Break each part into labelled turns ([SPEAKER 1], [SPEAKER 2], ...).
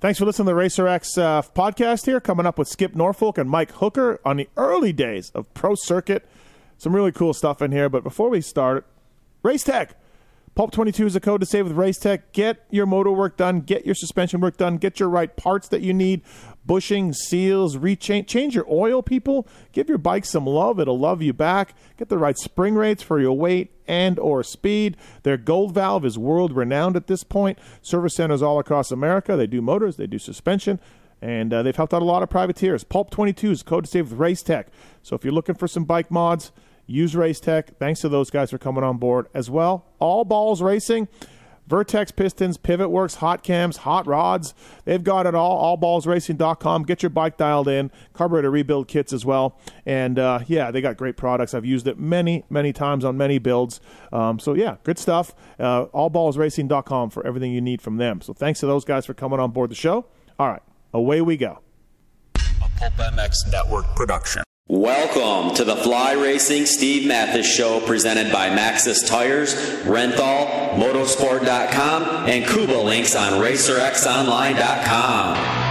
[SPEAKER 1] Thanks for listening to the Racer X uh, podcast here. Coming up with Skip Norfolk and Mike Hooker on the early days of Pro Circuit. Some really cool stuff in here. But before we start, Race Tech. Pulp22 is a code to save with Race Tech. Get your motor work done, get your suspension work done, get your right parts that you need, bushing, seals, rechange, change your oil, people. Give your bike some love, it'll love you back. Get the right spring rates for your weight and or speed. Their gold valve is world renowned at this point. Service centers all across America. They do motors, they do suspension, and uh, they've helped out a lot of privateers. Pulp22 is a code to save with Race Tech. So if you're looking for some bike mods, use Race Tech. Thanks to those guys for coming on board as well. All Balls Racing, Vertex Pistons, Pivot Works, Hot Cams, Hot Rods. They've got it all. Allballsracing.com. Get your bike dialed in. Carburetor rebuild kits as well. And uh, yeah, they got great products. I've used it many, many times on many builds. Um, so yeah, good stuff. Uh, allballsracing.com for everything you need from them. So thanks to those guys for coming on board the show. All right, away we go.
[SPEAKER 2] A Pulp MX Network production.
[SPEAKER 3] Welcome to the Fly Racing Steve Mathis Show presented by Maxis Tires, Renthal, Motorsport.com, and Kuba Links on RacerXOnline.com.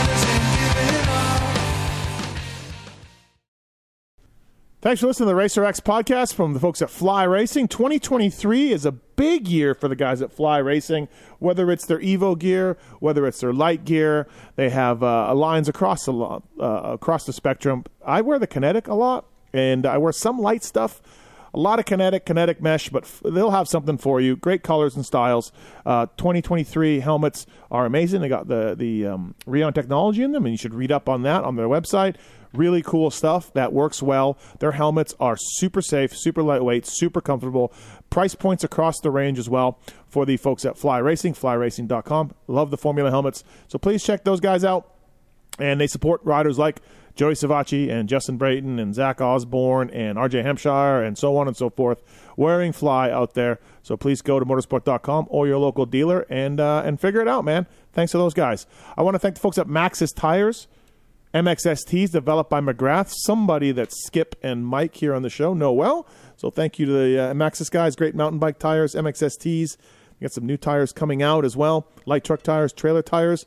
[SPEAKER 1] Thanks for listening to the Racer X podcast from the folks at Fly Racing. 2023 is a big year for the guys at Fly Racing, whether it's their Evo gear, whether it's their light gear. They have uh, lines across the, lo- uh, across the spectrum. I wear the Kinetic a lot, and I wear some light stuff. A lot of kinetic, kinetic mesh, but f- they'll have something for you. Great colors and styles. Uh, 2023 helmets are amazing. They got the the um, Rion technology in them, and you should read up on that on their website really cool stuff that works well. Their helmets are super safe, super lightweight, super comfortable. Price points across the range as well for the folks at Fly Racing, flyracing.com. Love the Formula helmets. So please check those guys out. And they support riders like Joey Savacci and Justin Brayton and Zach Osborne and RJ Hampshire and so on and so forth, wearing Fly out there. So please go to motorsport.com or your local dealer and uh, and figure it out, man. Thanks to those guys. I want to thank the folks at Maxis Tires. MXSTs developed by McGrath, somebody that Skip and Mike here on the show know well. So thank you to the uh, Maxis guys, great mountain bike tires, MXSTs. We got some new tires coming out as well, light truck tires, trailer tires.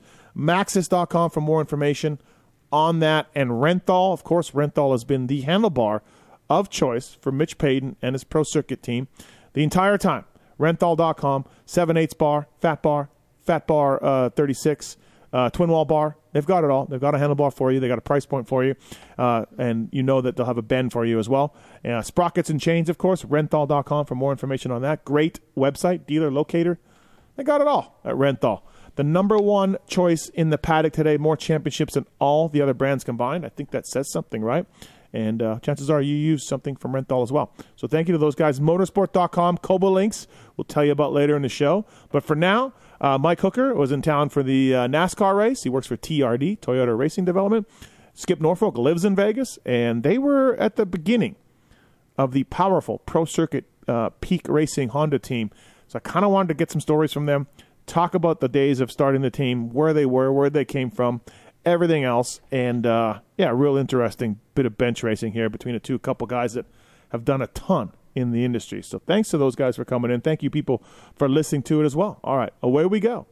[SPEAKER 1] Maxis.com for more information on that. And Renthal, of course, Renthal has been the handlebar of choice for Mitch Payton and his pro circuit team the entire time. Renthal.com, 7 8 bar, fat bar, fat bar uh, 36 uh, twin wall bar. They've got it all. They've got a handlebar for you. They got a price point for you, uh, and you know that they'll have a bend for you as well. Uh, sprockets and chains, of course. Renthal.com for more information on that. Great website, dealer locator. They got it all at Renthal. The number one choice in the paddock today. More championships than all the other brands combined. I think that says something, right? And uh, chances are you use something from Renthal as well. So thank you to those guys. Motorsport.com, Kobo Links, we'll tell you about later in the show. But for now, uh, Mike Hooker was in town for the uh, NASCAR race. He works for TRD, Toyota Racing Development. Skip Norfolk lives in Vegas, and they were at the beginning of the powerful Pro Circuit uh, Peak Racing Honda team. So I kind of wanted to get some stories from them, talk about the days of starting the team, where they were, where they came from, everything else, and uh, yeah, real interesting bit of bench racing here between the two couple guys that have done a ton in the industry. So thanks to those guys for coming in. Thank you people for listening to it as well. All right, away we go.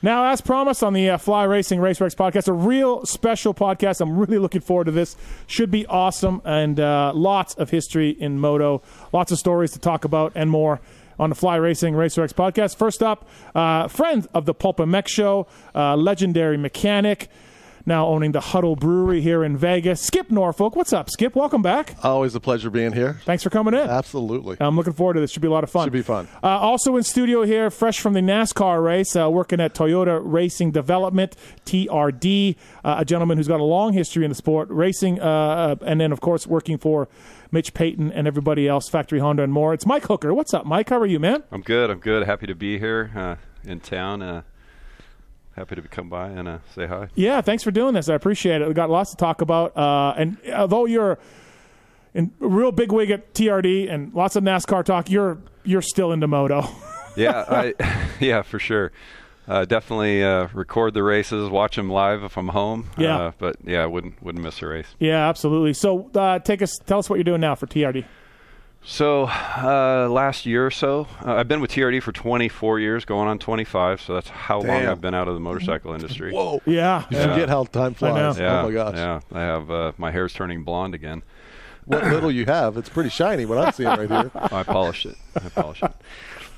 [SPEAKER 1] Now, as promised on the uh, Fly Racing Race Rex podcast, a real special podcast. I'm really looking forward to this. Should be awesome and uh, lots of history in moto, lots of stories to talk about and more on the Fly Racing Racer X podcast. First up, uh, friend of the Pulp and Mech show, uh, legendary mechanic, now owning the Huddle Brewery here in Vegas. Skip Norfolk, what's up, Skip? Welcome back.
[SPEAKER 4] Always a pleasure being here.
[SPEAKER 1] Thanks for coming in.
[SPEAKER 4] Absolutely.
[SPEAKER 1] I'm looking forward to this. Should be a lot of fun.
[SPEAKER 4] Should be fun.
[SPEAKER 1] Uh, also in studio here, fresh from the NASCAR race, uh, working at Toyota Racing Development (TRD), uh, a gentleman who's got a long history in the sport, racing, uh, uh, and then of course working for Mitch Payton and everybody else, Factory Honda and more. It's Mike Hooker. What's up, Mike? How are you, man?
[SPEAKER 5] I'm good. I'm good. Happy to be here uh, in town. Uh, happy to come by and uh, say hi.
[SPEAKER 1] Yeah, thanks for doing this. I appreciate it. We got lots to talk about, uh, and although you're in a real big wig at TRD and lots of NASCAR talk, you're you're still into moto.
[SPEAKER 5] Yeah, I, yeah, for sure. Uh, definitely uh, record the races, watch them live if I'm home.
[SPEAKER 1] Yeah.
[SPEAKER 5] uh, but yeah, I wouldn't wouldn't miss a race.
[SPEAKER 1] yeah, absolutely. So uh, take us, tell us what you're doing now for TRD.
[SPEAKER 5] So uh, last year or so, uh, I've been with TRD for 24 years, going on 25. So that's how long
[SPEAKER 4] Damn.
[SPEAKER 5] I've been out of the motorcycle industry.
[SPEAKER 4] Whoa.
[SPEAKER 1] Yeah,
[SPEAKER 4] You forget how time flies.
[SPEAKER 1] know.
[SPEAKER 5] Yeah,
[SPEAKER 4] oh my gosh.
[SPEAKER 5] Yeah, I have uh, my hair's turning blonde again.
[SPEAKER 4] What little you have, it's pretty shiny what I'm seeing right here.
[SPEAKER 5] I polished it. I polished it.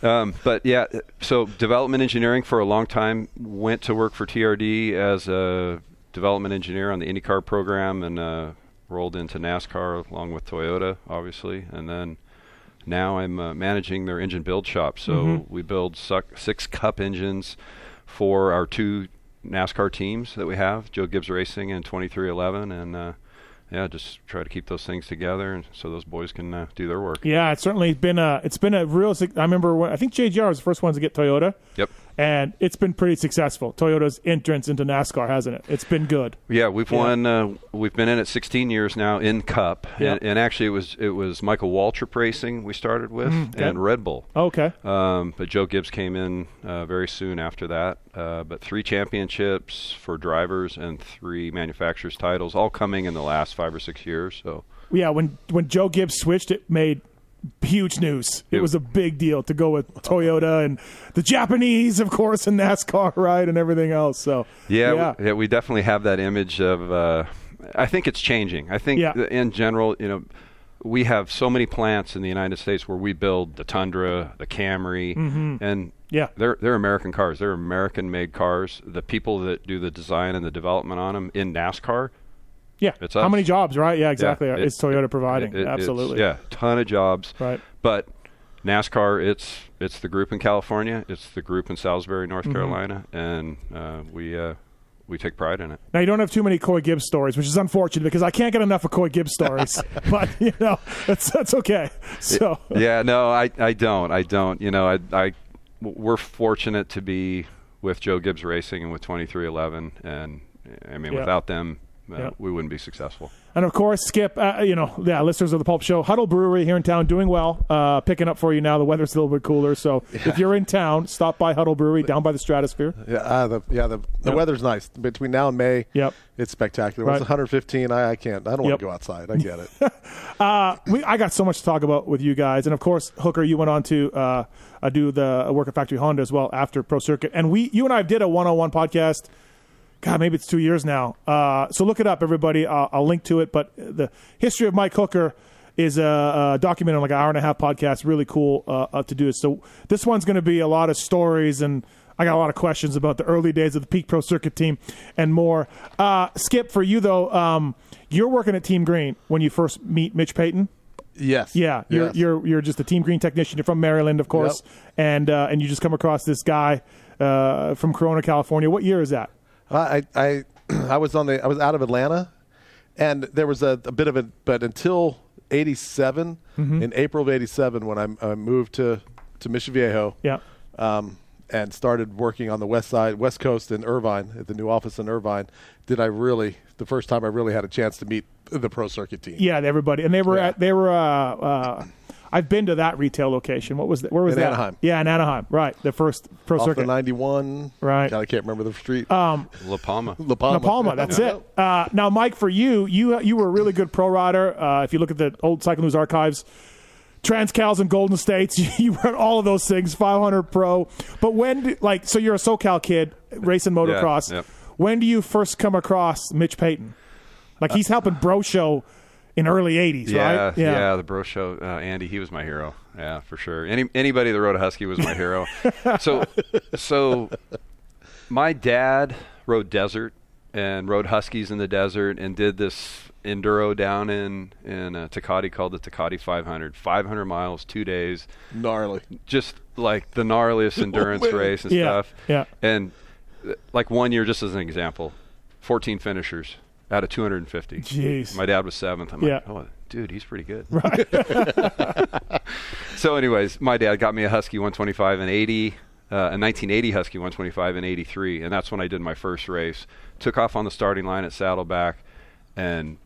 [SPEAKER 5] Um, but yeah, so development engineering for a long time went to work for TRD as a development engineer on the IndyCar program and uh, rolled into NASCAR along with Toyota, obviously. And then now I'm uh, managing their engine build shop. So we build suck, six cup engines for our two NASCAR teams that we have Joe Gibbs Racing and 2311. And uh, yeah, just try to keep those things together and so those boys can uh, do their work.
[SPEAKER 1] yeah. It's certainly been a it's been a real. suc- I remember when, I think JGR was the first ones to get Toyota.
[SPEAKER 5] Yep.
[SPEAKER 1] and it's been pretty successful. Toyota's entrance into NASCAR hasn't it? It's been good.
[SPEAKER 5] Yeah, we've won. Uh, we've been in it 16 years now in Cup,
[SPEAKER 1] Yeah.
[SPEAKER 5] and, and actually it was it was Michael Waltrip Racing we started with, and Red Bull.
[SPEAKER 1] Okay.
[SPEAKER 5] Um, but Joe Gibbs came in uh, very soon after that. Uh, but three championships for drivers and three manufacturers titles, all coming in the last five or six years. So
[SPEAKER 1] Yeah, when when Joe Gibbs switched, it made huge news. It
[SPEAKER 5] It-
[SPEAKER 1] was a big deal to go with Toyota and the Japanese, of course, and NASCAR, right, and everything else. So
[SPEAKER 5] Yeah,
[SPEAKER 1] yeah,
[SPEAKER 5] We, yeah, we definitely have that image of. Uh, I think it's changing. I think
[SPEAKER 1] Yeah.
[SPEAKER 5] th- in general, you know, we have so many plants in the United States where we build the Tundra, the Camry, and
[SPEAKER 1] Mm-hmm. Yeah.
[SPEAKER 5] they're they're American cars. They're American-made cars. The people that do the design and the development on them in NASCAR.
[SPEAKER 1] yeah.
[SPEAKER 5] It's
[SPEAKER 1] How
[SPEAKER 5] us.
[SPEAKER 1] many jobs, right? Yeah,
[SPEAKER 5] yeah,
[SPEAKER 1] exactly.
[SPEAKER 5] it-
[SPEAKER 1] it's Toyota
[SPEAKER 5] it-
[SPEAKER 1] providing,
[SPEAKER 5] it- it's-
[SPEAKER 1] absolutely.
[SPEAKER 5] Yeah, ton of jobs.
[SPEAKER 1] Right.
[SPEAKER 5] But NASCAR, it's it's the group in California, it's the group in Salisbury, North
[SPEAKER 1] Mm-hmm.
[SPEAKER 5] Carolina, and uh, we uh, we take pride in it.
[SPEAKER 1] Now you don't have too many Coy Gibbs stories, which is unfortunate because I can't get enough of Coy Gibbs stories. but you know, that's that's okay. So
[SPEAKER 5] yeah, no, I, I don't. I don't. You know, I, I, we're fortunate to be with Joe Gibbs Racing and with 2311. And I mean,
[SPEAKER 1] Yeah.
[SPEAKER 5] without them, uh,
[SPEAKER 1] Yeah.
[SPEAKER 5] we wouldn't be successful.
[SPEAKER 1] And of course, Skip, uh, you know, yeah, listeners of the Pulp Show, Huddle Brewery here in town, doing well, uh, picking up for you now. The weather's a little bit cooler, so if you're in town, stop by Huddle Brewery down by the Stratosphere.
[SPEAKER 4] Yeah, ah, the, yeah the, the
[SPEAKER 1] Yep.
[SPEAKER 4] weather's nice. Between now and May,
[SPEAKER 1] Yep.
[SPEAKER 4] it's spectacular. When
[SPEAKER 1] Right.
[SPEAKER 4] It's 115. I, I can't. I don't
[SPEAKER 1] Yep.
[SPEAKER 4] want to go outside. I get it.
[SPEAKER 1] Uh, we, I got so much to talk about with you guys, and of course, Hooker, you went on to uh, uh, do the work at Factory Honda as well after Pro Circuit, and we, you and I did a one-on-one podcast. God, maybe it's two years now. Uh, so look it up, everybody. I'll, I'll link to it. But the history of Mike Hooker is a, a document on like an hour and a half podcast. Really cool uh, uh, to do. So this one's going to be a lot of stories, and I got a lot of questions about the early days of the Peak Pro Circuit team and more. Uh, Skip, for you though, um, you're working at Team Green when you first meet Mitch Payton.
[SPEAKER 4] yes.
[SPEAKER 1] Yeah, you're
[SPEAKER 4] Yes.
[SPEAKER 1] you're you're just a Team Green technician. You're from Maryland, of course, and uh, and you just come across this guy uh, from Corona, California. What year is that?
[SPEAKER 4] I I I was on the I was out of Atlanta, and there was a, a bit of a but until '87
[SPEAKER 1] Mm-hmm.
[SPEAKER 4] in April of '87 when I, I moved to to Mission Viejo.
[SPEAKER 1] Yeah.
[SPEAKER 4] Um, and started working on the west side, west coast in Irvine at the new office in Irvine. Did I really the first time I really had a chance to meet the pro circuit team?
[SPEAKER 1] Yeah, everybody, and they were
[SPEAKER 4] Yeah.
[SPEAKER 1] at they were. Uh, uh, I've been to that retail location. What was that? Where was
[SPEAKER 4] In
[SPEAKER 1] that?
[SPEAKER 4] Anaheim.
[SPEAKER 1] Yeah, in Anaheim. Right, the first pro
[SPEAKER 4] Off
[SPEAKER 1] circuit.
[SPEAKER 4] the 91.
[SPEAKER 1] Right. Um,
[SPEAKER 4] God, I can't remember the street.
[SPEAKER 5] La Palma.
[SPEAKER 4] La Palma.
[SPEAKER 1] La Palma. That's
[SPEAKER 4] Yeah.
[SPEAKER 1] it. Uh, now, Mike, for you, you you were a really good pro rider. Uh, if you look at the old Cycle News archives, Transcals and Golden States, you were at all of those things. 500 pro. But when, did- like, so you're a SoCal kid racing motocross.
[SPEAKER 5] yep.
[SPEAKER 1] When do you first come across Mitch Payton? Like he's helping Bro Show in early '80s,
[SPEAKER 5] Yeah,
[SPEAKER 1] right?
[SPEAKER 5] yeah, the bro show. Uh, Andy, he was my hero. Yeah, for sure. Any anybody that rode a husky was my hero. so, so my dad rode desert and rode huskies in the desert and did this enduro down in in uh, Takati called the Takati 500. 500 miles, two days,
[SPEAKER 4] Gnarly.
[SPEAKER 5] just like the gnarliest endurance
[SPEAKER 4] man.
[SPEAKER 5] race and
[SPEAKER 1] Yeah,
[SPEAKER 5] stuff.
[SPEAKER 1] yeah.
[SPEAKER 5] And uh, like one year, just as an example, 14 finishers out of 250.
[SPEAKER 1] Jeez.
[SPEAKER 5] My dad was seventh. I'm like,
[SPEAKER 1] Yeah.
[SPEAKER 5] oh, dude, he's pretty good. Right. so, anyways, my dad got me a Husky 125 and 80. Uh, a 1980 Husky 125 and 83, and that's when I did my first race. Took off on the starting line at Saddleback, and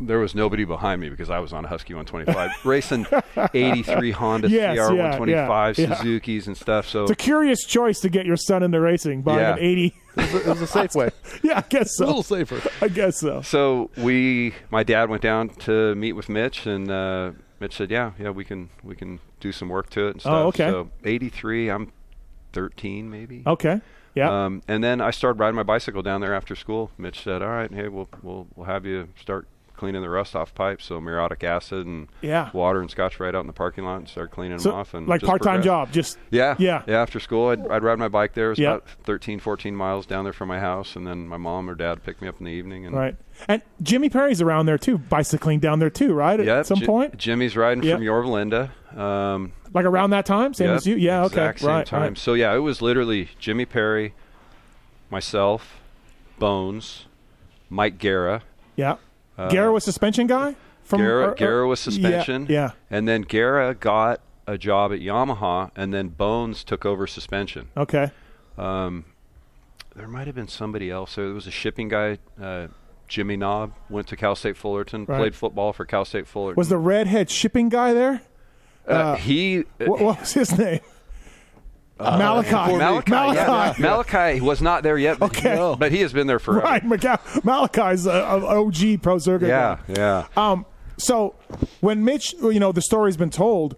[SPEAKER 5] there was nobody behind me because I was on a Husky 125 racing 83 Honda
[SPEAKER 1] Yes, yeah,
[SPEAKER 5] CR
[SPEAKER 1] yeah,
[SPEAKER 5] 125
[SPEAKER 1] yeah.
[SPEAKER 5] Suzuki's and stuff. So
[SPEAKER 1] It's a curious choice to get your son into racing by
[SPEAKER 5] Yeah.
[SPEAKER 1] an 80.
[SPEAKER 4] It was, it was a safe way.
[SPEAKER 1] yeah, I guess
[SPEAKER 4] A little
[SPEAKER 1] so.
[SPEAKER 4] safer.
[SPEAKER 1] I guess so.
[SPEAKER 5] so we my dad went down to meet with Mitch and uh, Mitch said, "Yeah, yeah, we can we can do some work to it and stuff."
[SPEAKER 1] Oh, okay.
[SPEAKER 5] So 83, I'm 13 maybe.
[SPEAKER 1] Okay. Yeah.
[SPEAKER 5] Um, and then I started riding my bicycle down there after school. Mitch said, "All right, hey, we'll we'll we'll have you start cleaning the rust off pipes, so muriatic acid and
[SPEAKER 1] Yeah.
[SPEAKER 5] water and scotch right out in the parking lot and start cleaning
[SPEAKER 1] so,
[SPEAKER 5] them off and
[SPEAKER 1] like
[SPEAKER 5] just
[SPEAKER 1] part-time
[SPEAKER 5] progress.
[SPEAKER 1] job, just
[SPEAKER 5] Yeah.
[SPEAKER 1] Yeah.
[SPEAKER 5] Yeah. After school, I'd, I'd ride my bike there. It was
[SPEAKER 1] Yeah.
[SPEAKER 5] about 13, 14 miles down there from my house. And then my mom or dad picked me up in the evening. And
[SPEAKER 1] right. And Jimmy Perry's around there too, bicycling down there too, right? At-
[SPEAKER 5] Yep,
[SPEAKER 1] At some
[SPEAKER 5] Ji-
[SPEAKER 1] point,
[SPEAKER 5] Jimmy's riding
[SPEAKER 1] Yep.
[SPEAKER 5] from Yorba Linda. Um,
[SPEAKER 1] like around that time, same
[SPEAKER 5] yep,
[SPEAKER 1] as you. Yeah. Okay.
[SPEAKER 5] exact same
[SPEAKER 1] right.
[SPEAKER 5] time.
[SPEAKER 1] right.
[SPEAKER 5] So, yeah, it was literally Jimmy Perry, myself, Bones, Mike Guerra.
[SPEAKER 1] Yeah. Guerra was suspension guy from
[SPEAKER 5] Guerra,
[SPEAKER 1] or- or-
[SPEAKER 5] Guerra Uh, was
[SPEAKER 1] Um, uh, Yeah,
[SPEAKER 5] suspension.
[SPEAKER 1] Yeah.
[SPEAKER 5] And then Guerra got a job at Yamaha, and then Bones took over suspension.
[SPEAKER 1] Okay.
[SPEAKER 5] there might have been somebody else. There was a shipping guy, uh, Jimmy Knob, went to Cal State Fullerton,
[SPEAKER 1] Right.
[SPEAKER 5] played football for Cal State Fullerton.
[SPEAKER 1] Was the redhead shipping guy there?
[SPEAKER 5] uh, he
[SPEAKER 1] What, what was his name? Malachi.
[SPEAKER 5] Malachi? Uh, yeah.
[SPEAKER 1] Malachi.
[SPEAKER 5] Malachi was not there yet, but,
[SPEAKER 1] Okay. No.
[SPEAKER 5] but he has been there forever.
[SPEAKER 1] Right, Maca- Malachi's an OG pro circuit.
[SPEAKER 5] Yeah,
[SPEAKER 1] guy.
[SPEAKER 5] yeah.
[SPEAKER 1] Um, so when Mitch, you know, the story's been told,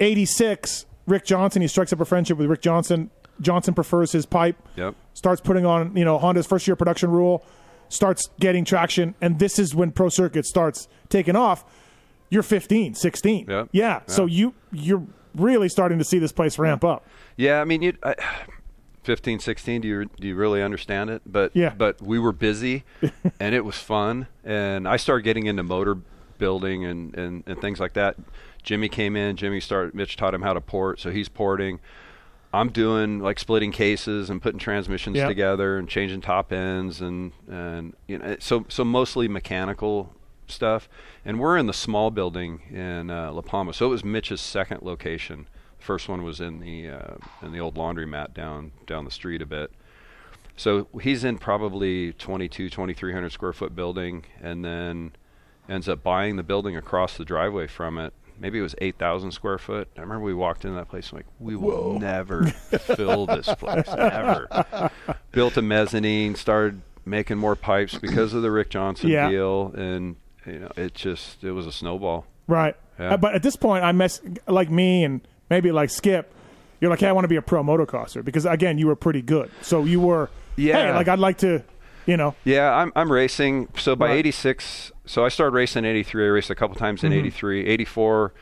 [SPEAKER 1] 86, Rick Johnson, he strikes up a friendship with Rick Johnson. Johnson prefers his pipe.
[SPEAKER 5] Yep.
[SPEAKER 1] Starts putting on, you know, Honda's first year production rule, starts getting traction, and this is when pro circuit starts taking off. You're 15, 16.
[SPEAKER 5] Yep.
[SPEAKER 1] Yeah. So you you're really starting to see this place ramp up.
[SPEAKER 5] Yeah, I mean, you, I, 15, 16, do you, do you really understand it? But,
[SPEAKER 1] Yeah.
[SPEAKER 5] but we were busy and it was fun. And I started getting into motor building and, and, and things like that. Jimmy came in, Jimmy started, Mitch taught him how to port, so he's porting. I'm doing like splitting cases and putting transmissions
[SPEAKER 1] Yeah.
[SPEAKER 5] together and changing top ends and, and you know so so mostly mechanical stuff. And we're in the small building in uh, La Palma, so it was Mitch's second location. First one was in the uh, in the old laundromat down down the street a bit. So he's in probably 22, 2300 square foot building, and then ends up buying the building across the driveway from it. Maybe it was 8,000 square foot. I remember we walked into that place and like, we will never fill this place, never. Built a mezzanine, started making more pipes because of the Rick Johnson
[SPEAKER 1] Yeah.
[SPEAKER 5] deal, and you know, it just it was a snowball.
[SPEAKER 1] Right.
[SPEAKER 5] Yeah.
[SPEAKER 1] Uh, but at this point, I mess like me and maybe like Skip. You're like, hey, I want to be a pro motocrosser because again, you were pretty good. So you were,
[SPEAKER 5] Yeah.
[SPEAKER 1] hey, like I'd like to, you know,
[SPEAKER 5] Yeah, I'm I'm racing. So by
[SPEAKER 1] Right.
[SPEAKER 5] '86, so I started racing in '83. I raced a couple times in
[SPEAKER 1] Mm-hmm.
[SPEAKER 5] '83, '84,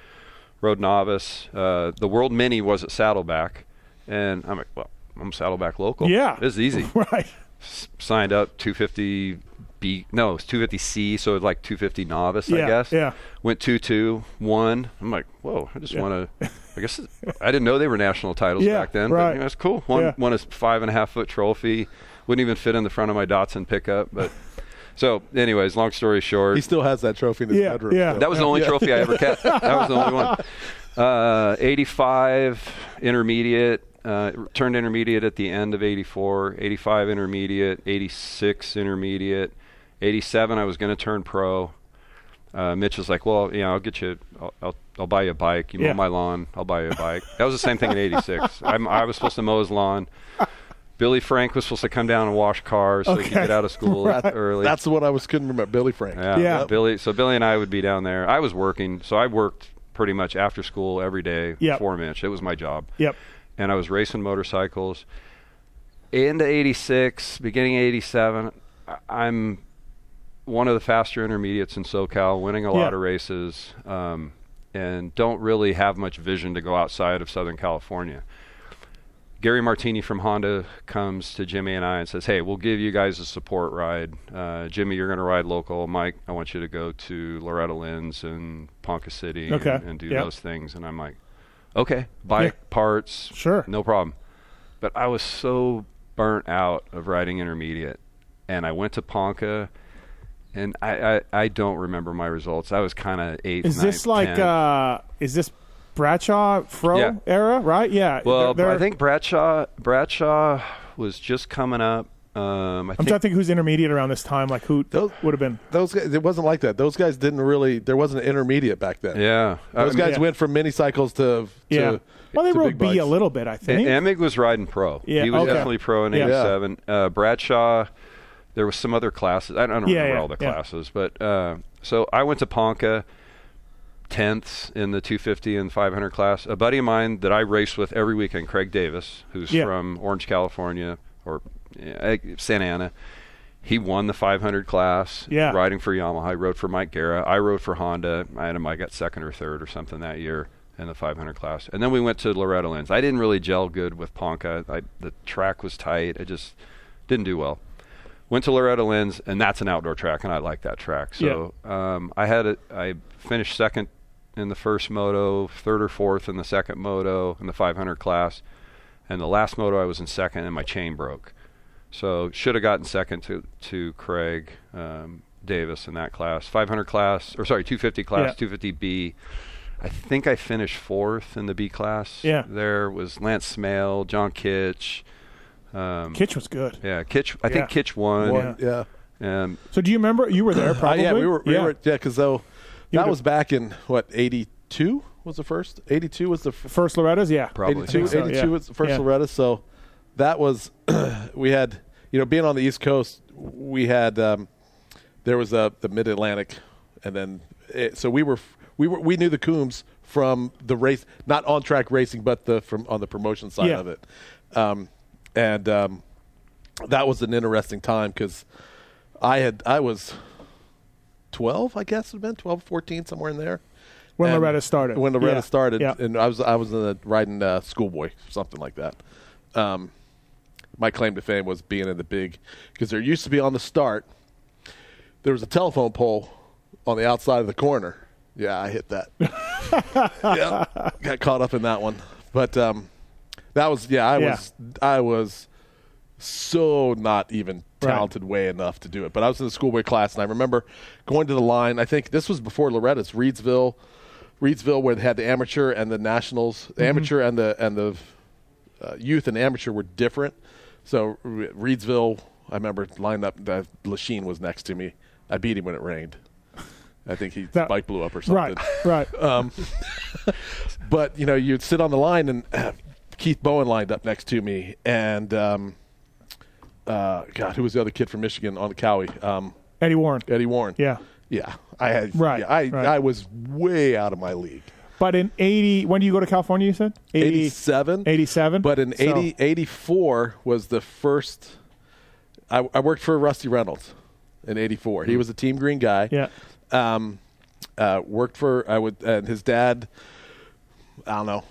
[SPEAKER 5] road novice. Uh, the World Mini was at Saddleback, and I'm like, well, I'm Saddleback local.
[SPEAKER 1] Yeah.
[SPEAKER 5] this is easy.
[SPEAKER 1] right,
[SPEAKER 5] S- Signed up 250 B. No, it's 250 C. So it's like 250 novice,
[SPEAKER 1] Yeah,
[SPEAKER 5] I guess.
[SPEAKER 1] yeah.
[SPEAKER 5] Went two two one. I'm like, whoa! I just want to. I guess I didn't know they were national titles
[SPEAKER 1] Yeah,
[SPEAKER 5] back then.
[SPEAKER 1] right.
[SPEAKER 5] But, you know, that's cool. One
[SPEAKER 1] Yeah.
[SPEAKER 5] one is five and a half foot trophy. Wouldn't even fit in the front of my Datsun pickup. But so, anyways, long story short,
[SPEAKER 4] He still has that trophy in his
[SPEAKER 1] Yeah,
[SPEAKER 4] bedroom.
[SPEAKER 1] yeah.
[SPEAKER 4] so-
[SPEAKER 5] that was the only trophy I ever kept. That was the only one. Uh, 85 intermediate, uh, turned intermediate at the end of 84, 85 intermediate, 86 intermediate, 87 I was going to turn pro. Uh, Mitch was like, "Well, you know, I'll get you. I'll, I'll, I'll buy you a bike. You
[SPEAKER 1] Yeah.
[SPEAKER 5] mow my lawn. I'll buy you a bike." That was the same thing in '86. I'm, I was supposed to mow his lawn. Billy Frank was supposed to come down and wash cars so he could
[SPEAKER 1] Okay.
[SPEAKER 5] get out of school early.
[SPEAKER 4] That's the one I was couldn't remember. Billy Frank.
[SPEAKER 5] Yeah,
[SPEAKER 1] Yeah.
[SPEAKER 5] Billy. So Billy and I would be down there. I was working, so I worked pretty much after school every day
[SPEAKER 1] Yep.
[SPEAKER 5] for Mitch. It was my job.
[SPEAKER 1] Yep.
[SPEAKER 5] And I was racing motorcycles. Into '86, beginning '87, I'm one of the faster intermediates in SoCal, winning a lot
[SPEAKER 1] Yeah.
[SPEAKER 5] of races, um, and don't really have much vision to go outside of Southern California. Gary Martini from Honda comes to Jimmy and I and says, "Hey, we'll give you guys a support ride. Uh, Jimmy, you're going to ride local. Mike, I want you to go to Loretta Lynn's and Ponca City and-
[SPEAKER 1] Okay.
[SPEAKER 5] and, do
[SPEAKER 1] Yep.
[SPEAKER 5] those things." And I'm like, "Okay, bike parts,
[SPEAKER 1] Sure.
[SPEAKER 5] no problem." But I was so burnt out of riding intermediate, and I went to Ponca, and I I, I don't remember my results. I was kind of eighth.
[SPEAKER 1] Is this
[SPEAKER 5] ninth,
[SPEAKER 1] like
[SPEAKER 5] 10th.
[SPEAKER 1] uh is this Bradshaw Fro
[SPEAKER 5] Yeah.
[SPEAKER 1] era, right? Yeah.
[SPEAKER 5] Well,
[SPEAKER 1] They're-
[SPEAKER 5] I think Bradshaw Bradshaw was just coming up. Um, I
[SPEAKER 1] I'm
[SPEAKER 5] think
[SPEAKER 1] trying to think who's intermediate around this time, like who
[SPEAKER 4] Those-
[SPEAKER 1] would have been.
[SPEAKER 4] Those guys, it wasn't like that. Those guys didn't really. There wasn't an intermediate back then.
[SPEAKER 5] yeah. Um, I
[SPEAKER 4] Those
[SPEAKER 5] mean,
[SPEAKER 4] guys
[SPEAKER 1] Yeah.
[SPEAKER 4] went from mini cycles to, to
[SPEAKER 1] Yeah. well, they
[SPEAKER 4] to
[SPEAKER 1] rode
[SPEAKER 4] big
[SPEAKER 1] B a
[SPEAKER 4] bikes.
[SPEAKER 1] little bit, I think.
[SPEAKER 5] E- Emig was riding pro.
[SPEAKER 1] Yeah,
[SPEAKER 5] he was
[SPEAKER 1] okay.
[SPEAKER 5] definitely pro in
[SPEAKER 1] Yeah.
[SPEAKER 5] '87. Uh, Bradshaw, there was some other classes. I don't, I don't
[SPEAKER 1] Yeah,
[SPEAKER 5] remember
[SPEAKER 1] yeah,
[SPEAKER 5] all the
[SPEAKER 1] yeah.
[SPEAKER 5] classes, but uh, so I went to Ponca. Tenths in the 250 and 500 class. A buddy of mine that I race with every weekend, Craig Davis, who's
[SPEAKER 1] Yeah.
[SPEAKER 5] from Orange, California, or uh, Santa Ana. He won the 500 class.
[SPEAKER 1] Yeah.
[SPEAKER 5] riding for Yamaha. I rode for Mike Guerra. I rode for Honda. I had him. I got second or third or something that year in the 500 class. And then we went to Loretta Lynn's. I didn't really gel good with Ponca. I, the track was tight. I just didn't do well. Went to Loretta Lynn's, and that's an outdoor track, and I like that track. So um, I had a, I finished second in the first moto, third or fourth in the second moto in the 500 class, and the last moto I was in second, and my chain broke. So should have gotten second to to Craig um, Davis in that class, 500 class, or sorry, 250 class, 250B. I think I finished fourth in the B class.
[SPEAKER 1] Yeah.
[SPEAKER 5] There was Lance Smale, John Kitch. Um,
[SPEAKER 1] Kitch was good.
[SPEAKER 5] Yeah, Kitch. I think
[SPEAKER 1] Yeah.
[SPEAKER 5] Kitch won.
[SPEAKER 1] Won.
[SPEAKER 4] Yeah.
[SPEAKER 5] Um,
[SPEAKER 1] So do you remember? You were there
[SPEAKER 4] Uh,
[SPEAKER 1] probably.
[SPEAKER 4] yeah, we were, we
[SPEAKER 1] yeah.
[SPEAKER 4] were, yeah, because though that
[SPEAKER 1] would've-
[SPEAKER 4] was back in what eighty two was the first. Eighty two was the first.
[SPEAKER 1] First Loretta's, yeah.
[SPEAKER 5] Probably.
[SPEAKER 4] 82,
[SPEAKER 1] so,
[SPEAKER 4] 82
[SPEAKER 1] yeah.
[SPEAKER 4] was the first
[SPEAKER 1] Yeah.
[SPEAKER 4] Loretta. So that was we had you know being on the East Coast, we had um, there was a the Mid Atlantic, and then it, so we were we were we knew the Coombs from the race, not on track racing, but the from on the promotion side
[SPEAKER 1] Yeah.
[SPEAKER 4] of it, um, and um, that was an interesting time because I had I was 12, I guess it would have been 12, 14, somewhere in there.
[SPEAKER 1] When
[SPEAKER 4] And
[SPEAKER 1] Loretta started.
[SPEAKER 4] When Loretta
[SPEAKER 1] Yeah.
[SPEAKER 4] started.
[SPEAKER 1] Yeah.
[SPEAKER 4] And I was I was in the, riding uh, schoolboy, something like that. Um, my claim to fame was being in the big, because there used to be on the start, there was a telephone pole on the outside of the corner. Yeah, I hit that. yeah, got caught up in that one. But um, that was, yeah, I
[SPEAKER 1] Yeah.
[SPEAKER 4] was, I was so not even
[SPEAKER 1] Right.
[SPEAKER 4] talented way enough to do it. But I was in the schoolboy class, and I remember going to the line. I think this was before Loretta's Reedsville, Reedsville, where they had the amateur and the nationals,
[SPEAKER 1] Mm-hmm.
[SPEAKER 4] the amateur and the and the uh, youth and amateur were different. So Re- Reedsville, I remember lined up. The Lachine was next to me. I beat him when it rained. I think he
[SPEAKER 1] That-
[SPEAKER 4] bike blew up or something
[SPEAKER 1] Right, right.
[SPEAKER 5] Uh,
[SPEAKER 4] but you know you'd sit on the line and keith bowen lined up next to me and um, uh, god who was the other kid from michigan on the cowie um,
[SPEAKER 1] Eddie Warren.
[SPEAKER 4] eddie warren
[SPEAKER 1] Yeah.
[SPEAKER 4] yeah i had
[SPEAKER 1] Right,
[SPEAKER 4] yeah, I,
[SPEAKER 1] right.
[SPEAKER 4] I was way out of my league
[SPEAKER 1] But in 80, when do you go to California, you said? 80,
[SPEAKER 4] 87
[SPEAKER 1] 87?
[SPEAKER 4] but in
[SPEAKER 1] So-
[SPEAKER 4] 80, 84 was the first I, I worked for rusty reynolds in 84 he was a team green guy
[SPEAKER 1] Hmm. Yeah.
[SPEAKER 4] um, uh, worked for I would and his dad. I don't know.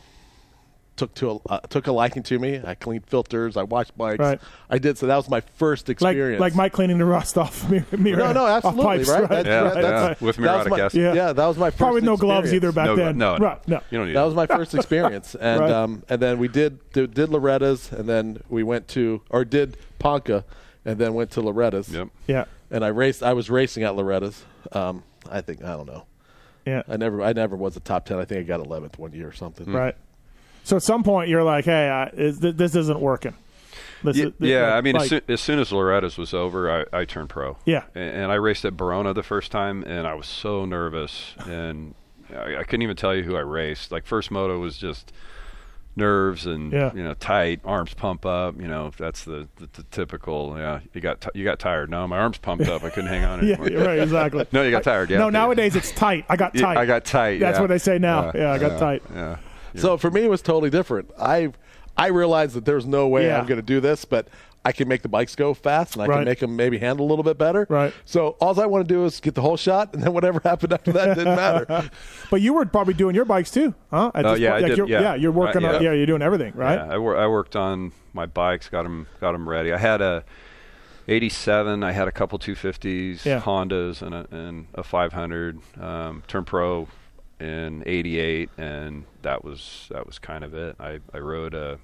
[SPEAKER 4] Took to a, uh, took a liking to me. I cleaned filters. I watched bikes.
[SPEAKER 1] Right.
[SPEAKER 4] I did so. That was my first
[SPEAKER 1] Like,
[SPEAKER 4] experience.
[SPEAKER 1] like Mike cleaning the rust off mir- mirror.
[SPEAKER 4] No, no,
[SPEAKER 1] off
[SPEAKER 4] absolutely,
[SPEAKER 1] pipes,
[SPEAKER 4] right?
[SPEAKER 1] right?
[SPEAKER 4] That's-
[SPEAKER 5] Yeah,
[SPEAKER 4] that- that's-
[SPEAKER 5] yeah, with
[SPEAKER 4] that was
[SPEAKER 5] muriatic
[SPEAKER 4] my-
[SPEAKER 5] acid.
[SPEAKER 4] yeah. that was my first
[SPEAKER 1] Probably no gloves
[SPEAKER 4] experience.
[SPEAKER 1] either back
[SPEAKER 5] no,
[SPEAKER 1] then.
[SPEAKER 5] no,
[SPEAKER 1] Right, no.
[SPEAKER 5] You don't need
[SPEAKER 4] That
[SPEAKER 5] it.
[SPEAKER 4] was my first experience, and
[SPEAKER 1] Right.
[SPEAKER 4] um, and then we did did did Loretta's, and then we went to or did Ponca, and then went to Loretta's.
[SPEAKER 5] Yep.
[SPEAKER 1] Yeah,
[SPEAKER 4] And I raced. I was racing at Loretta's. Um, I think I don't know.
[SPEAKER 1] yeah,
[SPEAKER 4] I never I never was a top ten. I think I got eleventh one year or something.
[SPEAKER 1] Mm. right. So at some point, you're like, hey, I, is, th- this isn't working. This
[SPEAKER 5] Yeah,
[SPEAKER 1] is- this-
[SPEAKER 5] yeah,
[SPEAKER 1] like-
[SPEAKER 5] I mean,
[SPEAKER 1] like-
[SPEAKER 5] as, soon, as soon as Loretta's was over, I, I turned pro.
[SPEAKER 1] Yeah.
[SPEAKER 5] A- and, I raced at Barona the first time, and I was so nervous, and I, I couldn't even tell you who I raced. Like first moto was just nerves and
[SPEAKER 1] Yeah.
[SPEAKER 5] you know tight arms pump up. You know that's the, the, the typical. Yeah, you got t- you got tired. No, my arms pumped up. I couldn't hang on
[SPEAKER 1] yeah,
[SPEAKER 5] anymore.
[SPEAKER 1] right, exactly.
[SPEAKER 5] No, you got tired. Yeah.
[SPEAKER 1] no, nowadays it's tight. I got
[SPEAKER 5] Yeah,
[SPEAKER 1] tight.
[SPEAKER 5] I got tight.
[SPEAKER 1] That's
[SPEAKER 5] yeah.
[SPEAKER 1] what they say now.
[SPEAKER 5] Uh,
[SPEAKER 1] yeah, I got
[SPEAKER 5] uh,
[SPEAKER 1] tight.
[SPEAKER 5] Yeah.
[SPEAKER 4] So for me, it was totally different. I I realized that there's no way
[SPEAKER 1] Yeah.
[SPEAKER 4] I'm going to do this, but I I can make the bikes go fast, and I
[SPEAKER 1] Right.
[SPEAKER 4] can make them maybe handle a little bit better.
[SPEAKER 1] Right.
[SPEAKER 4] So all I want to do is get the whole shot, and then whatever happened after that didn't matter.
[SPEAKER 1] But you were probably doing your bikes too, huh? At
[SPEAKER 5] Oh,
[SPEAKER 1] this
[SPEAKER 5] yeah, I did,
[SPEAKER 1] you're,
[SPEAKER 5] yeah.
[SPEAKER 1] you're working
[SPEAKER 5] Right,
[SPEAKER 1] on, yeah,
[SPEAKER 5] yeah.
[SPEAKER 1] you're doing everything, right?
[SPEAKER 5] Yeah, I, wor- I worked on my bikes, got them, ready. I had a 87, I had a couple 250s,
[SPEAKER 1] Yeah.
[SPEAKER 5] Hondas, and a, and a 500. Um, turned pro in 88, and that was that was kind of it. I, I rode a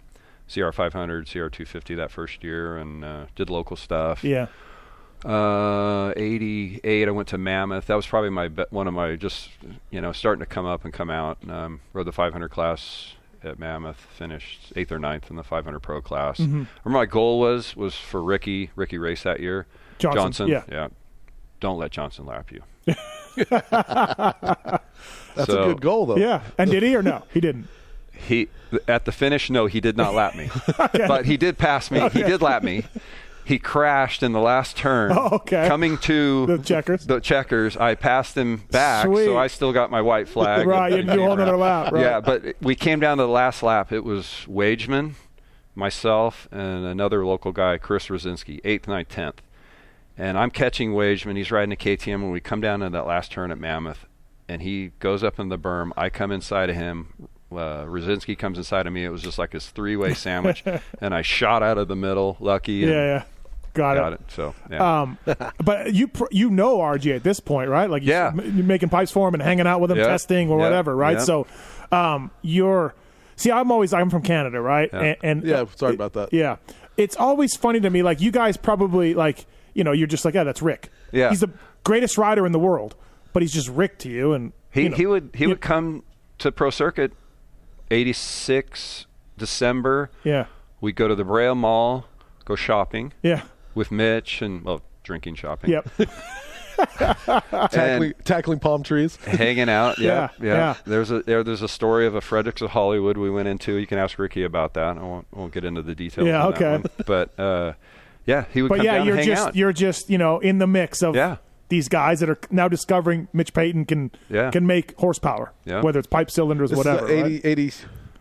[SPEAKER 5] CR 500, CR 250 that first year, and uh, did local stuff.
[SPEAKER 1] Yeah.
[SPEAKER 5] Uh, 88, I went to Mammoth. That was probably my be- one of my just, you know, starting to come up and come out. Um, rode the 500 class at Mammoth, finished eighth or ninth in the 500 pro class.
[SPEAKER 4] Mm-hmm.
[SPEAKER 5] Remember, my goal was was for Ricky, Ricky race that year.
[SPEAKER 1] Johnson, yeah.
[SPEAKER 5] Don't let Johnson lap you.
[SPEAKER 4] That's
[SPEAKER 5] So-
[SPEAKER 4] a good goal, though.
[SPEAKER 1] Yeah. And did he or no? He didn't.
[SPEAKER 5] He at the finish, no, he did not lap me, but he did pass me. He did lap me. He crashed in the last turn.
[SPEAKER 1] Oh, okay.
[SPEAKER 5] Coming to
[SPEAKER 1] The checkers.
[SPEAKER 5] The checkers. I passed him back,
[SPEAKER 1] Sweet.
[SPEAKER 5] so I still got my white flag.
[SPEAKER 1] Right, you
[SPEAKER 5] And
[SPEAKER 1] do a whole
[SPEAKER 5] came
[SPEAKER 1] nother
[SPEAKER 5] around.
[SPEAKER 1] lap, right.
[SPEAKER 5] Yeah, but we came down to the last lap. It was Wageman, myself, and another local guy, Chris Rosinski, eighth, ninth, tenth. And I'm catching Wageman. He's riding a KTM when we come down to that last turn at Mammoth, and he goes up in the berm. I come inside of him. Uh, Rosinski comes inside of me. It was just like this three-way sandwich, and I shot out of the middle. Lucky,
[SPEAKER 1] Yeah.
[SPEAKER 5] and
[SPEAKER 1] yeah. Got,
[SPEAKER 5] got
[SPEAKER 1] it.
[SPEAKER 5] it. So, yeah.
[SPEAKER 1] Um, but you pr- you know RG at this point, right? Like you-
[SPEAKER 5] Yeah.
[SPEAKER 1] you're making pipes for him and hanging out with him,
[SPEAKER 5] Yeah.
[SPEAKER 1] testing or
[SPEAKER 5] Yeah.
[SPEAKER 1] whatever, right?
[SPEAKER 5] Yeah.
[SPEAKER 1] So, um, you're see, I'm always I'm from Canada, right? And, and
[SPEAKER 4] Yeah, sorry about that.
[SPEAKER 1] Yeah, it's always funny to me. Like you guys probably like you know you're just like yeah, that's Rick.
[SPEAKER 5] Yeah.
[SPEAKER 1] he's the greatest rider in the world, but he's just Rick to you. And
[SPEAKER 5] He
[SPEAKER 1] you know,
[SPEAKER 5] he would he
[SPEAKER 1] you-
[SPEAKER 5] would come to Pro Circuit, eighty six December.
[SPEAKER 1] yeah
[SPEAKER 5] We go to the Braille Mall, go shopping
[SPEAKER 1] yeah
[SPEAKER 5] with Mitch and well drinking shopping.
[SPEAKER 1] yep
[SPEAKER 5] and
[SPEAKER 4] Tackling, tackling palm trees.
[SPEAKER 5] hanging out. Yeah,
[SPEAKER 1] Yeah,
[SPEAKER 5] yeah.
[SPEAKER 1] yeah.
[SPEAKER 5] There's a there, there's a story of a Fredericks of Hollywood we went into. You can ask Ricky about that. I won't won't get into the details.
[SPEAKER 1] Yeah,
[SPEAKER 5] on that
[SPEAKER 1] okay.
[SPEAKER 5] one. But uh, yeah, he would
[SPEAKER 1] but
[SPEAKER 5] come
[SPEAKER 1] yeah
[SPEAKER 5] down
[SPEAKER 1] you're
[SPEAKER 5] and hang
[SPEAKER 1] just
[SPEAKER 5] out.
[SPEAKER 1] you're just you know in the mix of
[SPEAKER 5] Yeah.
[SPEAKER 1] these guys that are now discovering Mitch Payton can
[SPEAKER 5] Yeah.
[SPEAKER 1] can make horsepower
[SPEAKER 5] Yeah.
[SPEAKER 1] whether it's pipe cylinders
[SPEAKER 4] This
[SPEAKER 1] whatever
[SPEAKER 4] is a 80,
[SPEAKER 1] right?
[SPEAKER 4] 80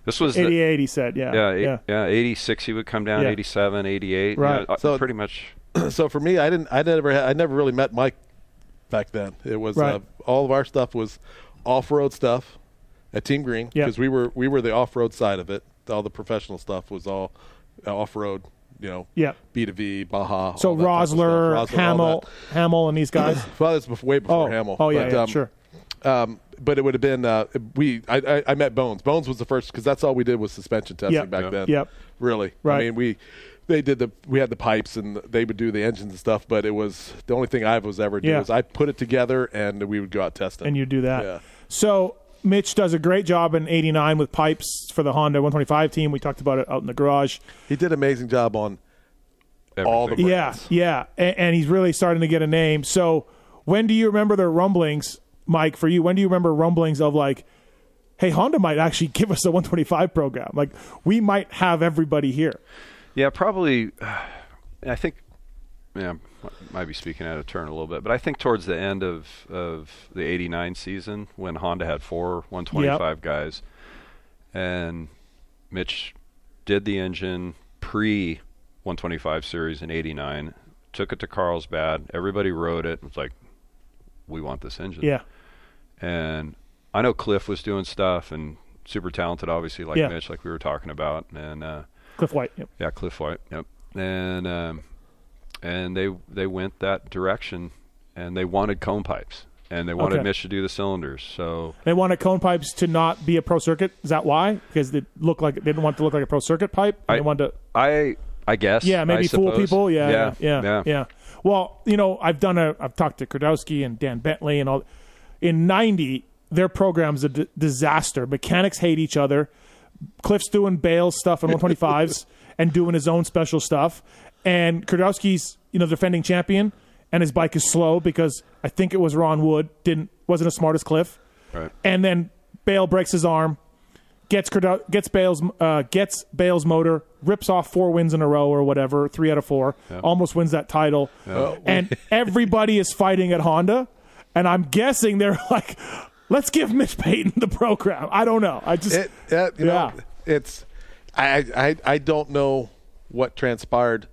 [SPEAKER 5] this was the,
[SPEAKER 1] 88 he said yeah
[SPEAKER 5] yeah, eight-
[SPEAKER 1] yeah
[SPEAKER 5] yeah eighty six. He would come down
[SPEAKER 1] Yeah.
[SPEAKER 5] eighty seven, eighty eight.
[SPEAKER 1] Right.
[SPEAKER 4] So-
[SPEAKER 5] uh, pretty much.
[SPEAKER 4] so for me, I didn't. I never. had- I never really met Mike back then. It was
[SPEAKER 1] Right.
[SPEAKER 4] uh, all of our stuff was off-road stuff at Team Green
[SPEAKER 1] Yeah.
[SPEAKER 4] because we were we were the off-road side of it. All the professional stuff was all uh, off-road. You know,
[SPEAKER 1] Yeah.
[SPEAKER 4] B two B, Baja.
[SPEAKER 1] so
[SPEAKER 4] all that type of stuff.
[SPEAKER 1] Rosler,
[SPEAKER 4] all
[SPEAKER 1] Hamill Hamill and these guys
[SPEAKER 4] that. Well, that's before, way before
[SPEAKER 1] Oh.
[SPEAKER 4] Hamill.
[SPEAKER 1] Oh, yeah,
[SPEAKER 4] but,
[SPEAKER 1] yeah,
[SPEAKER 4] um,
[SPEAKER 1] sure.
[SPEAKER 4] Um, but it would have been uh, we. I, I, I met Bones. Bones was the first because that's all we did was suspension testing
[SPEAKER 1] Yep.
[SPEAKER 4] back
[SPEAKER 1] Yep.
[SPEAKER 4] then.
[SPEAKER 1] Yep.
[SPEAKER 4] Really.
[SPEAKER 1] Right.
[SPEAKER 4] I mean, we they did the we had the pipes and they would do the engines and stuff, but it was the only thing I was ever do
[SPEAKER 1] Yeah.
[SPEAKER 4] was I put it together and we would go out testing.
[SPEAKER 1] and you do that.
[SPEAKER 4] Yeah.
[SPEAKER 1] So Mitch does a great job in '89 with pipes for the Honda 125 team. We talked about it out in the garage.
[SPEAKER 4] He did an amazing job on all the
[SPEAKER 5] Everything.
[SPEAKER 1] Yeah, yeah, and, and he's really starting to get a name. So when do you remember the rumblings, Mike? For you, when do you remember rumblings of like, hey, Honda might actually give us a 125 program. Like we might have everybody here.
[SPEAKER 5] Yeah, probably. I think. Yeah, m- might be speaking out of turn a little bit, but I think towards the end of of the '89 season, when Honda had four 125 guys, and Mitch did the engine pre 125 series in '89, took it to Carlsbad. Everybody rode it. It was like, we want this engine
[SPEAKER 1] Yeah,
[SPEAKER 5] and I know Cliff was doing stuff and super talented, obviously, like
[SPEAKER 1] Yeah.
[SPEAKER 5] Mitch, like we were talking about, and uh,
[SPEAKER 1] Cliff White. Yep.
[SPEAKER 5] yeah, Cliff White, yep, and um, and they they went that direction, and they wanted cone pipes, and they wanted
[SPEAKER 1] Okay.
[SPEAKER 5] Mitch to do the cylinders, so
[SPEAKER 1] They wanted cone pipes to not be a pro circuit. Is that why? Because they look like they didn't want it to look like a pro circuit pipe.
[SPEAKER 5] I
[SPEAKER 1] they wanted to
[SPEAKER 5] I I guess
[SPEAKER 1] Yeah, maybe
[SPEAKER 5] I
[SPEAKER 1] fool
[SPEAKER 5] suppose.
[SPEAKER 1] people. Yeah, yeah, yeah, yeah,
[SPEAKER 5] yeah,
[SPEAKER 1] Well, you know, I've done a. I've talked to Kurdowski and Dan Bentley and all. In '90, their program's a d- disaster. Mechanics hate each other. Cliff's doing bail stuff in 125s and doing his own special stuff. And Kurdowski's, you know, defending champion, and his bike is slow because I think it was Ron Wood didn't wasn't as smart as Cliff.
[SPEAKER 5] Right.
[SPEAKER 1] And then Bale breaks his arm, gets Cordo- gets Bale's uh, gets Bale's motor, rips off four wins in a row or whatever, three out of four, almost wins that title,
[SPEAKER 4] Uh,
[SPEAKER 1] and everybody is fighting at Honda, and I'm guessing they're like, let's give Mitch Payton the program. I don't know. I just
[SPEAKER 4] it, it, you
[SPEAKER 1] yeah
[SPEAKER 4] know, it's I, I I don't know what transpired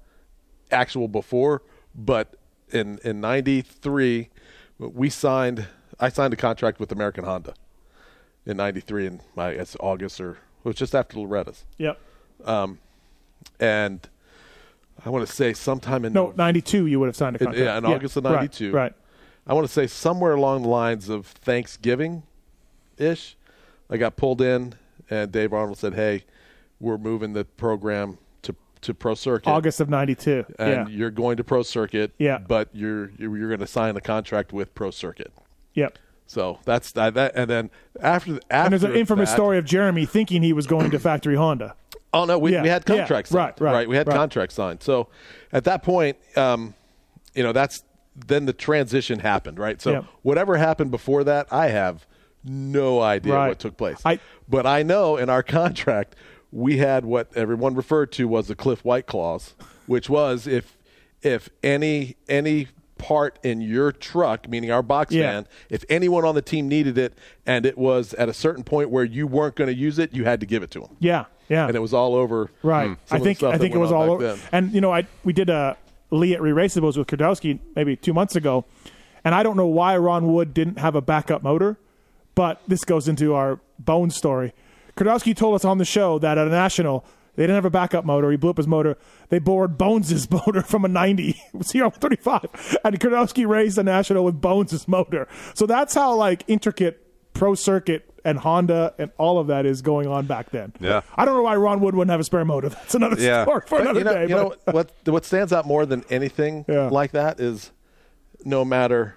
[SPEAKER 4] actual before, but in in '93, we signed. I signed a contract with American Honda in '93, in my it's August or it was just after Loretta's,
[SPEAKER 1] Yep.
[SPEAKER 4] and I want to say sometime in
[SPEAKER 1] No, ninety two. You would have signed a
[SPEAKER 4] in-
[SPEAKER 1] contract.
[SPEAKER 4] yeah, in August of
[SPEAKER 1] right,
[SPEAKER 4] '92.
[SPEAKER 1] Right.
[SPEAKER 4] I want to say somewhere along the lines of Thanksgiving, ish. I got pulled in, and Dave Arnold said, "Hey, we're moving the program to to Pro Circuit,
[SPEAKER 1] August of ninety two. Yeah.
[SPEAKER 4] and you're going to Pro Circuit.
[SPEAKER 1] Yeah.
[SPEAKER 4] but you're you're, you're going to sign a contract with Pro Circuit.
[SPEAKER 1] Yep.
[SPEAKER 4] So that's that. that and then after after
[SPEAKER 1] And there's an infamous
[SPEAKER 4] that-
[SPEAKER 1] story of Jeremy thinking he was going to factory Honda.
[SPEAKER 4] Oh no, we,
[SPEAKER 1] Yeah,
[SPEAKER 4] we had
[SPEAKER 1] yeah,
[SPEAKER 4] contracts
[SPEAKER 1] right,
[SPEAKER 4] signed.
[SPEAKER 1] right,
[SPEAKER 4] We had
[SPEAKER 1] right.
[SPEAKER 4] contracts signed. So at that point, um, you know, that's then the transition happened, right? So
[SPEAKER 1] Yep.
[SPEAKER 4] whatever happened before that, I have no idea
[SPEAKER 1] Right.
[SPEAKER 4] what took place.
[SPEAKER 1] I-
[SPEAKER 4] but I know in our contract we had what everyone referred to was the Cliff White clause, which was if if any any part in your truck, meaning our box
[SPEAKER 1] Yeah.
[SPEAKER 4] van, if anyone on the team needed it and it was at a certain point where you weren't going to use it, you had to give it to them
[SPEAKER 1] Yeah. Yeah.
[SPEAKER 4] and it was all over.
[SPEAKER 1] Right.
[SPEAKER 4] Hmm. some
[SPEAKER 1] I
[SPEAKER 4] of the
[SPEAKER 1] think
[SPEAKER 4] stuff
[SPEAKER 1] I
[SPEAKER 4] that
[SPEAKER 1] think it
[SPEAKER 4] went
[SPEAKER 1] was
[SPEAKER 4] on
[SPEAKER 1] all
[SPEAKER 4] back
[SPEAKER 1] over.
[SPEAKER 4] then.
[SPEAKER 1] And you know, I we did a Lee at Re-Raceables with Kurdowski maybe two months ago, and I don't know why Ron Wood didn't have a backup motor, but this goes into our bone story. Kurdowski told us on the show that at a national. They didn't have a backup motor. He blew up his motor. They borrowed Bones' motor from a 90 CR35. And Kurdowski raised a national with Bones' motor. So that's how like intricate pro circuit and Honda and all of that is going on back then.
[SPEAKER 5] Yeah.
[SPEAKER 1] I don't know why Ron Wood wouldn't have a spare motor. That's another
[SPEAKER 5] Yeah.
[SPEAKER 1] story for
[SPEAKER 4] But
[SPEAKER 1] another
[SPEAKER 4] you know,
[SPEAKER 1] day.
[SPEAKER 4] you know
[SPEAKER 1] but-
[SPEAKER 4] what? What stands out more than anything
[SPEAKER 1] Yeah.
[SPEAKER 4] like that is, no matter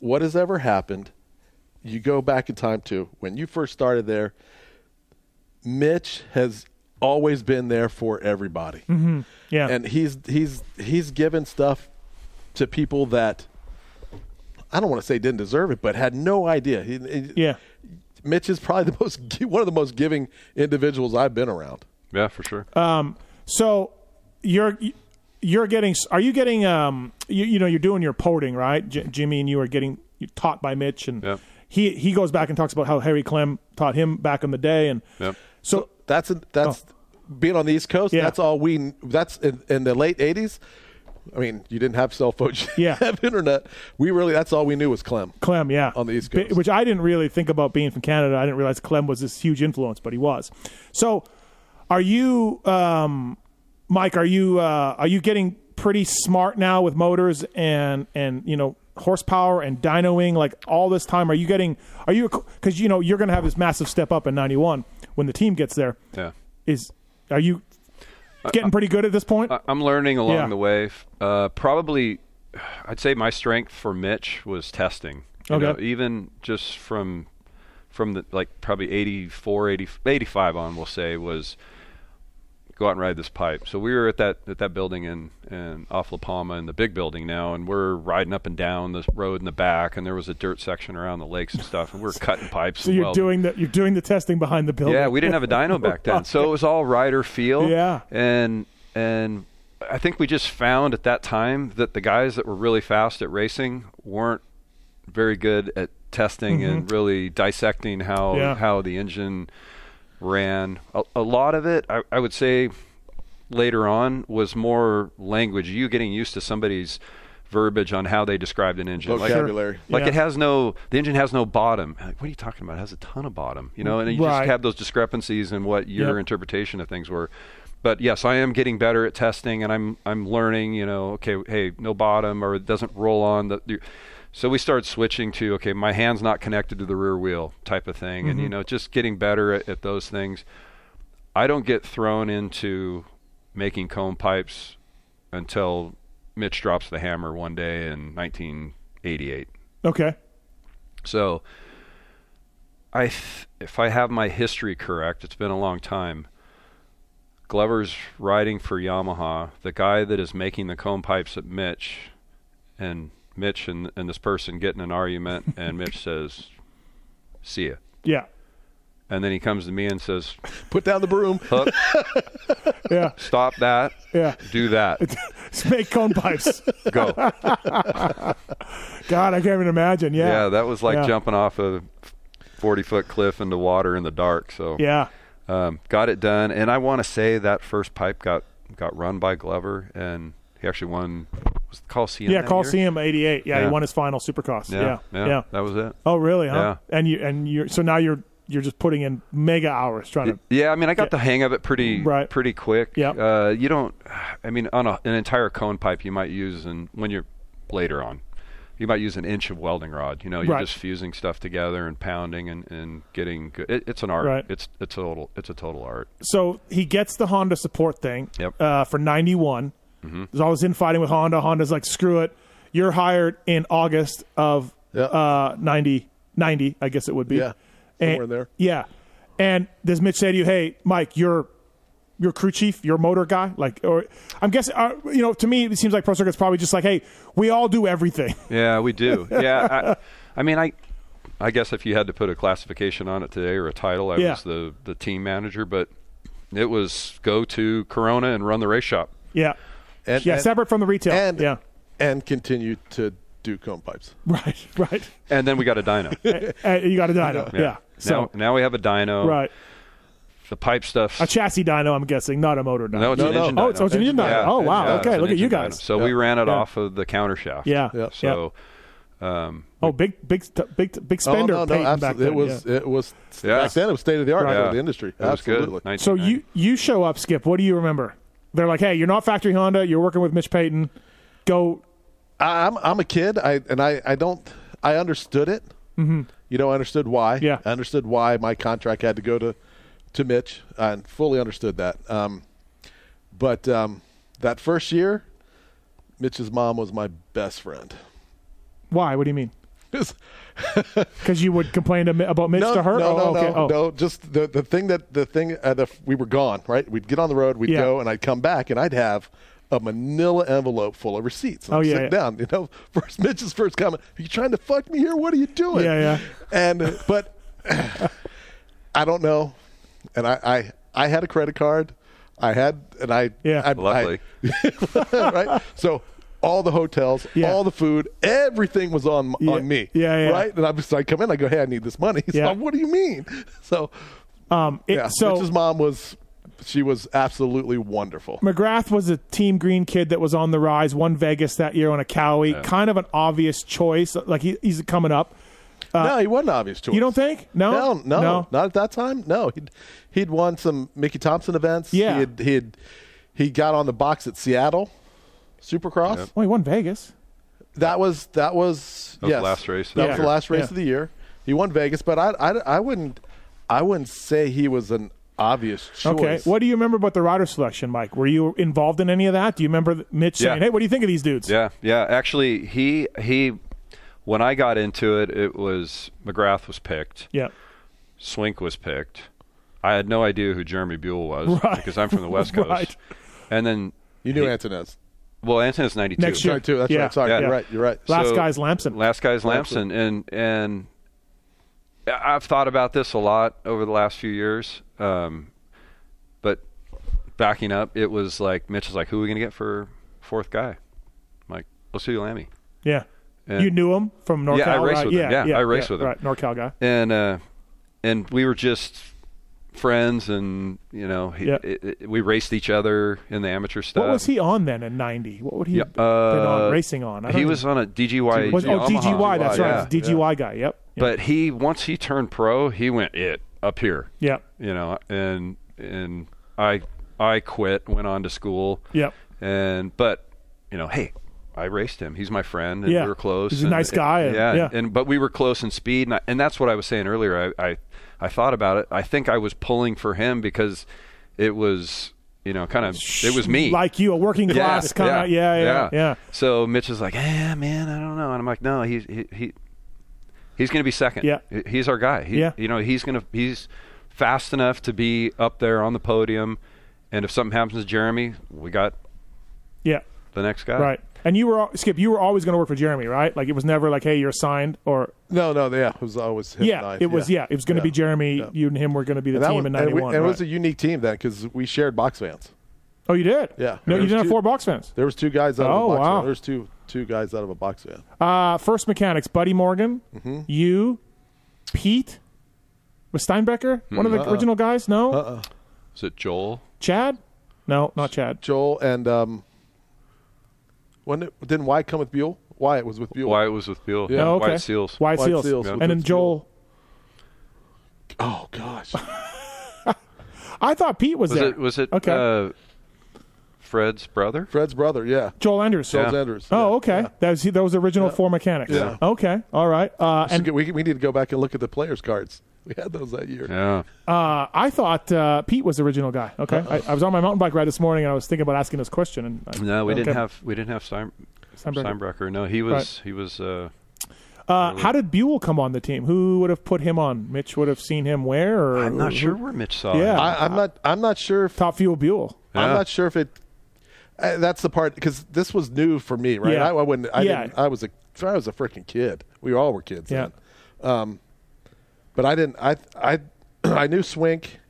[SPEAKER 4] what has ever happened, you go back in time to when you first started there. Mitch has always been there for everybody,
[SPEAKER 1] Mm-hmm. yeah.
[SPEAKER 4] and he's he's he's given stuff to people that. I don't want to say didn't deserve it, but had no idea. He, he-
[SPEAKER 1] yeah.
[SPEAKER 4] Mitch is probably the most gi- one of the most giving individuals I've been around.
[SPEAKER 5] Yeah, for sure.
[SPEAKER 1] Uh, So you're you're getting are you getting um you, you know you're doing your porting right? J- Jimmy and you are getting you're taught by Mitch and
[SPEAKER 5] Yeah.
[SPEAKER 1] he he goes back and talks about how Harry Clem taught him back in the day and
[SPEAKER 5] Yep.
[SPEAKER 1] so
[SPEAKER 4] That's a, that's being on the East Coast.
[SPEAKER 1] Oh. Yeah.
[SPEAKER 4] That's all we. That's in, in the late '80s. I mean, you didn't have cell phones. You
[SPEAKER 1] Yeah.
[SPEAKER 4] didn't have internet. We really that's all we knew was Clem.
[SPEAKER 1] Clem, yeah,
[SPEAKER 4] On the East
[SPEAKER 1] Bi-
[SPEAKER 4] Coast.
[SPEAKER 1] which I didn't really think about being from Canada. I didn't realize Clem was this huge influence, but he was. So, are you, um, Mike? Are you uh, are you getting pretty smart now with motors and and you know horsepower and dynoing like all this time? Are you getting are you because you know you're going to have this massive step up in '91 when the team gets there? Is
[SPEAKER 5] yeah.
[SPEAKER 1] are you getting pretty good at this point?
[SPEAKER 5] I- I'm learning along
[SPEAKER 1] Yeah.
[SPEAKER 5] the way. Uh, probably, I'd say my strength for Mitch was testing. You
[SPEAKER 1] Okay.
[SPEAKER 5] know, even just from from the like probably 84, 80, 85 on, we'll say was go out and ride this pipe. So we were at that at that building in in off La Palma in the big building now, and we're riding up and down the road in the back, and there was a dirt section around the lakes and stuff, and we're cutting pipes.
[SPEAKER 1] so
[SPEAKER 5] and
[SPEAKER 1] you're
[SPEAKER 5] welding.
[SPEAKER 1] doing the you're doing the testing behind the building.
[SPEAKER 5] Yeah, we didn't have a dyno back then, so it was all rider feel.
[SPEAKER 1] Yeah.
[SPEAKER 5] and and I think we just found at that time that the guys that were really fast at racing weren't very good at testing and really dissecting how
[SPEAKER 1] Mm-hmm. Yeah.
[SPEAKER 5] how the engine ran. A, a lot of it, I, I would say, later on was more language. You getting used to somebody's verbiage on how they described an engine. Like-
[SPEAKER 4] Vocabulary.
[SPEAKER 5] Like,
[SPEAKER 1] Yeah.
[SPEAKER 5] it has no, the engine has no bottom. Like, what are you talking about? It has a ton of bottom, you know, and you
[SPEAKER 1] Right.
[SPEAKER 5] just have those discrepancies in what your
[SPEAKER 1] Yep.
[SPEAKER 5] interpretation of things were. But yes, I am getting better at testing, and I'm I'm learning. You know, okay, hey, no bottom, or it doesn't roll on the. the- so we start switching to okay, my hand's not connected to the rear wheel type of thing, and you know, just getting better at, at those things. I don't get thrown into making cone pipes until Mitch drops the hammer one day in 1988.
[SPEAKER 1] Okay.
[SPEAKER 5] So, I th- if I have my history correct, it's been a long time. Glover's riding for Yamaha. The guy that is making the cone pipes at Mitch, and Mitch and, and this person get in an argument, and Mitch says, "See ya."
[SPEAKER 1] Yeah.
[SPEAKER 5] And then he comes to me and says,
[SPEAKER 4] Put down the broom.
[SPEAKER 5] "Hook,
[SPEAKER 1] Yeah.
[SPEAKER 5] stop that,
[SPEAKER 1] Yeah.
[SPEAKER 5] do that,
[SPEAKER 1] Make cone pipes.
[SPEAKER 5] go."
[SPEAKER 1] God, I can't even imagine. Yeah.
[SPEAKER 5] Yeah, that was like
[SPEAKER 1] Yeah.
[SPEAKER 5] jumping off a forty-foot cliff into water in the dark. So
[SPEAKER 1] Yeah.
[SPEAKER 5] um, got it done. And I want to say that first pipe got got run by Glover, and He actually won. Was it Coliseum?
[SPEAKER 1] Yeah,
[SPEAKER 5] that year?
[SPEAKER 1] Coliseum '88. Yeah,
[SPEAKER 5] Yeah.
[SPEAKER 1] he won his final Supercross.
[SPEAKER 5] Yeah, yeah,
[SPEAKER 1] yeah.
[SPEAKER 5] That was it.
[SPEAKER 1] Oh, really? Huh? And you and you. are So now you're you're just putting in mega hours trying to.
[SPEAKER 5] Yeah, I mean, I got the hang of it pretty
[SPEAKER 1] Right.
[SPEAKER 5] pretty quick.
[SPEAKER 1] Yeah.
[SPEAKER 5] Uh, you don't. I mean, on a, an entire cone pipe, you might use, and when you're later on, you might use an inch of welding rod. You know, you're
[SPEAKER 1] Right.
[SPEAKER 5] just fusing stuff together and pounding and, and getting good. It, it's an art.
[SPEAKER 1] Right.
[SPEAKER 5] It's it's a total it's a total art.
[SPEAKER 1] So he gets the Honda support thing
[SPEAKER 5] Yep. Mm-hmm.
[SPEAKER 1] uh, for '91. There's always infighting with Honda. Honda's like, screw it. You're hired in August of
[SPEAKER 4] Yeah.
[SPEAKER 1] uh, 90, 90, I guess it would be.
[SPEAKER 4] Yeah.
[SPEAKER 1] And-
[SPEAKER 4] Somewhere in there.
[SPEAKER 1] Yeah. And does Mitch say to you, "Hey, Mike, you're your crew chief, your motor guy, like, or I'm guessing, uh, you know, to me, it seems like Pro Circuit's probably just like, hey, we all do everything.
[SPEAKER 5] Yeah, we do. yeah, I, I mean, I, I guess if you had to put a classification on it today or a title, I
[SPEAKER 1] Yeah.
[SPEAKER 5] was the the team manager, but it was go to Corona and run the race shop.
[SPEAKER 1] yeah,
[SPEAKER 4] And,
[SPEAKER 1] yeah,
[SPEAKER 4] and-
[SPEAKER 1] separate from the retail.
[SPEAKER 4] and
[SPEAKER 1] yeah,
[SPEAKER 4] and continue to do cone pipes.
[SPEAKER 1] right, right.
[SPEAKER 5] And then we got a dyno. yeah.
[SPEAKER 1] Uh, you got a dyno. Yeah. So
[SPEAKER 5] now, now we have a dyno.
[SPEAKER 1] right,
[SPEAKER 5] The pipe stuff.
[SPEAKER 1] a chassis dyno. I'm guessing, not a motor dyno.
[SPEAKER 5] no, it's
[SPEAKER 4] No,
[SPEAKER 5] an
[SPEAKER 4] no.
[SPEAKER 5] engine
[SPEAKER 1] oh,
[SPEAKER 5] dyno.
[SPEAKER 1] it's, oh, it's an engine dyno.
[SPEAKER 5] Yeah,
[SPEAKER 1] oh, wow.
[SPEAKER 5] yeah, it's
[SPEAKER 1] okay,
[SPEAKER 5] an
[SPEAKER 1] look at you
[SPEAKER 5] engine dyno.
[SPEAKER 1] guys.
[SPEAKER 5] So we ran it
[SPEAKER 1] Yeah.
[SPEAKER 5] off of the counter shaft.
[SPEAKER 1] Yeah. yeah.
[SPEAKER 5] So, um,
[SPEAKER 1] Oh, big, big, t- big, t- big
[SPEAKER 4] Oh,
[SPEAKER 1] spender.
[SPEAKER 4] no, no,
[SPEAKER 1] Peyton back
[SPEAKER 4] absolutely.
[SPEAKER 1] then,
[SPEAKER 4] It was
[SPEAKER 1] yeah.
[SPEAKER 4] it was
[SPEAKER 5] Yeah.
[SPEAKER 4] back then it was state of the art
[SPEAKER 5] yeah.
[SPEAKER 4] of the industry.
[SPEAKER 5] It was
[SPEAKER 4] absolutely.
[SPEAKER 5] Good.
[SPEAKER 1] So you you show up, Skip. What do you remember? They're like, hey, you're not factory Honda. You're working with Mitch Payton. Go.
[SPEAKER 4] I, I'm I'm a kid. I and I I don't I understood it. Mm-hmm. You know, I understood why.
[SPEAKER 1] Yeah.
[SPEAKER 4] I understood why my contract had to go to to Mitch. I fully understood that. Um, but um, that first year, Mitch's mom was my best friend.
[SPEAKER 1] Why? What do you mean? Because you would complain to, Mi- about Mitch
[SPEAKER 4] no,
[SPEAKER 1] to her?
[SPEAKER 4] No,
[SPEAKER 1] oh,
[SPEAKER 4] no,
[SPEAKER 1] okay.
[SPEAKER 4] no,
[SPEAKER 1] oh.
[SPEAKER 4] no. Just the the thing that the thing uh, the, we were gone. Right, we'd get on the road, we'd
[SPEAKER 1] Yeah.
[SPEAKER 4] go, and I'd come back, and I'd have a Manila envelope full of receipts. And
[SPEAKER 1] Oh,
[SPEAKER 4] I'm
[SPEAKER 1] yeah,
[SPEAKER 4] sitting
[SPEAKER 1] yeah.
[SPEAKER 4] down. You know, first Mitch's first comment: "Are you trying to fuck me here? What are you doing?"
[SPEAKER 1] Yeah, yeah.
[SPEAKER 4] And uh, but I don't know, and I I, I had a credit card. I had and I
[SPEAKER 1] Yeah.
[SPEAKER 4] I, I-
[SPEAKER 5] Luckily.
[SPEAKER 4] right? So all the hotels,
[SPEAKER 1] Yeah.
[SPEAKER 4] all the food, everything was on
[SPEAKER 1] Yeah.
[SPEAKER 4] on me.
[SPEAKER 1] Yeah, yeah.
[SPEAKER 4] Right? And I'm just I come in, I go, Hey, I need this money. He's
[SPEAKER 1] Yeah.
[SPEAKER 4] like, What do you mean? So
[SPEAKER 1] Um, it-
[SPEAKER 4] yeah.
[SPEAKER 1] so
[SPEAKER 4] Mitch's mom was she was absolutely wonderful.
[SPEAKER 1] McGrath was a Team Green kid that was on the rise, won Vegas that year on a Cowie. Kind of an obvious choice. Like he, he's coming up.
[SPEAKER 4] no, he wasn't obvious to
[SPEAKER 1] uh, You don't think? No?
[SPEAKER 4] No, no,
[SPEAKER 1] No.
[SPEAKER 4] not at that time. No, he'd he'd won some Mickey Thompson events.
[SPEAKER 1] Yeah.
[SPEAKER 4] he had, he had he got on the box at Seattle Supercross.
[SPEAKER 1] Well, he won Vegas.
[SPEAKER 4] That was that was
[SPEAKER 5] was the
[SPEAKER 4] yes.
[SPEAKER 5] last race of
[SPEAKER 4] That
[SPEAKER 5] the
[SPEAKER 4] was the
[SPEAKER 5] year.
[SPEAKER 4] last race
[SPEAKER 1] Yeah.
[SPEAKER 4] of the year. He won Vegas, but I, I, I wouldn't I wouldn't say he was an obvious choice.
[SPEAKER 1] Okay. What do you remember about the rider selection, Mike? Were you involved in any of that? Do you remember Mitch
[SPEAKER 5] Yeah.
[SPEAKER 1] saying, hey, what do you think of these dudes?
[SPEAKER 5] Yeah, yeah. Actually, he he. When I got into it, it was McGrath was picked.
[SPEAKER 1] Yeah.
[SPEAKER 5] Swink was picked. I had no idea who Jeremy Buell was
[SPEAKER 1] Right.
[SPEAKER 5] because I'm from the West Coast.
[SPEAKER 1] Right.
[SPEAKER 5] And then,
[SPEAKER 4] you knew Antonez.
[SPEAKER 5] well, Anton's 92.
[SPEAKER 1] Next year.
[SPEAKER 4] Sorry, too. That's
[SPEAKER 1] Yeah.
[SPEAKER 4] right. Sorry,
[SPEAKER 5] Yeah.
[SPEAKER 4] you're right. You're right.
[SPEAKER 1] Last
[SPEAKER 5] So-
[SPEAKER 1] guy's Lampson.
[SPEAKER 5] Last guy's Lampson. And, and I- I've thought about this a lot over the last few years. Um, but backing up, it was like, Mitch was like, who are we going to get for fourth guy? I'm like, let's do Lammy.
[SPEAKER 1] yeah.
[SPEAKER 5] Yeah.
[SPEAKER 1] You knew him from NorCal,
[SPEAKER 5] Yeah, I raced
[SPEAKER 1] right?
[SPEAKER 5] with him. Yeah, I raced with him.
[SPEAKER 1] Right, NorCal guy.
[SPEAKER 5] and uh, and we were just friends, and you know, he,
[SPEAKER 1] Yeah.
[SPEAKER 5] it, it- we raced each other in the amateur stuff.
[SPEAKER 1] What was he on then in '90? What would he
[SPEAKER 5] Yeah,
[SPEAKER 1] have been on
[SPEAKER 5] uh,
[SPEAKER 1] racing on? I don't
[SPEAKER 5] He
[SPEAKER 1] even-
[SPEAKER 5] was on a DGY.
[SPEAKER 1] Was, oh,
[SPEAKER 5] Yamaha.
[SPEAKER 1] DGY. That's
[SPEAKER 5] Yeah.
[SPEAKER 1] right. He's a DGY guy. Yep. Yep.
[SPEAKER 5] But he once he turned pro, he went it up here.
[SPEAKER 1] yep.
[SPEAKER 5] You know, and and I I quit, went on to school.
[SPEAKER 1] Yep.
[SPEAKER 5] And but you know, hey, I raced him. He's my friend, and
[SPEAKER 1] Yeah.
[SPEAKER 5] we were close.
[SPEAKER 1] He's a
[SPEAKER 5] and-
[SPEAKER 1] nice guy, and-
[SPEAKER 5] yeah,
[SPEAKER 1] yeah.
[SPEAKER 5] And but we were close in speed, and I, and that's what I was saying earlier. I, I I thought about it. I think I was pulling for him because it was you know kind of it was me.
[SPEAKER 1] Like you, a working class kind of. Yeah, yeah, yeah.
[SPEAKER 5] So Mitch is like, "Yeah, man, I don't know," and I'm like, "No, he's he, he he's going to be second.
[SPEAKER 1] Yeah.
[SPEAKER 5] He- he's our guy. He,
[SPEAKER 1] Yeah.
[SPEAKER 5] you know, he's going to he's fast enough to be up there on the podium, and if something happens to Jeremy, we got
[SPEAKER 1] Yeah.
[SPEAKER 5] the next guy.
[SPEAKER 1] Right. And you were al- Skip. You were always going to work for Jeremy, right? Like it was never like, hey, you're signed or
[SPEAKER 4] No, no, yeah, it was always him
[SPEAKER 1] yeah.
[SPEAKER 4] and I.
[SPEAKER 1] It was yeah. It was going to be
[SPEAKER 4] Yeah.
[SPEAKER 1] Jeremy. You and him were going to be the
[SPEAKER 4] And that
[SPEAKER 1] team
[SPEAKER 4] was,
[SPEAKER 1] in
[SPEAKER 4] and, we,
[SPEAKER 1] '91.
[SPEAKER 4] and it was a unique team then because we shared box vans.
[SPEAKER 1] oh, you did.
[SPEAKER 4] Yeah.
[SPEAKER 1] No,
[SPEAKER 4] There
[SPEAKER 1] you
[SPEAKER 4] was
[SPEAKER 1] didn't have
[SPEAKER 4] two-
[SPEAKER 1] four box fans.
[SPEAKER 4] There was two guys out of
[SPEAKER 1] Oh,
[SPEAKER 4] a box
[SPEAKER 1] wow.
[SPEAKER 4] van. There was two two guys out of a box van.
[SPEAKER 1] Uh, first mechanics: Buddy Morgan,
[SPEAKER 4] Mm-hmm.
[SPEAKER 1] you, Pete, was Steinbecker one of the
[SPEAKER 4] Mm-hmm.
[SPEAKER 1] original guys? No,
[SPEAKER 4] Uh-uh.
[SPEAKER 5] Is it Joel?
[SPEAKER 1] Chad. No, not Chad.
[SPEAKER 4] Joel and um, Wasn't it? Didn't Wyatt come with Buell? Wyatt was with Buell.
[SPEAKER 5] Why it was with Buell. Yeah.
[SPEAKER 1] Oh, okay.
[SPEAKER 5] White Seals.
[SPEAKER 1] White,
[SPEAKER 4] White
[SPEAKER 1] Seals.
[SPEAKER 4] Seals.
[SPEAKER 5] Yeah.
[SPEAKER 1] And then Joel.
[SPEAKER 4] Oh gosh.
[SPEAKER 1] I thought Pete was,
[SPEAKER 5] Was
[SPEAKER 1] there.
[SPEAKER 5] it was it
[SPEAKER 1] okay?
[SPEAKER 5] uh, Fred's brother?
[SPEAKER 4] Fred's brother. Yeah.
[SPEAKER 1] Joel Enders.
[SPEAKER 4] Charles Anders.
[SPEAKER 1] Oh, okay. That was those original four mechanics.
[SPEAKER 4] Yeah.
[SPEAKER 1] Okay. All right. Uh,
[SPEAKER 4] So
[SPEAKER 1] and
[SPEAKER 4] get- we, we need to go back and look at the players' cards. We had those that year.
[SPEAKER 5] Yeah.
[SPEAKER 1] Uh, I thought uh, Pete was the original guy. Okay,
[SPEAKER 4] Uh-uh.
[SPEAKER 1] I, I was on my mountain bike ride this morning, and I was thinking about asking this question. And I,
[SPEAKER 5] No, we didn't
[SPEAKER 1] okay.
[SPEAKER 5] have we didn't have Stein,
[SPEAKER 1] Steinbrenner.
[SPEAKER 5] Steinbrecher. No, he was he was. Uh,
[SPEAKER 1] Uh, how did Buell come on the team? Who would have put him on? Mitch would have seen him where? Or,
[SPEAKER 5] I'm not sure where Mitch saw.
[SPEAKER 1] Yeah.
[SPEAKER 5] him.
[SPEAKER 4] I, I'm not. I'm not sure if
[SPEAKER 1] Top fuel Buell.
[SPEAKER 5] Yeah.
[SPEAKER 4] I'm not sure if it. Uh, that's the part because this was new for me, right?
[SPEAKER 1] Yeah.
[SPEAKER 4] I, I wouldn't. I,
[SPEAKER 1] Yeah.
[SPEAKER 4] didn't, I was a. I was a freaking kid. We all were kids.
[SPEAKER 1] Yeah.
[SPEAKER 4] Then. Um, but I didn't. I I I knew Swink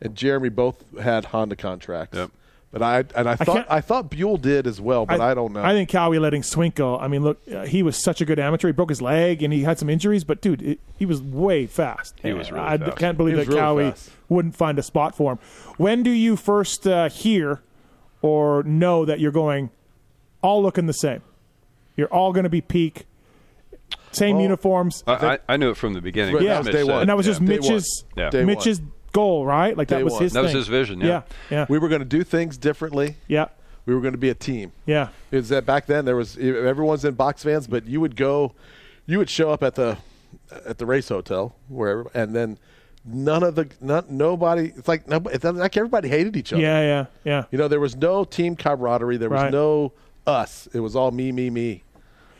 [SPEAKER 4] and Jeremy both had Honda contracts.
[SPEAKER 5] Yep.
[SPEAKER 4] But I and I thought
[SPEAKER 1] can't-
[SPEAKER 4] I, thought Buell did as well, but I, don't know.
[SPEAKER 1] I think Cowie letting Swink go. I mean, look, uh, he was such a good amateur. He broke his leg and he had some injuries, but dude, it, he was way fast.
[SPEAKER 5] He was
[SPEAKER 1] And
[SPEAKER 5] really
[SPEAKER 1] I
[SPEAKER 5] fast.
[SPEAKER 1] can't believe
[SPEAKER 4] He was
[SPEAKER 1] that
[SPEAKER 4] really
[SPEAKER 1] Cowie
[SPEAKER 4] fast.
[SPEAKER 1] wouldn't find a spot for him. When do you first uh, hear or know that you're going all looking the same? You're all going to be peak, same uniforms.
[SPEAKER 5] I, I, I knew it from the beginning.
[SPEAKER 4] Right,
[SPEAKER 5] what
[SPEAKER 1] yeah,
[SPEAKER 5] Mitch
[SPEAKER 4] day
[SPEAKER 5] said.
[SPEAKER 4] one.
[SPEAKER 1] and that was
[SPEAKER 5] Yeah.
[SPEAKER 1] just
[SPEAKER 4] Day
[SPEAKER 1] Mitch's
[SPEAKER 5] one. Yeah. Day
[SPEAKER 1] Mitch's goal, right? Like
[SPEAKER 4] Day
[SPEAKER 1] that was
[SPEAKER 4] one.
[SPEAKER 1] his.
[SPEAKER 5] That was
[SPEAKER 1] thing.
[SPEAKER 5] his vision,
[SPEAKER 1] Yeah,
[SPEAKER 5] yeah.
[SPEAKER 1] yeah,
[SPEAKER 4] we were going to do things differently.
[SPEAKER 1] yeah,
[SPEAKER 4] We were going to be a team.
[SPEAKER 1] yeah.
[SPEAKER 4] is that back then there was e, everyone's in box vans, but you would go, you would show up at the at the race hotel wherever, and then none of the not nobody. It's like nobody, it's like everybody hated each other.
[SPEAKER 1] Yeah, yeah, yeah.
[SPEAKER 4] You know, there was no team camaraderie. There was
[SPEAKER 1] Right.
[SPEAKER 4] no us. It was all me, me, me.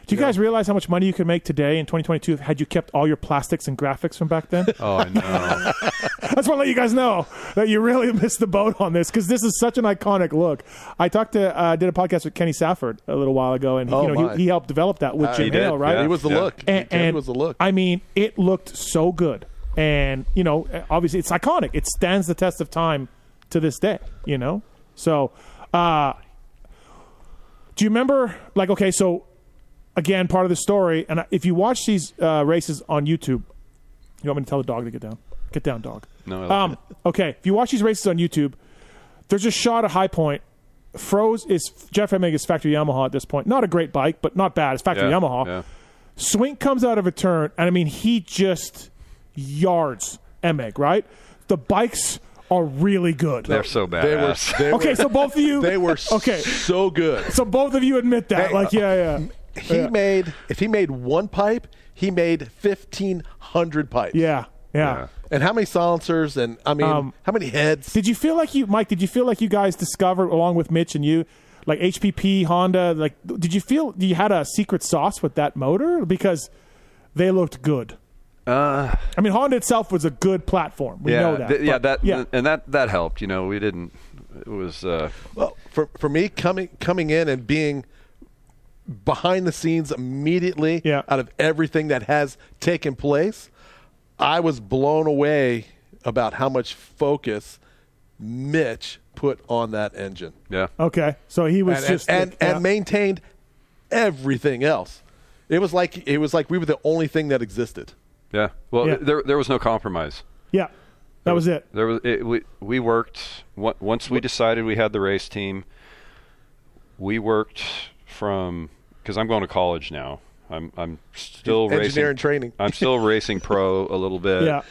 [SPEAKER 1] Do you guys realize how much money you could make today in 2022 had you kept all your plastics and graphics from back then?
[SPEAKER 5] Oh, I know.
[SPEAKER 1] I just want to let you guys know that you really missed the boat on this because this is such an iconic look. I talked to, uh, did a podcast with Kenny Safford a little while ago, and
[SPEAKER 4] Oh,
[SPEAKER 1] you know
[SPEAKER 4] my.
[SPEAKER 1] he, he helped develop that with Jim
[SPEAKER 5] did,
[SPEAKER 1] Hale, right?
[SPEAKER 5] yeah.
[SPEAKER 4] He was the
[SPEAKER 5] Yeah.
[SPEAKER 4] look.
[SPEAKER 1] and,
[SPEAKER 4] he
[SPEAKER 1] and
[SPEAKER 4] was the look.
[SPEAKER 1] I mean, it looked so good, and you know, obviously, it's iconic. It stands the test of time to this day. You know, so uh, do you remember? Like, okay, so again, part of the story, and if you watch these uh, races on YouTube, you want me to tell the dog to get down? Get down, dog.
[SPEAKER 5] No, I like
[SPEAKER 1] Um, okay, if you watch these races on YouTube, there's a shot at high point. Froze is Jeff Emig is factory Yamaha at this point. Not a great bike, but not bad. It's factory
[SPEAKER 5] Yeah,
[SPEAKER 1] Yamaha.
[SPEAKER 5] yeah.
[SPEAKER 1] Swink comes out of a turn, and I mean, he just yards Emig, right? The bikes are really good.
[SPEAKER 5] They're so bad.
[SPEAKER 4] they were. They were
[SPEAKER 1] okay, so both of you.
[SPEAKER 4] they were
[SPEAKER 1] Okay.
[SPEAKER 4] so good.
[SPEAKER 1] So both of you admit that.
[SPEAKER 4] They-
[SPEAKER 1] like, yeah, yeah.
[SPEAKER 4] He made if he made one pipe, he made fifteen hundred pipes.
[SPEAKER 1] Yeah, yeah.
[SPEAKER 5] Yeah.
[SPEAKER 4] And how many silencers? And I mean,
[SPEAKER 1] Um,
[SPEAKER 4] how many heads?
[SPEAKER 1] Did you feel like you, Mike, did you feel like you guys discovered, along with Mitch and you, like HPP, Honda, like, did you feel you had a secret sauce with that motor? Because they looked good.
[SPEAKER 5] Uh,
[SPEAKER 1] I mean, Honda itself was a good platform. We
[SPEAKER 5] yeah,
[SPEAKER 1] know that.
[SPEAKER 5] th- yeah,
[SPEAKER 1] but-
[SPEAKER 5] that,
[SPEAKER 1] yeah.
[SPEAKER 5] and that that helped. You know, we didn't. It was. Uh,
[SPEAKER 4] Well, for for me coming coming in and being behind the scenes immediately
[SPEAKER 1] Yeah.
[SPEAKER 4] out of everything that has taken place, I was blown away about how much focus Mitch put on that engine
[SPEAKER 5] yeah.
[SPEAKER 1] Okay, so he was
[SPEAKER 4] and
[SPEAKER 1] just
[SPEAKER 4] and,
[SPEAKER 1] like,
[SPEAKER 4] and,
[SPEAKER 1] yeah.
[SPEAKER 4] and maintained everything else. It was like it was like we were the only thing that existed.
[SPEAKER 5] Yeah. Well,
[SPEAKER 1] Yeah.
[SPEAKER 5] there there was no compromise.
[SPEAKER 1] Yeah, that was it.
[SPEAKER 5] There was it, we we worked on- once we decided we had the race team. We worked from because I'm going to college now. I'm I'm still
[SPEAKER 4] Engineer
[SPEAKER 5] racing
[SPEAKER 4] and training.
[SPEAKER 5] I'm still racing pro a little bit.
[SPEAKER 1] Yeah.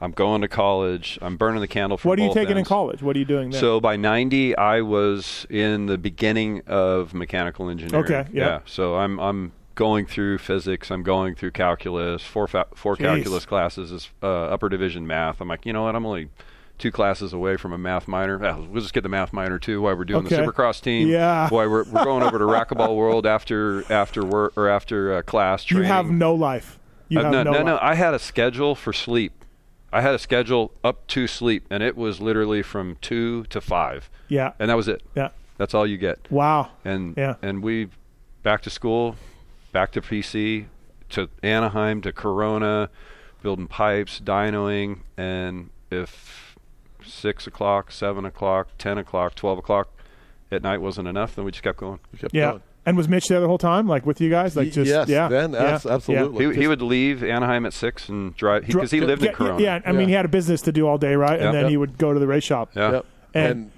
[SPEAKER 5] I'm going to college. I'm burning the candle. From
[SPEAKER 1] What are you
[SPEAKER 5] both
[SPEAKER 1] taking in
[SPEAKER 5] ends.
[SPEAKER 1] college? What are you doing there?
[SPEAKER 5] So by 90, I was in the beginning of mechanical engineering.
[SPEAKER 1] Okay, yeah.
[SPEAKER 5] So I'm I'm going through physics. I'm going through calculus. Four fa- four calculus classes is uh, upper division math. I'm like, you know what? I'm only two classes away from a math minor. Ah, we'll just get the math minor too. While we're doing
[SPEAKER 1] Okay.
[SPEAKER 5] the supercross team.
[SPEAKER 1] Yeah.
[SPEAKER 5] Why we're, we're going over to racquetball world after after work or after uh, class
[SPEAKER 1] you
[SPEAKER 5] training.
[SPEAKER 1] have no life. You
[SPEAKER 5] Uh,
[SPEAKER 1] have
[SPEAKER 5] no,
[SPEAKER 1] no,
[SPEAKER 5] no,
[SPEAKER 1] life.
[SPEAKER 5] no. I had a schedule for sleep. I had a schedule up to sleep, and it was literally from two to five.
[SPEAKER 1] Yeah.
[SPEAKER 5] and that was it.
[SPEAKER 1] Yeah.
[SPEAKER 5] that's all you get.
[SPEAKER 1] Wow.
[SPEAKER 5] And
[SPEAKER 1] Yeah.
[SPEAKER 5] and we back to school, back to PC, to Anaheim, to Corona, building pipes, dynoing, and if six o'clock, seven o'clock, ten o'clock, twelve o'clock at night wasn't enough, then we just kept going.
[SPEAKER 4] We kept
[SPEAKER 1] yeah.
[SPEAKER 4] going.
[SPEAKER 1] And was Mitch there the whole time, like with you guys? Like
[SPEAKER 4] Y-
[SPEAKER 1] just
[SPEAKER 4] yes,
[SPEAKER 1] yeah.
[SPEAKER 4] then,
[SPEAKER 1] yeah,
[SPEAKER 4] abs-
[SPEAKER 1] yeah.
[SPEAKER 4] absolutely.
[SPEAKER 5] He, he would leave Anaheim at six and drive because he, lived
[SPEAKER 1] yeah,
[SPEAKER 5] in Corona.
[SPEAKER 1] Yeah, I mean,
[SPEAKER 4] Yeah.
[SPEAKER 1] he had a business to do all day, right?
[SPEAKER 5] Yeah.
[SPEAKER 1] And then
[SPEAKER 5] Yep.
[SPEAKER 1] he would go to the race shop.
[SPEAKER 5] Yeah.
[SPEAKER 4] Yep.
[SPEAKER 1] And-
[SPEAKER 4] and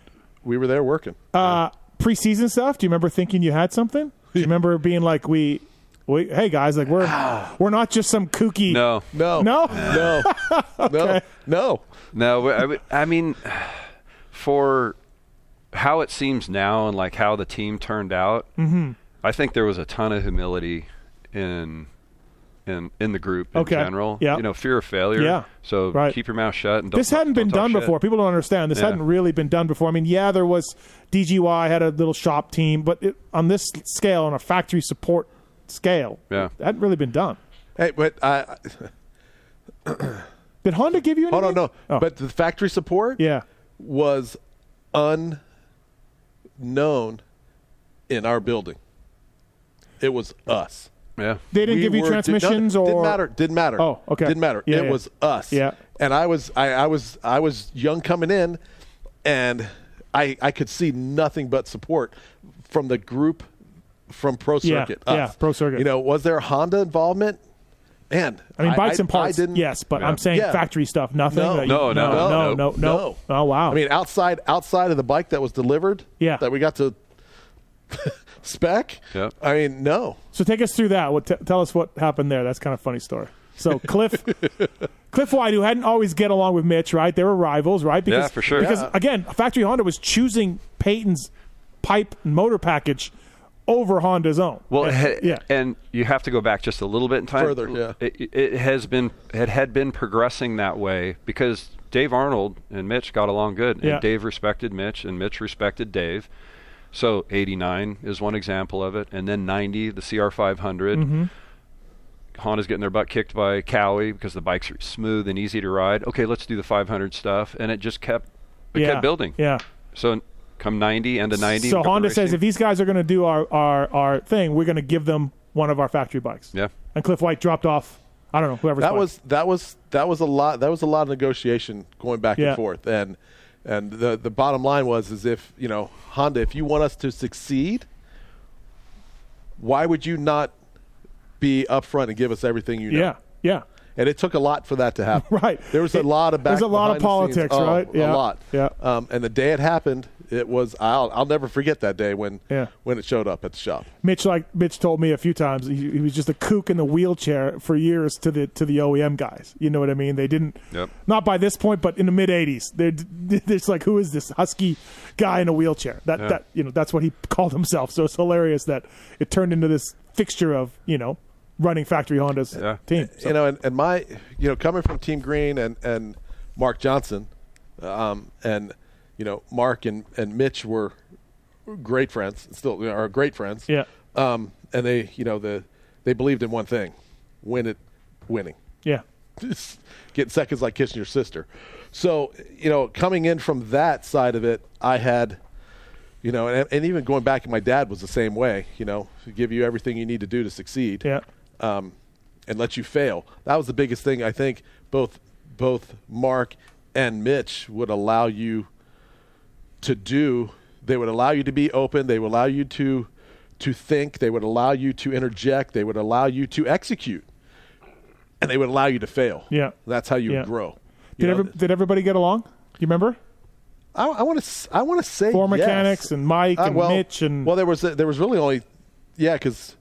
[SPEAKER 4] we were there working.
[SPEAKER 1] Uh, preseason stuff. Do you remember thinking you had something? Do you remember it being like we, we hey guys, like we're we're not just some kooky.
[SPEAKER 5] Ah. No,
[SPEAKER 4] No.
[SPEAKER 1] No?
[SPEAKER 4] No. No. No.
[SPEAKER 5] no. we- I, would- I mean, for how it seems now and like how the team turned out,
[SPEAKER 1] Mm-hmm.
[SPEAKER 5] I think there was a ton of humility in in in the group in
[SPEAKER 1] Okay.
[SPEAKER 5] general.
[SPEAKER 1] Yeah.
[SPEAKER 5] you know, fear of failure.
[SPEAKER 1] Yeah.
[SPEAKER 5] So
[SPEAKER 1] Right.
[SPEAKER 5] keep your mouth shut and don't.
[SPEAKER 1] This hadn't
[SPEAKER 5] don't
[SPEAKER 1] been
[SPEAKER 5] talk
[SPEAKER 1] done
[SPEAKER 5] shit.
[SPEAKER 1] before. People don't understand. This
[SPEAKER 5] Yeah.
[SPEAKER 1] hadn't really been done before. I mean, yeah, there was DGY had a little shop team, but it, on this scale, on a factory support scale,
[SPEAKER 5] Yeah.
[SPEAKER 1] it hadn't really been done.
[SPEAKER 4] Hey, but I.
[SPEAKER 1] Did Honda give you? Anything?
[SPEAKER 4] Hold on, no.
[SPEAKER 1] Oh.
[SPEAKER 4] But the factory support
[SPEAKER 1] yeah,
[SPEAKER 4] was unknown in our building. It was us.
[SPEAKER 5] Yeah.
[SPEAKER 1] they didn't
[SPEAKER 4] We
[SPEAKER 1] give you
[SPEAKER 4] were- did- no,
[SPEAKER 1] transmissions or
[SPEAKER 4] didn't matter. Didn't matter.
[SPEAKER 1] Oh, okay.
[SPEAKER 4] Didn't matter.
[SPEAKER 1] Yeah,
[SPEAKER 4] it
[SPEAKER 1] yeah.
[SPEAKER 4] was us.
[SPEAKER 1] Yeah.
[SPEAKER 4] And I was I, I was I was young coming in, and I I could see nothing but support from the group from Pro
[SPEAKER 1] Yeah,
[SPEAKER 4] Circuit.
[SPEAKER 1] yeah,
[SPEAKER 4] us.
[SPEAKER 1] Pro Circuit.
[SPEAKER 4] You know, was there Honda involvement? Man,
[SPEAKER 1] I mean, bikes
[SPEAKER 4] I,
[SPEAKER 1] and parts.
[SPEAKER 4] I didn't,
[SPEAKER 1] yes, but I'm saying
[SPEAKER 4] Yeah.
[SPEAKER 1] factory stuff. Nothing.
[SPEAKER 4] No.
[SPEAKER 1] that you-
[SPEAKER 5] No, no,
[SPEAKER 1] no, no,
[SPEAKER 5] no,
[SPEAKER 1] no, Oh wow.
[SPEAKER 4] I mean, outside outside of the bike that was delivered,
[SPEAKER 1] Yeah.
[SPEAKER 4] that we got to spec.
[SPEAKER 5] Yep.
[SPEAKER 4] I mean, no.
[SPEAKER 1] So take us through that. What, t- tell us what happened there. That's kind of a funny story. So Cliff, Cliff White, who hadn't always get along with Mitch, right? They were rivals, right? Because,
[SPEAKER 5] Yeah, for sure.
[SPEAKER 1] Because
[SPEAKER 5] Yeah.
[SPEAKER 1] again, Factory Honda was choosing Peyton's pipe and motor package over Honda's own.
[SPEAKER 5] Well, it had-
[SPEAKER 1] yeah.
[SPEAKER 5] and you have to go back just a little bit in time.
[SPEAKER 4] Further, yeah.
[SPEAKER 5] It, it has been it had been progressing that way because Dave Arnold and Mitch got along good, and
[SPEAKER 1] Yeah.
[SPEAKER 5] Dave respected Mitch, and Mitch respected Dave. So '89 is one example of it, and then '90, the CR500.
[SPEAKER 1] Mm-hmm.
[SPEAKER 5] Honda's getting their butt kicked by Cowie because the bikes are smooth and easy to ride. Okay, let's do the 500 stuff, and it just kept it
[SPEAKER 1] yeah.
[SPEAKER 5] kept building.
[SPEAKER 1] Yeah.
[SPEAKER 5] So come '90, end of '90.
[SPEAKER 1] So
[SPEAKER 5] we got the
[SPEAKER 1] Honda says
[SPEAKER 5] racing.
[SPEAKER 1] if these guys are going to do our, our our thing, we're going to give them one of our factory bikes.
[SPEAKER 5] Yeah.
[SPEAKER 1] And Cliff White dropped off. I don't know whoever's
[SPEAKER 4] That
[SPEAKER 1] bike.
[SPEAKER 4] was that was that was a lot. That was a lot of negotiation going back
[SPEAKER 1] Yeah.
[SPEAKER 4] and forth. And and the the bottom line was is if you know Honda, if you want us to succeed, why would you not be upfront and give us everything you know?
[SPEAKER 1] yeah yeah.
[SPEAKER 4] And it took a lot for that to happen.
[SPEAKER 1] Right.
[SPEAKER 4] There was a
[SPEAKER 1] It-
[SPEAKER 4] lot of back.
[SPEAKER 1] there's a lot of
[SPEAKER 4] behind the scenes.
[SPEAKER 1] politics,
[SPEAKER 4] Oh,
[SPEAKER 1] right? Yeah.
[SPEAKER 4] A lot.
[SPEAKER 1] Yeah.
[SPEAKER 4] Um, and the day it happened, it was I'll I'll never forget that day when
[SPEAKER 1] Yeah.
[SPEAKER 4] when it showed up at the shop.
[SPEAKER 1] Mitch, like Mitch told me a few times, he, he was just a kook in the wheelchair for years to the to the OEM guys. You know what I mean? They didn't,
[SPEAKER 5] Yep.
[SPEAKER 1] not by this point, but in the mid '80s, they're, they're just like, who is this husky guy in a wheelchair? That
[SPEAKER 5] Yeah.
[SPEAKER 1] that you know, that's what he called himself. So it's hilarious that it turned into this fixture of you know running factory Honda's
[SPEAKER 5] Yeah.
[SPEAKER 1] team. So-
[SPEAKER 4] you know, and, and my, you know, coming from Team Green and, and Mark Johnson, um, and you know, Mark and, and Mitch were great friends, still you know, are great friends.
[SPEAKER 1] Yeah.
[SPEAKER 4] Um, and they, you know, the they believed in one thing: win it, winning.
[SPEAKER 1] yeah,
[SPEAKER 4] Just getting seconds like kissing your sister. So, you know, coming in from that side of it, I had, you know, and, and even going back, my dad was the same way, you know, to give you everything you need to do to succeed
[SPEAKER 1] yeah,
[SPEAKER 4] um, and let you fail. That was the biggest thing I think both both Mark and Mitch would allow you to do. They would allow you to be open. They would allow you to to think. They would allow you to interject. They would allow you to execute, and they would allow you to fail.
[SPEAKER 1] Yeah.
[SPEAKER 4] that's how you
[SPEAKER 1] Yeah.
[SPEAKER 4] grow.
[SPEAKER 1] Did
[SPEAKER 4] You know,
[SPEAKER 1] every, did everybody get along? Do you remember?
[SPEAKER 4] I, I want to. I want to say
[SPEAKER 1] Four
[SPEAKER 4] yes.
[SPEAKER 1] mechanics and Mike
[SPEAKER 4] Uh,
[SPEAKER 1] and
[SPEAKER 4] well,
[SPEAKER 1] Mitch and
[SPEAKER 4] well, there was there was really only, yeah, because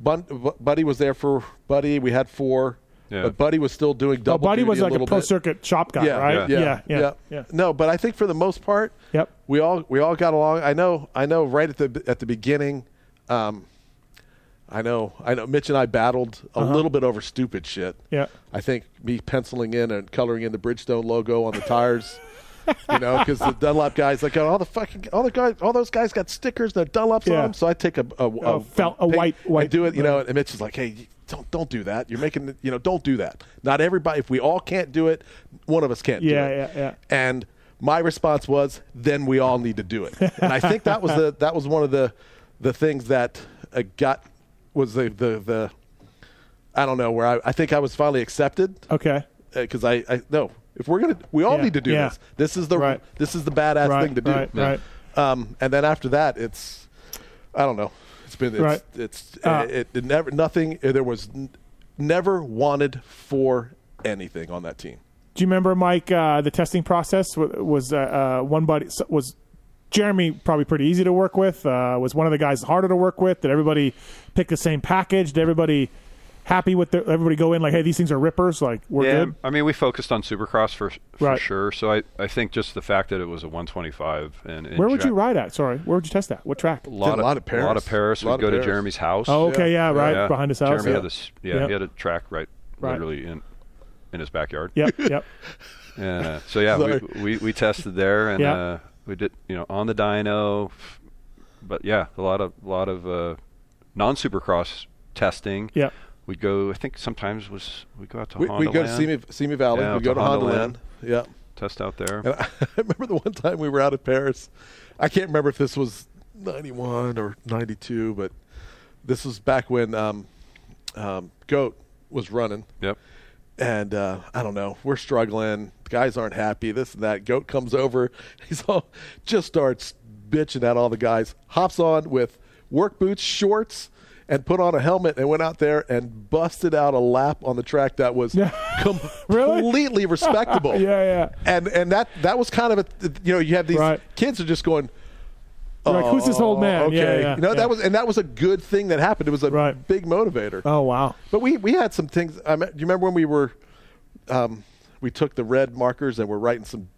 [SPEAKER 4] Buddy was there for Buddy. We had four,
[SPEAKER 5] Yeah.
[SPEAKER 4] but Buddy was still doing
[SPEAKER 1] oh,
[SPEAKER 4] double.
[SPEAKER 1] Buddy was
[SPEAKER 4] duty
[SPEAKER 1] like a
[SPEAKER 4] little
[SPEAKER 1] pro
[SPEAKER 4] bit.
[SPEAKER 1] circuit shop guy,
[SPEAKER 4] yeah,
[SPEAKER 1] right?
[SPEAKER 4] Yeah
[SPEAKER 1] yeah, yeah. yeah.
[SPEAKER 4] No, but I think for the most part,
[SPEAKER 1] Yep.
[SPEAKER 4] we all we all got along. I know, I know. Right at the at the beginning, um, I know, I know. Mitch and I battled a little bit over stupid shit.
[SPEAKER 1] Uh-huh. Yeah.
[SPEAKER 4] I think me penciling in and coloring in the Bridgestone logo on the tires. you know, because the Dunlop guys, like all the fucking, all the guys, all those guys got stickers, their Dunlops
[SPEAKER 1] Yeah.
[SPEAKER 4] on them. So I take a a, a,
[SPEAKER 1] fel- a white-
[SPEAKER 4] and
[SPEAKER 1] white-
[SPEAKER 4] do it, you know. And Mitch is like, hey, you- don't don't do that. You're making, the- you know, don't do that. Not everybody. If we all can't do it, one of us can't.
[SPEAKER 1] Yeah,
[SPEAKER 4] do it.
[SPEAKER 1] yeah, yeah.
[SPEAKER 4] And my response was, then we all need to do it. And I think that was the that was one of the the things that uh, got was the the the I don't know where I I think I was finally accepted
[SPEAKER 1] Okay.
[SPEAKER 4] because Uh, I, I no if we're gonna we all
[SPEAKER 1] Yeah,
[SPEAKER 4] need to do
[SPEAKER 1] yeah.
[SPEAKER 4] this this is the
[SPEAKER 1] Right.
[SPEAKER 4] this is the badass
[SPEAKER 1] Right,
[SPEAKER 4] thing to do
[SPEAKER 1] right, right.
[SPEAKER 4] um and then after that it's I don't know it's been it's
[SPEAKER 1] Right.
[SPEAKER 4] it's
[SPEAKER 1] Uh,
[SPEAKER 4] it, it never nothing uh, there was n- never wanted for anything on that team
[SPEAKER 1] Do you remember Mike? Uh, the testing process wa- was uh, uh, one buddy s- was Jeremy probably pretty easy to work with. Uh, was one of the guys harder to work with. Did everybody pick the same package? Did everybody happy with their, everybody go in like, hey, these things are rippers. Like we're
[SPEAKER 5] yeah,
[SPEAKER 1] good.
[SPEAKER 5] I mean, we focused on Supercross for, for
[SPEAKER 1] Right.
[SPEAKER 5] sure. So I, I think just the fact that it was a 125 and and
[SPEAKER 1] Where would
[SPEAKER 5] Jack-
[SPEAKER 1] you ride at? Sorry, where would you test that? What track?
[SPEAKER 5] A
[SPEAKER 4] Did
[SPEAKER 5] lot,
[SPEAKER 4] a lot
[SPEAKER 5] of
[SPEAKER 4] of Paris.
[SPEAKER 5] A lot of Paris.
[SPEAKER 4] A lot
[SPEAKER 5] We'd
[SPEAKER 4] of
[SPEAKER 5] go
[SPEAKER 4] Paris.
[SPEAKER 5] to Jeremy's house.
[SPEAKER 1] Oh, okay, yeah, right
[SPEAKER 5] Yeah.
[SPEAKER 1] behind his house.
[SPEAKER 5] Jeremy
[SPEAKER 1] yeah.
[SPEAKER 5] had this. Yeah,
[SPEAKER 1] Yeah.
[SPEAKER 5] he had a track right,
[SPEAKER 1] Right.
[SPEAKER 5] literally in in his backyard.
[SPEAKER 1] Yep, yep.
[SPEAKER 5] And, uh, so yeah,
[SPEAKER 4] Sorry.
[SPEAKER 5] we, we we tested there, and
[SPEAKER 1] Yeah.
[SPEAKER 5] uh, we did you know on the dyno, but yeah, a lot of a lot of uh, non supercross testing.
[SPEAKER 1] Yeah.
[SPEAKER 5] We'd go. I think sometimes was we go out to
[SPEAKER 4] We,
[SPEAKER 5] Honda
[SPEAKER 4] we go to Simi, Simi Valley.
[SPEAKER 5] Yeah,
[SPEAKER 4] we go to Honda Land. Yeah.
[SPEAKER 5] test out there.
[SPEAKER 4] And I, I remember the one time we were out at Paris. I can't remember if this was 91 or 92, but this was back when um, um, Goat was running.
[SPEAKER 5] Yep.
[SPEAKER 4] and uh, I don't know. We're struggling. The guys aren't happy. This and that. Goat comes over. He's all just starts bitching at all the guys. Hops on with work boots, shorts, and put on a helmet and went out there and busted out a lap on the track that was
[SPEAKER 1] Yeah. Really?
[SPEAKER 4] completely respectable.
[SPEAKER 1] Yeah, yeah.
[SPEAKER 4] And and that that was kind of a you know you have these
[SPEAKER 1] Right.
[SPEAKER 4] kids are just going.
[SPEAKER 1] You're like, who's this old
[SPEAKER 4] "Oh,
[SPEAKER 1] man?
[SPEAKER 4] Okay,
[SPEAKER 1] Yeah, yeah,
[SPEAKER 4] you know
[SPEAKER 1] yeah.
[SPEAKER 4] that was and that was a good thing that happened. It was a
[SPEAKER 1] Right.
[SPEAKER 4] big motivator.
[SPEAKER 1] Oh wow.
[SPEAKER 4] But we we had some things. I me- do you remember when we were, um, we took the red markers and we're writing some.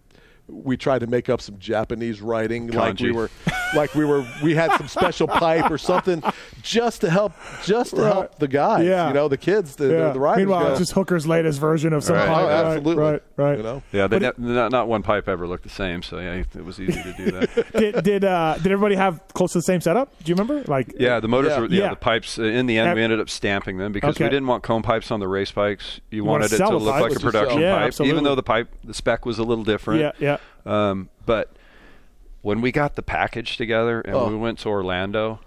[SPEAKER 4] We tried to make up some Japanese writing, like we
[SPEAKER 5] Kanji.
[SPEAKER 4] were, like we were. We had some special pipe or something, just to help, just to
[SPEAKER 1] Right.
[SPEAKER 4] help the guys.
[SPEAKER 1] Yeah.
[SPEAKER 4] You know, the kids, the,
[SPEAKER 1] Yeah.
[SPEAKER 4] the, the riders.
[SPEAKER 1] Meanwhile,
[SPEAKER 4] go,
[SPEAKER 1] it's just Hooker's latest version of some.
[SPEAKER 5] Right.
[SPEAKER 1] pipe.
[SPEAKER 4] oh,
[SPEAKER 1] Right,
[SPEAKER 4] absolutely.
[SPEAKER 1] Right. Right.
[SPEAKER 4] You know.
[SPEAKER 5] Yeah, they ne- not, not one pipe ever looked the same. So yeah, it was easy to do that.
[SPEAKER 1] did did uh, did everybody have close to the same setup? Do you remember? Like
[SPEAKER 5] Yeah, the motors
[SPEAKER 4] Yeah.
[SPEAKER 5] were yeah,
[SPEAKER 1] Yeah.
[SPEAKER 5] the pipes. uh, In the end,
[SPEAKER 1] Ev-
[SPEAKER 5] we ended up stamping them because we
[SPEAKER 1] Okay.
[SPEAKER 5] didn't want cone pipes on the race bikes. You,
[SPEAKER 1] wanna
[SPEAKER 5] wanted it
[SPEAKER 1] sell
[SPEAKER 5] to
[SPEAKER 1] the
[SPEAKER 5] look
[SPEAKER 1] pipe.
[SPEAKER 5] like a
[SPEAKER 4] That's what you
[SPEAKER 5] production
[SPEAKER 1] sell. Yeah,
[SPEAKER 5] pipe, even
[SPEAKER 1] absolutely.
[SPEAKER 5] though the pipe the spec was a little different.
[SPEAKER 1] Yeah, yeah.
[SPEAKER 5] Um, but when we got the package together and
[SPEAKER 4] Oh.
[SPEAKER 5] we went to Orlando,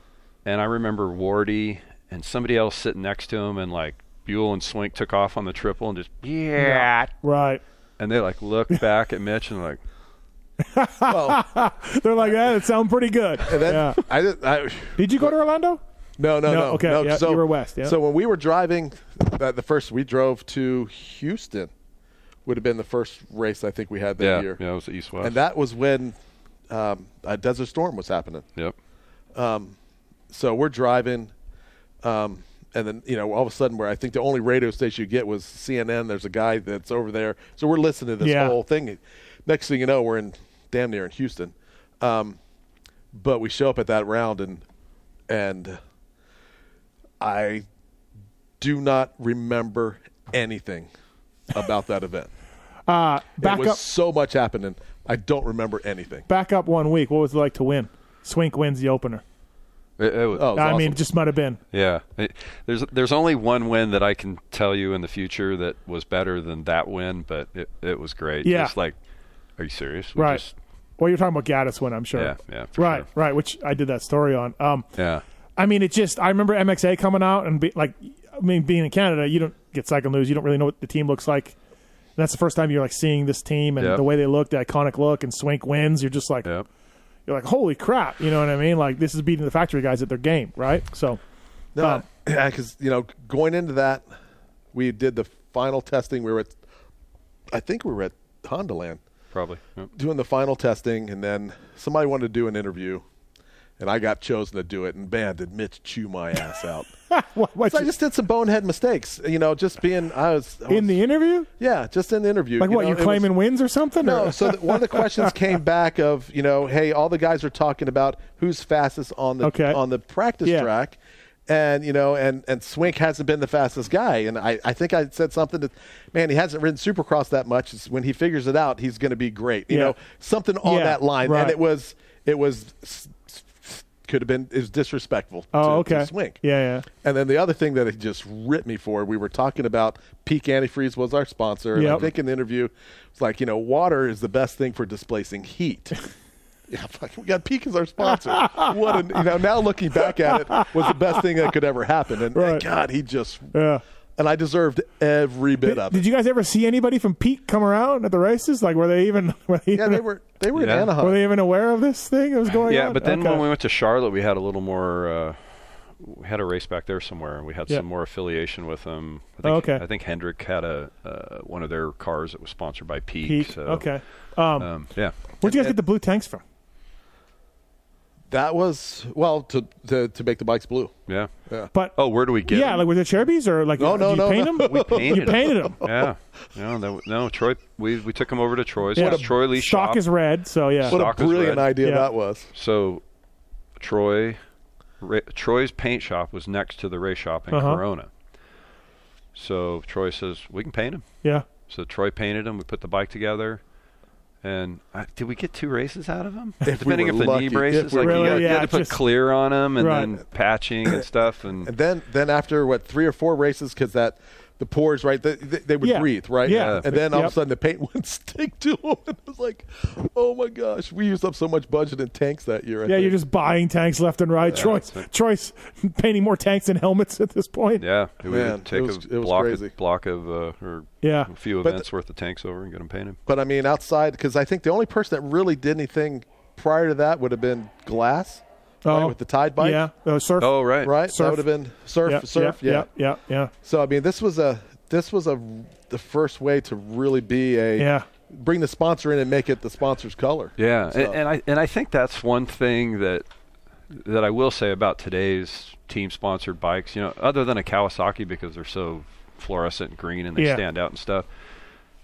[SPEAKER 5] and I remember Wardy and somebody else sitting next to him, and like Buell and Swink took off on the triple and just yeah,
[SPEAKER 1] right.
[SPEAKER 5] and they like looked back at Mitch and like.
[SPEAKER 1] They're like, that. it sound pretty good.
[SPEAKER 4] And then
[SPEAKER 1] yeah.
[SPEAKER 4] I, did, I
[SPEAKER 1] Did you go to Orlando?
[SPEAKER 4] No, no,
[SPEAKER 1] No,
[SPEAKER 4] no.
[SPEAKER 1] okay,
[SPEAKER 4] no.
[SPEAKER 1] yeah, you were west, yeah.
[SPEAKER 4] So when we were driving, uh, the first we drove to Houston would have been the first race I think we had that
[SPEAKER 5] Yeah,
[SPEAKER 4] year.
[SPEAKER 5] yeah, it was the East West.
[SPEAKER 4] and that was when um, a Desert Storm was happening. Um,
[SPEAKER 5] Yep.
[SPEAKER 4] So we're driving, um, and then you know all of a sudden where I think the only radio station you get was CNN. There's a guy that's over there, so we're listening to this
[SPEAKER 1] Yeah.
[SPEAKER 4] whole thing. Next thing you know, we're in damn near in Houston, um, but we show up at that round and and I do not remember anything about that event.
[SPEAKER 1] Uh, back
[SPEAKER 4] it was
[SPEAKER 1] up,
[SPEAKER 4] so much happening. I don't remember anything.
[SPEAKER 1] back up one week. What was it like to win? Swink wins the opener.
[SPEAKER 5] It- it was-
[SPEAKER 4] Oh, it was
[SPEAKER 1] I mean,
[SPEAKER 4] awesome.
[SPEAKER 1] it just might have been.
[SPEAKER 5] Yeah, It- there's there's only one win that I can tell you in the future that was better than that win, but it, it was great.
[SPEAKER 1] Yeah.
[SPEAKER 5] just like, are you serious? We
[SPEAKER 1] Right.
[SPEAKER 5] just-
[SPEAKER 1] Well, you're talking about Gaddis win, I'm sure.
[SPEAKER 5] Yeah, yeah, for
[SPEAKER 1] Right,
[SPEAKER 5] sure.
[SPEAKER 1] right. Which I did that story on. Um,
[SPEAKER 5] yeah,
[SPEAKER 1] I mean, it just I remember MXA coming out and be, like, I mean, being in Canada, you don't get cycle news. You don't really know what the team looks like. And that's the first time you're like seeing this team and
[SPEAKER 5] Yep.
[SPEAKER 1] the way they look, the iconic look, and Swink wins. You're just like,
[SPEAKER 5] yeah.
[SPEAKER 1] you're like, holy crap, you know what I mean? Like this is beating the factory guys at their game, right? So, um,
[SPEAKER 4] No, because you know, going into that, we did the final testing. We were at, I think we were at Honda Land
[SPEAKER 5] Probably. Yep.
[SPEAKER 4] doing the final testing, and then somebody wanted to do an interview, and I got chosen to do it. And man, did Mitch chew my ass out!
[SPEAKER 1] what, what
[SPEAKER 4] So I
[SPEAKER 1] you-
[SPEAKER 4] just did some bonehead mistakes. You know, just being I was, I
[SPEAKER 1] in
[SPEAKER 4] was-
[SPEAKER 1] the interview,
[SPEAKER 4] yeah, just in the interview.
[SPEAKER 1] like what
[SPEAKER 4] know,
[SPEAKER 1] you
[SPEAKER 4] it was-
[SPEAKER 1] claiming wins or something?
[SPEAKER 4] no,
[SPEAKER 1] or-
[SPEAKER 4] so th- one of the questions came back of you know, hey, all the guys are talking about who's fastest on the
[SPEAKER 1] Okay.
[SPEAKER 4] on the practice
[SPEAKER 1] Yeah.
[SPEAKER 4] track, and you know, and and Swink hasn't been the fastest guy, and I I think I said something that, man, he hasn't ridden Supercross that much. It's when he figures it out, he's going to be great. You
[SPEAKER 1] Yeah.
[SPEAKER 4] know, something on
[SPEAKER 1] Yeah,
[SPEAKER 4] that line,
[SPEAKER 1] right.
[SPEAKER 4] and it was it was s- s- could have been it was disrespectful. to,
[SPEAKER 1] oh,
[SPEAKER 4] to
[SPEAKER 1] okay,
[SPEAKER 4] Swink.
[SPEAKER 1] yeah, yeah,
[SPEAKER 4] And then the other thing that it just ripped me for, we were talking about Peak Antifreeze was our sponsor. And I
[SPEAKER 1] Yep.
[SPEAKER 4] think in the interview, it's like, you know, water is the best thing for displacing heat. yeah, fucking, we got Peak as our sponsor. what, an, you know, now looking back at it, was the best thing that could ever happen. And,
[SPEAKER 1] Right.
[SPEAKER 4] God, he just,
[SPEAKER 1] yeah.
[SPEAKER 4] and I deserved every bit
[SPEAKER 1] Did,
[SPEAKER 4] of
[SPEAKER 1] did
[SPEAKER 4] it.
[SPEAKER 1] you guys ever see anybody from Peak come around at the races? Like, were they even? Were they
[SPEAKER 4] Yeah,
[SPEAKER 1] even
[SPEAKER 4] they were, they were
[SPEAKER 5] Yeah.
[SPEAKER 4] in Anaheim.
[SPEAKER 1] Were they even aware of this thing that was going on?
[SPEAKER 5] Yeah, but then
[SPEAKER 1] Oh Okay.
[SPEAKER 5] when we went to Charlotte, we had a little more. Uh, we had a race back there somewhere, and we had
[SPEAKER 1] Yeah.
[SPEAKER 5] some more affiliation with them. I
[SPEAKER 1] Oh,
[SPEAKER 5] think,
[SPEAKER 1] okay.
[SPEAKER 5] I think Hendrick had a uh, one of their cars that was sponsored by Peak.
[SPEAKER 1] Peak,
[SPEAKER 5] so,
[SPEAKER 1] okay. Um,
[SPEAKER 5] Um, yeah.
[SPEAKER 1] where'd you guys get the blue tanks from?
[SPEAKER 4] That was well to to, to make the bikes blue.
[SPEAKER 5] Yeah.
[SPEAKER 1] But
[SPEAKER 5] Oh, where do we get?
[SPEAKER 1] yeah,
[SPEAKER 5] them?
[SPEAKER 1] like with the Cherokees or like
[SPEAKER 4] No, no,
[SPEAKER 1] did you
[SPEAKER 4] no,
[SPEAKER 1] paint
[SPEAKER 4] no.
[SPEAKER 1] them?
[SPEAKER 5] we painted
[SPEAKER 1] you painted them.
[SPEAKER 5] Yeah. No, no, no, Troy. We we took him over to Troy's.
[SPEAKER 1] Yeah.
[SPEAKER 5] It's Troy Lee
[SPEAKER 1] Stock
[SPEAKER 5] shop.
[SPEAKER 1] is red, so yeah.
[SPEAKER 4] What
[SPEAKER 5] Stock
[SPEAKER 4] a
[SPEAKER 5] is
[SPEAKER 4] brilliant
[SPEAKER 5] red.
[SPEAKER 4] idea
[SPEAKER 1] Yeah.
[SPEAKER 4] that was.
[SPEAKER 5] so, Troy, Ra- Troy's paint shop was next to the Ray shop in
[SPEAKER 1] Uh-huh.
[SPEAKER 5] Corona. So Troy says we can paint him.
[SPEAKER 1] yeah.
[SPEAKER 5] So Troy painted him. We put the bike together. And uh, did we get two races out of him? Depending
[SPEAKER 4] were
[SPEAKER 5] if the
[SPEAKER 4] lucky.
[SPEAKER 5] knee
[SPEAKER 4] If
[SPEAKER 5] braces,
[SPEAKER 4] we
[SPEAKER 5] like
[SPEAKER 1] were
[SPEAKER 5] you,
[SPEAKER 1] lucky.
[SPEAKER 5] had, you had
[SPEAKER 1] Yeah,
[SPEAKER 5] to put
[SPEAKER 1] just-
[SPEAKER 5] clear on them and
[SPEAKER 1] Right.
[SPEAKER 5] then patching and stuff. And
[SPEAKER 4] And then then after what three or four races because that the pores right they, they, they would
[SPEAKER 1] Yeah.
[SPEAKER 4] breathe right
[SPEAKER 1] Yeah.
[SPEAKER 4] and then all of
[SPEAKER 1] Yep.
[SPEAKER 4] a sudden the paint would stick to them. It was like, oh my gosh, we used up so much budget in tanks that year. I
[SPEAKER 1] Yeah,
[SPEAKER 4] think.
[SPEAKER 1] you're just buying tanks left and right. Troy's,
[SPEAKER 5] that's it.
[SPEAKER 1] Troy's painting more tanks than helmets at this point.
[SPEAKER 5] yeah, we
[SPEAKER 4] Man,
[SPEAKER 5] would take
[SPEAKER 4] it was-
[SPEAKER 5] a
[SPEAKER 4] it was
[SPEAKER 5] block,
[SPEAKER 4] crazy.
[SPEAKER 5] Of, block of uh, or
[SPEAKER 1] Yeah.
[SPEAKER 5] a few
[SPEAKER 4] But
[SPEAKER 5] events worth of tanks over and get them painted.
[SPEAKER 4] But I mean, outside, because I think the only person that really did anything prior to that would have been Glass right, with the Tide bike,
[SPEAKER 1] Oh. Yeah. Uh, surf.
[SPEAKER 5] Oh right,
[SPEAKER 4] right?
[SPEAKER 1] Surf.
[SPEAKER 4] That would have been Surf,
[SPEAKER 1] Yeah,
[SPEAKER 4] Surf, yeah.
[SPEAKER 1] yeah, yeah, yeah,
[SPEAKER 4] So I mean, this was a this was a the first way to really be a
[SPEAKER 1] Yeah.
[SPEAKER 4] bring the sponsor in and make it the sponsor's color.
[SPEAKER 5] Yeah,
[SPEAKER 4] So-
[SPEAKER 5] and, and I and I think that's one thing that that I will say about today's team sponsored bikes. You know, other than a Kawasaki because they're so fluorescent and green and they
[SPEAKER 1] Yeah.
[SPEAKER 5] stand out and stuff.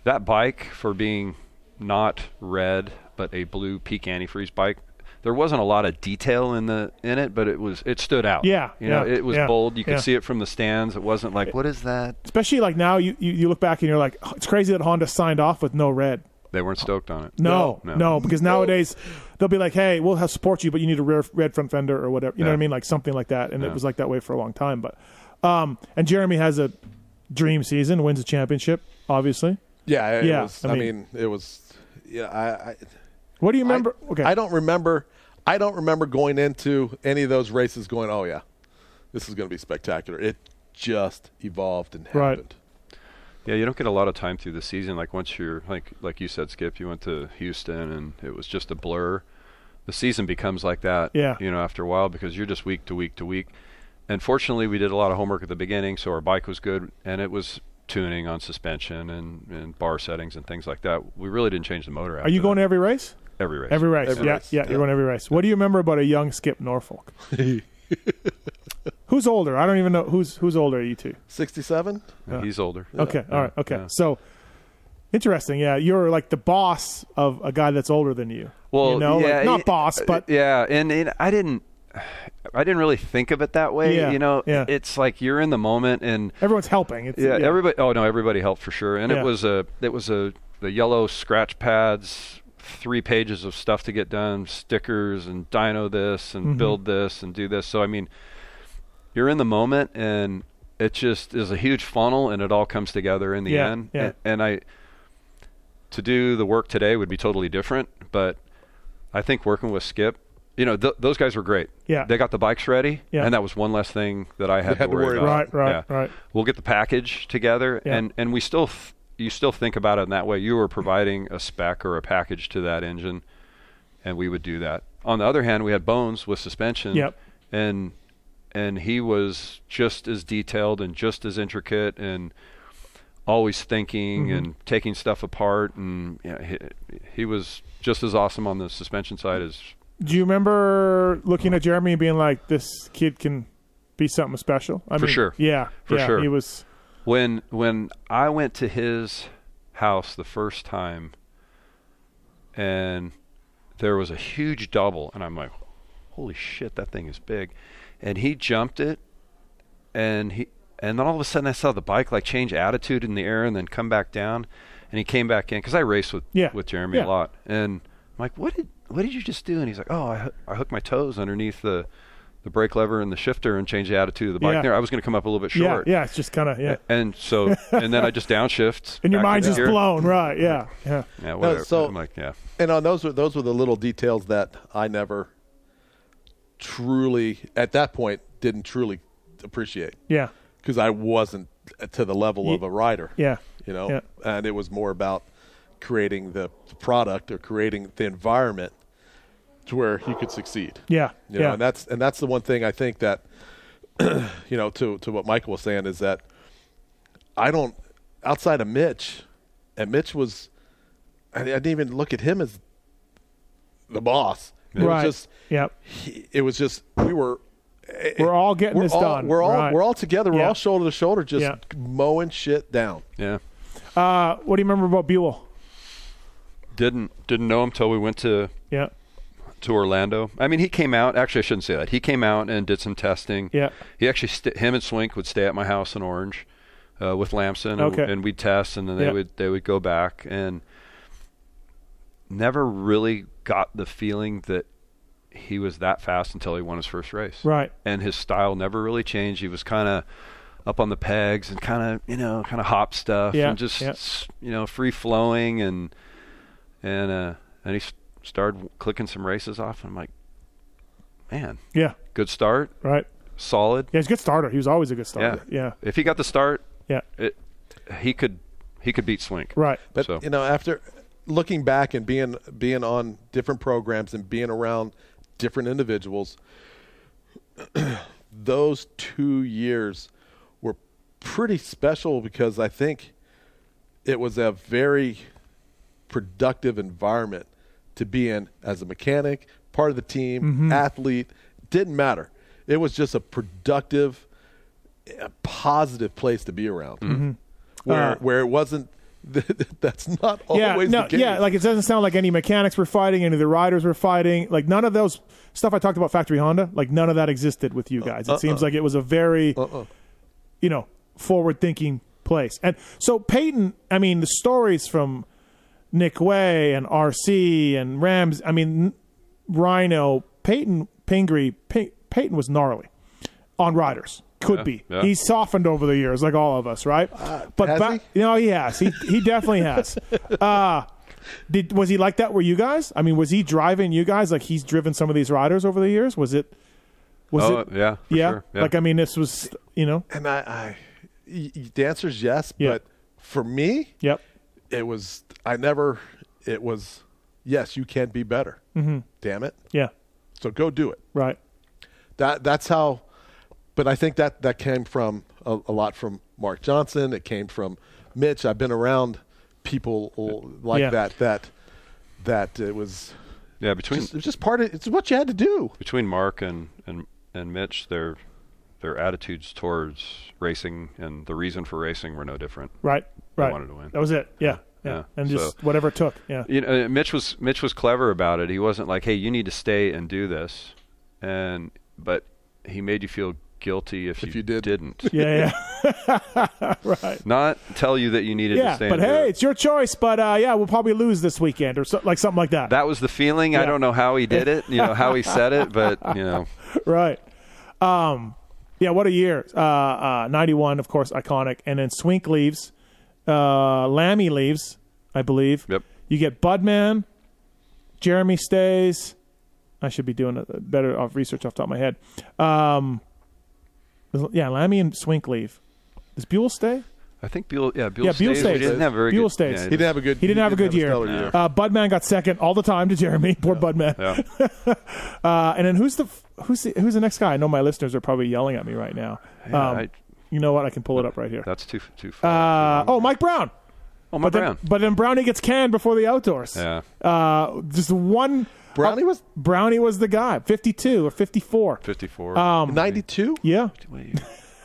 [SPEAKER 5] That bike for being not red but a blue peak antifreeze bike. There wasn't a lot of detail in the in it, but it was it stood out.
[SPEAKER 1] Yeah,
[SPEAKER 5] you know,
[SPEAKER 1] yeah,
[SPEAKER 5] it was
[SPEAKER 1] yeah,
[SPEAKER 5] bold. You could
[SPEAKER 1] yeah.
[SPEAKER 5] see it from the stands. It wasn't like what is that?
[SPEAKER 1] Especially like now, you, you you look back and you're like, "Oh, it's crazy that Honda signed off with no red.
[SPEAKER 5] They weren't stoked on it.
[SPEAKER 1] No,
[SPEAKER 5] No,
[SPEAKER 1] no,
[SPEAKER 5] no.
[SPEAKER 1] because nowadays they'll be like, "Hey, we'll have support you, but you need a rear red front fender or whatever." You know
[SPEAKER 5] Yeah.
[SPEAKER 1] what I mean? Like something like that. And it was like that way for a long time. But, um, and Jeremy has a dream season, wins a championship. Obviously,
[SPEAKER 4] Yeah, it
[SPEAKER 1] Yeah,
[SPEAKER 4] was-
[SPEAKER 1] I
[SPEAKER 4] I, mean,
[SPEAKER 1] mean-
[SPEAKER 4] it was. Yeah, I. I
[SPEAKER 1] what do you remember?
[SPEAKER 4] I, I don't remember. I don't remember going into any of those races going, "Oh yeah, this is going to be spectacular." It just evolved and
[SPEAKER 1] Right.
[SPEAKER 4] happened.
[SPEAKER 5] Yeah, you don't get a lot of time through the season. Like once you're like like you said, Skip, you went to Houston and it was just a blur. The season becomes like that.
[SPEAKER 1] Yeah.
[SPEAKER 5] You know, after a while because you're just week to week to week. And fortunately we did a lot of homework at the beginning, so our bike was good and it was tuning on suspension and, and bar settings and things like that. We really didn't change the motor
[SPEAKER 1] Are you going to every race?
[SPEAKER 5] every race.
[SPEAKER 1] Every race.
[SPEAKER 4] Every
[SPEAKER 1] yeah,
[SPEAKER 4] race.
[SPEAKER 1] yeah,
[SPEAKER 4] Yeah.
[SPEAKER 1] you're going every race. What do you remember about a young Skip Norfolk? who's older? I don't even know who's who's older. You two.
[SPEAKER 4] Sixty-seven.
[SPEAKER 5] Yeah, He's older.
[SPEAKER 1] Okay. All right. Okay.
[SPEAKER 5] yeah.
[SPEAKER 1] So interesting. Yeah, you're like the boss of a guy that's older than you.
[SPEAKER 5] Well,
[SPEAKER 1] you know,
[SPEAKER 5] yeah,
[SPEAKER 1] like, not
[SPEAKER 5] it-
[SPEAKER 1] boss, but
[SPEAKER 5] yeah, and, and I didn't I didn't really think of it that way.
[SPEAKER 1] Yeah,
[SPEAKER 5] You know,
[SPEAKER 1] yeah.
[SPEAKER 5] it's like you're in the moment and
[SPEAKER 1] everyone's helping. It's,
[SPEAKER 5] yeah, everybody. Oh no, everybody helped for sure. And
[SPEAKER 1] Yeah.
[SPEAKER 5] it was a it was a the yellow scratch pads, three pages of stuff to get done, stickers and dyno this
[SPEAKER 1] Mm-hmm.
[SPEAKER 5] and build this and do this. So I mean, you're in the moment, and it just is a huge funnel, and it all comes together in the
[SPEAKER 1] Yeah,
[SPEAKER 5] end.
[SPEAKER 1] yeah.
[SPEAKER 5] A- And, I to do the work today would be totally different, but I think working with Skip. You know, th- those guys were great.
[SPEAKER 1] Yeah.
[SPEAKER 5] They got the bikes ready,
[SPEAKER 1] Yeah.
[SPEAKER 5] and that was one less thing that I had,
[SPEAKER 4] had to worry
[SPEAKER 5] about.
[SPEAKER 1] Right, right,
[SPEAKER 5] Yeah.
[SPEAKER 1] right.
[SPEAKER 5] We'll get the package together,
[SPEAKER 1] Yeah.
[SPEAKER 5] and and we still th- you still think about it in that way. You were providing a spec or a package to that engine, and we would do that. On the other hand, we had Bones with suspension,
[SPEAKER 1] Yep.
[SPEAKER 5] and and he was just as detailed and just as intricate and always thinking
[SPEAKER 1] Mm-hmm.
[SPEAKER 5] and taking stuff apart and you know, he, he was just as awesome on the suspension side as
[SPEAKER 1] Do you remember looking at Jeremy and being like, "This kid can be something special"? I
[SPEAKER 5] For
[SPEAKER 1] mean,
[SPEAKER 5] sure.
[SPEAKER 1] Yeah,
[SPEAKER 5] For
[SPEAKER 1] yeah,
[SPEAKER 5] sure.
[SPEAKER 1] He was.
[SPEAKER 5] when when I went to his house the first time, and there was a huge double, and I'm like, "Holy shit, that thing is big!" And he jumped it, and he and then all of a sudden I saw the bike like change attitude in the air and then come back down, and he came back in because I race with
[SPEAKER 1] Yeah,
[SPEAKER 5] with Jeremy
[SPEAKER 1] yeah.
[SPEAKER 5] a lot, and I'm like, "What did what did you just do?" And he's like, "Oh, I hoo- I hooked my toes underneath the." The brake lever and the shifter, and change the attitude of the bike.
[SPEAKER 1] Yeah.
[SPEAKER 5] There, I was going to come up a little bit
[SPEAKER 1] Yeah,
[SPEAKER 5] short.
[SPEAKER 1] yeah. It's just kind of yeah.
[SPEAKER 5] And so, and then I just downshift.
[SPEAKER 1] And your
[SPEAKER 5] back
[SPEAKER 1] mind's
[SPEAKER 5] into
[SPEAKER 1] just
[SPEAKER 5] gear.
[SPEAKER 1] blown, right? Yeah, yeah.
[SPEAKER 5] Yeah, whatever.
[SPEAKER 4] so-
[SPEAKER 5] I'm like, yeah.
[SPEAKER 4] And on those were those were the little details that I never truly at that point didn't truly appreciate
[SPEAKER 1] Yeah.
[SPEAKER 4] because I wasn't to the level of a rider.
[SPEAKER 1] Yeah.
[SPEAKER 4] you know,
[SPEAKER 1] Yeah.
[SPEAKER 4] and it was more about creating the product or creating the environment to where he could succeed.
[SPEAKER 1] Yeah.
[SPEAKER 4] You
[SPEAKER 1] yeah.
[SPEAKER 4] know, and that's and that's the one thing I think that you know to to what Michael was saying is that I don't outside of Mitch, and Mitch was I, I didn't even look at him as the boss. It
[SPEAKER 1] right.
[SPEAKER 4] was just
[SPEAKER 1] yep.
[SPEAKER 4] he- it was just we were
[SPEAKER 1] We're all getting
[SPEAKER 4] we're
[SPEAKER 1] this
[SPEAKER 4] all,
[SPEAKER 1] done.
[SPEAKER 4] We're all
[SPEAKER 1] Right.
[SPEAKER 4] we're all together. We're
[SPEAKER 1] Yeah.
[SPEAKER 4] all shoulder to shoulder, just
[SPEAKER 1] Yeah.
[SPEAKER 4] mowing shit down.
[SPEAKER 5] Yeah.
[SPEAKER 1] Uh, what do you remember about Buell?
[SPEAKER 5] Didn't didn't know him till we went to
[SPEAKER 1] Yeah.
[SPEAKER 5] to Orlando. I mean, he came out. Actually, I shouldn't say that. He came out and did some testing.
[SPEAKER 1] Yeah.
[SPEAKER 5] He actually, st- him and Swink would stay at my house in Orange uh, with Lamson, and,
[SPEAKER 1] Okay.
[SPEAKER 5] and we'd test, and then they
[SPEAKER 1] Yeah.
[SPEAKER 5] would they would go back, and never really got the feeling that he was that fast until he won his first race.
[SPEAKER 1] Right.
[SPEAKER 5] And his style never really changed. He was kind of up on the pegs and kind of you know kind of hop stuff
[SPEAKER 1] Yeah,
[SPEAKER 5] and just
[SPEAKER 1] yeah.
[SPEAKER 5] s- you know free flowing and and uh and he s- started clicking some races off and I'm like man
[SPEAKER 1] Yeah.
[SPEAKER 5] good start
[SPEAKER 1] Right.
[SPEAKER 5] solid
[SPEAKER 1] Yeah, he's a good starter. He was always a good
[SPEAKER 5] yeah
[SPEAKER 1] starter. Yeah.
[SPEAKER 5] if he got the start
[SPEAKER 1] Yeah.
[SPEAKER 5] it he could he could beat Swink
[SPEAKER 1] Right.
[SPEAKER 4] But
[SPEAKER 5] So-
[SPEAKER 4] you know, after looking back and being being on different programs and being around different individuals, those two years were pretty special because I think it was a very productive environment to be in as a mechanic, part of the team,
[SPEAKER 1] Mm-hmm.
[SPEAKER 4] athlete. Didn't matter. It was just a productive, a positive place to be around. Where
[SPEAKER 1] Mm-hmm. Uh,
[SPEAKER 4] where it wasn't. That's not
[SPEAKER 1] Yeah,
[SPEAKER 4] always
[SPEAKER 1] no,
[SPEAKER 4] the case.
[SPEAKER 1] yeah. Like it doesn't sound like any mechanics were fighting, any of the riders were fighting. Like none of those stuff I talked about factory Honda. Like none of that existed with
[SPEAKER 4] Uh,
[SPEAKER 1] you guys. It
[SPEAKER 4] uh-uh.
[SPEAKER 1] seems like it was a very, you know, forward thinking place. And so Peyton, I mean, the stories from Nick Way and RC and Rams. I mean, Rhino, Peyton, Pingree, Pey- Peyton was gnarly on riders. Could be.
[SPEAKER 5] yeah.
[SPEAKER 1] He's softened over the years, like all of us, right? but
[SPEAKER 4] Uh, has
[SPEAKER 1] ba-
[SPEAKER 4] he?
[SPEAKER 1] no, he has. He he definitely has. Uh did was he like that? Were you guys? I mean, was he driving you guys like he's driven some of these riders over the years? Was it? Was
[SPEAKER 5] oh
[SPEAKER 1] it?
[SPEAKER 5] yeah for
[SPEAKER 1] yeah?
[SPEAKER 5] sure.
[SPEAKER 1] Like I mean, this was you know.
[SPEAKER 4] and I, I y- y- the answer's yes,
[SPEAKER 1] Yeah.
[SPEAKER 4] but for me,
[SPEAKER 1] Yep.
[SPEAKER 4] it was I never. It was yes, you can be better. Mm-hmm. Damn it!
[SPEAKER 1] Yeah.
[SPEAKER 4] So go do it.
[SPEAKER 1] Right.
[SPEAKER 4] That that's how. But I think that that came from a, a lot from Mark Johnson. It came from Mitch. I've been around people l- like
[SPEAKER 1] Yeah.
[SPEAKER 4] that. That that it was
[SPEAKER 5] yeah between
[SPEAKER 4] just, it was just part of it's what you had to do.
[SPEAKER 5] between Mark and and and Mitch, their their attitudes towards racing and the reason for racing were no different.
[SPEAKER 1] Right.
[SPEAKER 5] They
[SPEAKER 1] Right.
[SPEAKER 5] wanted to win.
[SPEAKER 1] That was it. Yeah. Yeah.
[SPEAKER 5] Yeah.
[SPEAKER 1] And just
[SPEAKER 5] So-
[SPEAKER 1] whatever it took. Yeah.
[SPEAKER 5] You know, uh, Mitch was Mitch was clever about it. He wasn't like, "Hey, you need to stay and do this," and but he made you feel guilty if,
[SPEAKER 4] you did.
[SPEAKER 5] didn't.
[SPEAKER 1] Yeah. Yeah. right.
[SPEAKER 5] Not tell you that you needed to
[SPEAKER 1] Yeah,
[SPEAKER 5] stay.
[SPEAKER 1] but
[SPEAKER 5] and do
[SPEAKER 1] hey,
[SPEAKER 5] it.
[SPEAKER 1] it's your choice. But uh, yeah, we'll probably lose this weekend or so, like something like that.
[SPEAKER 5] that was the feeling. I
[SPEAKER 1] Yeah.
[SPEAKER 5] don't know how he did it. You know how he said it, but you know,
[SPEAKER 1] right. Um, yeah, what a year. Uh, uh, 91, of course, iconic. And then Swink leaves. Uh, Lammy leaves, I believe.
[SPEAKER 5] Yep.
[SPEAKER 1] You get Budman. Jeremy stays. I should be doing a better off research off the top of my head. Um, yeah, Lammy and Swink leave. Does Buell stay?
[SPEAKER 5] I think Buell. Yeah, Buell.
[SPEAKER 1] Yeah, Buell
[SPEAKER 5] stays.
[SPEAKER 1] stays.
[SPEAKER 5] We didn't have a very
[SPEAKER 1] Buell
[SPEAKER 5] good.
[SPEAKER 1] stays.
[SPEAKER 5] yeah,
[SPEAKER 1] He
[SPEAKER 4] He didn't have a good.
[SPEAKER 1] He didn't have a good year.
[SPEAKER 4] stellar year.
[SPEAKER 1] Uh, Budman got second all the time to Jeremy. Poor Budman. uh, and then who's the f- who's the, who's the next guy? I know my listeners are probably yelling at me right now.
[SPEAKER 5] yeah,
[SPEAKER 1] um,
[SPEAKER 5] I-
[SPEAKER 1] you know what? I can pull it up right here.
[SPEAKER 5] that's too too
[SPEAKER 1] Uh,
[SPEAKER 5] far.
[SPEAKER 1] oh, Mike Brown.
[SPEAKER 5] oh, my
[SPEAKER 1] but
[SPEAKER 5] Brown.
[SPEAKER 1] Then, but then Brownie gets canned before the outdoors.
[SPEAKER 5] Yeah.
[SPEAKER 1] Uh, just one.
[SPEAKER 4] Brownie was
[SPEAKER 1] Brownie was the guy. Fifty-two or fifty-four.
[SPEAKER 5] Fifty-four.
[SPEAKER 1] Um,
[SPEAKER 4] ninety two.
[SPEAKER 1] Oh. Yeah.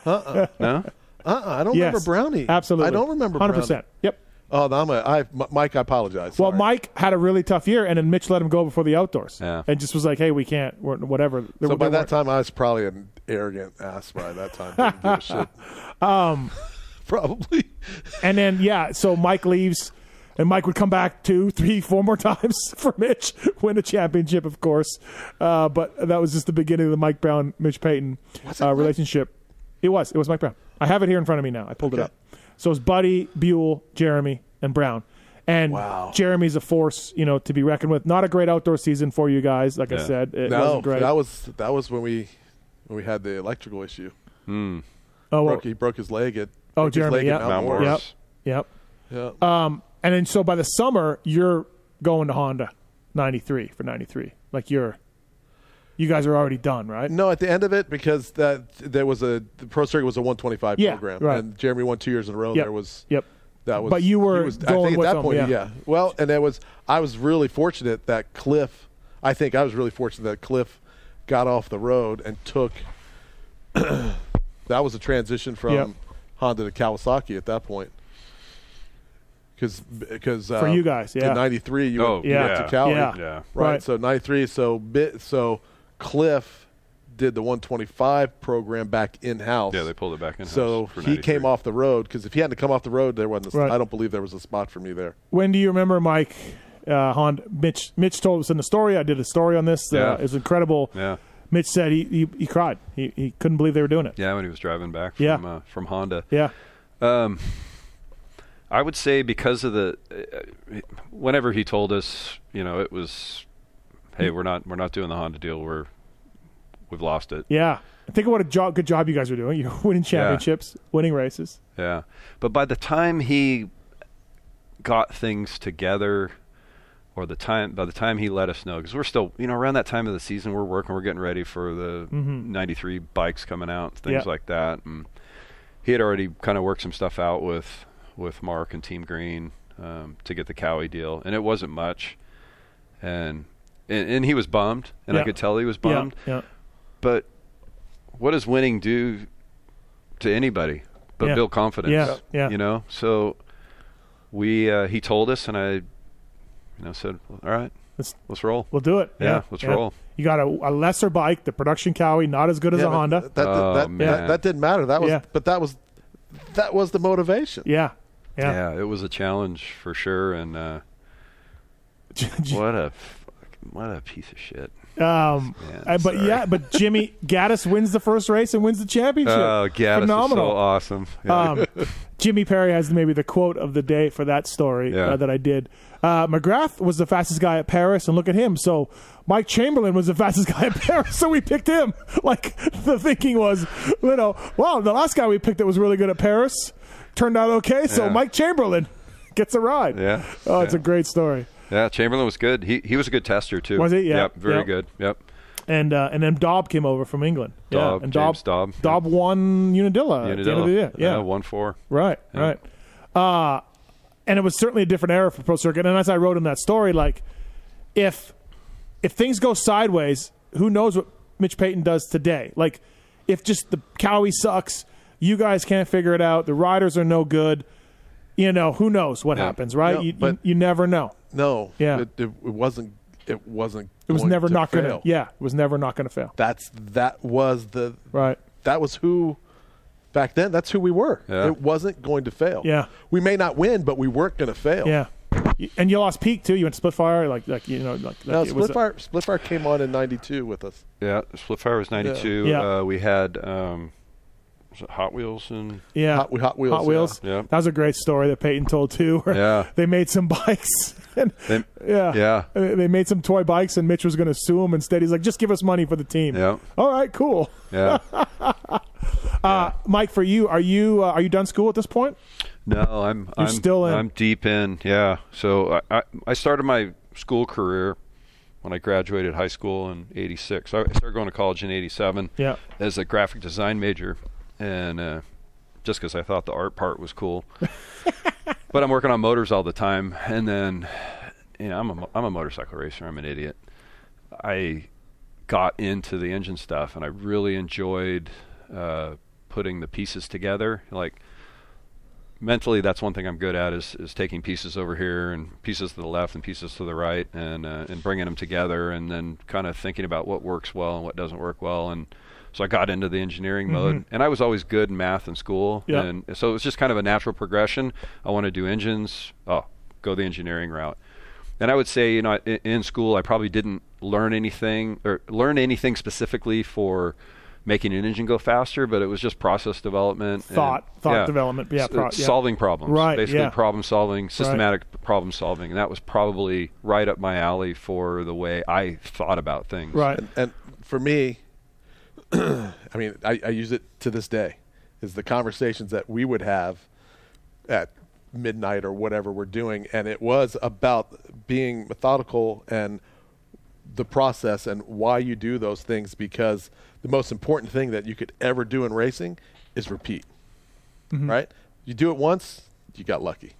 [SPEAKER 5] no.
[SPEAKER 4] Uh, uh I don't
[SPEAKER 1] Yes.
[SPEAKER 4] remember Brownie.
[SPEAKER 1] Absolutely.
[SPEAKER 4] I don't remember.
[SPEAKER 1] Hundred
[SPEAKER 4] Brownie.
[SPEAKER 1] percent. Yep.
[SPEAKER 4] Oh, I'm a, I, M- Mike, I apologize.
[SPEAKER 1] Well,
[SPEAKER 4] Sorry.
[SPEAKER 1] Mike had a really tough year, and then Mitch let him go before the outdoors,
[SPEAKER 5] Yeah.
[SPEAKER 1] and just was like, "Hey, we can't. We're, whatever." There-
[SPEAKER 4] So by
[SPEAKER 1] there
[SPEAKER 4] that
[SPEAKER 1] weren't-
[SPEAKER 4] time, I was probably an arrogant ass. By that time, Didn't give a shit.
[SPEAKER 1] Um,
[SPEAKER 4] probably.
[SPEAKER 1] And then yeah, so Mike leaves, and Mike would come back two, three, four more times for Mitch, win a championship, of course. Uh, but that was just the beginning of the Mike Brown, Mitch Payton uh, relationship. It was, it was Mike Brown. I have it here in front of me now. I pulled it
[SPEAKER 4] Okay.
[SPEAKER 1] up. So it's Buddy, Buell, Jeremy, and Brown. And
[SPEAKER 4] Wow.
[SPEAKER 1] Jeremy's a force, you know, to be reckoned with. Not a great outdoor season for you guys, like I
[SPEAKER 5] Yeah.
[SPEAKER 1] said. It
[SPEAKER 4] No,
[SPEAKER 1] wasn't great.
[SPEAKER 4] that was that was when we when we had the electrical issue.
[SPEAKER 1] oh, well,
[SPEAKER 4] Broke, he broke his leg at
[SPEAKER 1] Oh,
[SPEAKER 4] broke his
[SPEAKER 1] Jeremy,
[SPEAKER 4] leg
[SPEAKER 1] yeah.
[SPEAKER 4] at Mount
[SPEAKER 5] Mount
[SPEAKER 4] Morris.
[SPEAKER 1] yep,
[SPEAKER 5] Morris.
[SPEAKER 1] yep. Um,
[SPEAKER 4] Yeah.
[SPEAKER 1] And then so by the summer, you're going to Honda 93 for 93. Like you're, you guys are already done, right?
[SPEAKER 4] no, at the end of it because that there was a the pro circuit was a 125
[SPEAKER 1] Yeah,
[SPEAKER 4] program,
[SPEAKER 1] right.
[SPEAKER 4] and Jeremy won two years in a row. and
[SPEAKER 1] Yep.
[SPEAKER 4] There was
[SPEAKER 1] Yep.
[SPEAKER 4] That was,
[SPEAKER 1] But you were
[SPEAKER 4] he was, I
[SPEAKER 1] going
[SPEAKER 4] think
[SPEAKER 1] with
[SPEAKER 4] at that
[SPEAKER 1] them,
[SPEAKER 4] point,
[SPEAKER 1] yeah.
[SPEAKER 4] Well, and that was I was really fortunate that Cliff I think I was really fortunate that Cliff got off the road and took. that was a transition from
[SPEAKER 1] Yep.
[SPEAKER 4] Honda to Kawasaki at that point. Because because um,
[SPEAKER 1] For you guys, yeah.
[SPEAKER 4] in '93 you
[SPEAKER 5] Oh,
[SPEAKER 4] went, you went
[SPEAKER 1] yeah.
[SPEAKER 4] to Cali,
[SPEAKER 1] Yeah.
[SPEAKER 5] Yeah.
[SPEAKER 4] right?
[SPEAKER 1] Right.
[SPEAKER 4] So '93, so bit, so Cliff did the 125 program back in house.
[SPEAKER 5] Yeah, they pulled it back in.
[SPEAKER 4] So he came off the road because if he hadn't come off the road, there wasn't. A,
[SPEAKER 1] Right.
[SPEAKER 4] I don't believe there was a spot for me there.
[SPEAKER 1] When do you remember, Mike? Uh, Honda, Mitch. Mitch told us in the story. I did a story on this. Uh,
[SPEAKER 5] Yeah.
[SPEAKER 1] It was incredible.
[SPEAKER 5] Yeah.
[SPEAKER 1] Mitch said he, he, he cried. He, he couldn't believe they were doing it.
[SPEAKER 5] Yeah, when he was driving back from
[SPEAKER 1] Yeah.
[SPEAKER 5] uh, from Honda.
[SPEAKER 1] Yeah.
[SPEAKER 5] I would say because of the uh, whenever he told us, you know, it was hey, we're not we're not doing the Honda deal. We're we've lost it.
[SPEAKER 1] Yeah. Think of what a jo- good job you guys are doing. You're winning championships, winning races.
[SPEAKER 5] Yeah. But by the time he got things together or the time by the time he let us know cuz we're still, you know, around that time of the season we're working, we're getting ready for the 93 bikes coming out, things
[SPEAKER 1] Mm-hmm. Yeah.
[SPEAKER 5] like that. And he had already kind of worked some stuff out with with Mark and Team Green um, to get the Cowie deal, and it wasn't much. And and, and he was bummed, and I
[SPEAKER 1] Yeah.
[SPEAKER 5] could tell he was bummed.
[SPEAKER 1] Yeah.
[SPEAKER 5] But what does winning do to anybody but
[SPEAKER 1] Yeah.
[SPEAKER 5] build confidence?
[SPEAKER 1] Yeah, yeah.
[SPEAKER 5] You know, so we uh, he told us, and I, you know, said, all right,
[SPEAKER 1] Let's-
[SPEAKER 5] let's roll.
[SPEAKER 1] We'll do it.
[SPEAKER 5] Yeah, let's roll.
[SPEAKER 1] You got a, a lesser bike, the production Cowie, not as good as
[SPEAKER 4] Yeah,
[SPEAKER 1] a
[SPEAKER 4] but
[SPEAKER 1] Honda.
[SPEAKER 4] That, that,
[SPEAKER 5] Oh,
[SPEAKER 4] that,
[SPEAKER 5] man.
[SPEAKER 4] that- that didn't matter. That was,
[SPEAKER 1] Yeah.
[SPEAKER 4] but that was, that was the motivation.
[SPEAKER 1] yeah. Yeah.
[SPEAKER 5] yeah. it was a challenge for sure, and uh, what a fuck- what a piece of shit.
[SPEAKER 1] Um,
[SPEAKER 5] Man,
[SPEAKER 1] uh, but
[SPEAKER 5] sorry.
[SPEAKER 1] yeah, but Jimmy Gaddis wins the first race and wins the championship.
[SPEAKER 5] Oh, Gaddis
[SPEAKER 1] Phenomenal.
[SPEAKER 5] is so awesome. Yeah.
[SPEAKER 1] um, Jimmy Perry has maybe the quote of the day for that story
[SPEAKER 5] Yeah.
[SPEAKER 1] uh, that I did. Uh, McGrath was the fastest guy at Paris, and look at him. So Mike Chamberlain was the fastest guy at Paris, so we picked him. Like the thinking was, you know, well, the last guy we picked that was really good at Paris turned out okay, so
[SPEAKER 5] Yeah.
[SPEAKER 1] Mike Chamberlain gets a ride.
[SPEAKER 5] Yeah.
[SPEAKER 1] oh, it's
[SPEAKER 5] Yeah.
[SPEAKER 1] a great story.
[SPEAKER 5] yeah, Chamberlain was good. He he was a good tester too.
[SPEAKER 1] Was he? Yeah.
[SPEAKER 5] Yep, very
[SPEAKER 1] Yep.
[SPEAKER 5] good. Yep.
[SPEAKER 1] And uh, and then Dobb came over from England.
[SPEAKER 5] Dobb,
[SPEAKER 1] yeah, and
[SPEAKER 5] James
[SPEAKER 1] Dobb
[SPEAKER 5] Dobb.
[SPEAKER 1] Dobb won Unadilla, at the end of the year. Yeah,
[SPEAKER 5] uh, one four.
[SPEAKER 1] Right,
[SPEAKER 5] Yeah.
[SPEAKER 1] right. Uh, and it was certainly a different era for Pro Circuit. And as I wrote in that story, like if if things go sideways, who knows what Mitch Payton does today? Like if just the Cowie sucks, you guys can't figure it out. The riders are no good. You know who knows what
[SPEAKER 5] Yeah.
[SPEAKER 1] happens, right?
[SPEAKER 4] No,
[SPEAKER 1] you,
[SPEAKER 4] but-
[SPEAKER 1] you you never know.
[SPEAKER 4] No,
[SPEAKER 1] Yeah.
[SPEAKER 4] it, it, it wasn't. It wasn't.
[SPEAKER 1] It was never
[SPEAKER 4] to
[SPEAKER 1] not
[SPEAKER 4] fail.
[SPEAKER 1] gonna. Yeah, it was never not gonna fail.
[SPEAKER 4] that's that was the
[SPEAKER 1] Right.
[SPEAKER 4] that was who back then. That's who we were.
[SPEAKER 5] Yeah.
[SPEAKER 4] It wasn't going to fail.
[SPEAKER 1] Yeah.
[SPEAKER 4] we may not win, but we weren't going to fail.
[SPEAKER 1] Yeah. You- And you lost peak too. You went to Splitfire, like like you know like,
[SPEAKER 4] No,
[SPEAKER 1] like it was a-
[SPEAKER 4] Splitfire Splitfire came on in '92 with us.
[SPEAKER 5] Yeah, Splitfire was ninety two.
[SPEAKER 1] Yeah.
[SPEAKER 5] Uh, we had um, was it Hot Wheels and
[SPEAKER 1] Yeah,
[SPEAKER 4] Hot Whe- Hot Wheels,
[SPEAKER 1] Hot Wheels.
[SPEAKER 5] yeah. Yeah.
[SPEAKER 1] That was a great story that Peyton told too. Where
[SPEAKER 5] Yeah.
[SPEAKER 1] they made some bikes. And,
[SPEAKER 5] They-
[SPEAKER 1] yeah,
[SPEAKER 5] yeah.
[SPEAKER 1] They they made some toy bikes, and Mitch was going to sue him. Instead, he's like, "Just give us money for the team."
[SPEAKER 5] Yeah.
[SPEAKER 1] All right, cool.
[SPEAKER 5] yeah.
[SPEAKER 1] Uh, Mike, for you, are you uh, are you done school at this point?
[SPEAKER 5] No, I'm I'm
[SPEAKER 1] still in.
[SPEAKER 5] I'm deep in. Yeah. So I, I I started my school career when I graduated high school in '86. I started going to college in '87.
[SPEAKER 1] Yeah.
[SPEAKER 5] As a graphic design major, and uh, just because I thought the art part was cool. but I'm working on motors all the time, and then you know I'm a mo- I'm a motorcycle racer. I'm an idiot. I got into the engine stuff, and I really enjoyed uh, putting the pieces together. Like mentally that's one thing I'm good at is is taking pieces over here and pieces to the left and pieces to the right and uh, and bringing them together and then kind of thinking about what works well and what doesn't work well and so I got into the engineering mode and I was always good in math in school
[SPEAKER 1] Yeah.
[SPEAKER 5] and so it was just kind of a natural progression. I want to do engines. Oh, go the engineering route. And I would say, you know, in, in school, I probably didn't learn anything or learn anything specifically for making an engine go faster, but it was just process development, and-
[SPEAKER 1] Thought- thought development, yeah,
[SPEAKER 5] S-
[SPEAKER 1] pro- yeah.
[SPEAKER 5] solving problems,
[SPEAKER 1] Right,
[SPEAKER 5] Basically,
[SPEAKER 1] yeah.
[SPEAKER 5] problem solving, systematic problem solving, and that was probably right up my alley for the way I thought about things.
[SPEAKER 1] Right.
[SPEAKER 4] And for me, I mean, I, I use it to this day. Is the conversations that we would have at midnight or whatever we're doing, and it was about being methodical and the process and why you do those things. Because the most important thing that you could ever do in
[SPEAKER 1] Mm-hmm.
[SPEAKER 4] racing is repeat. Right? You do it once, you got lucky.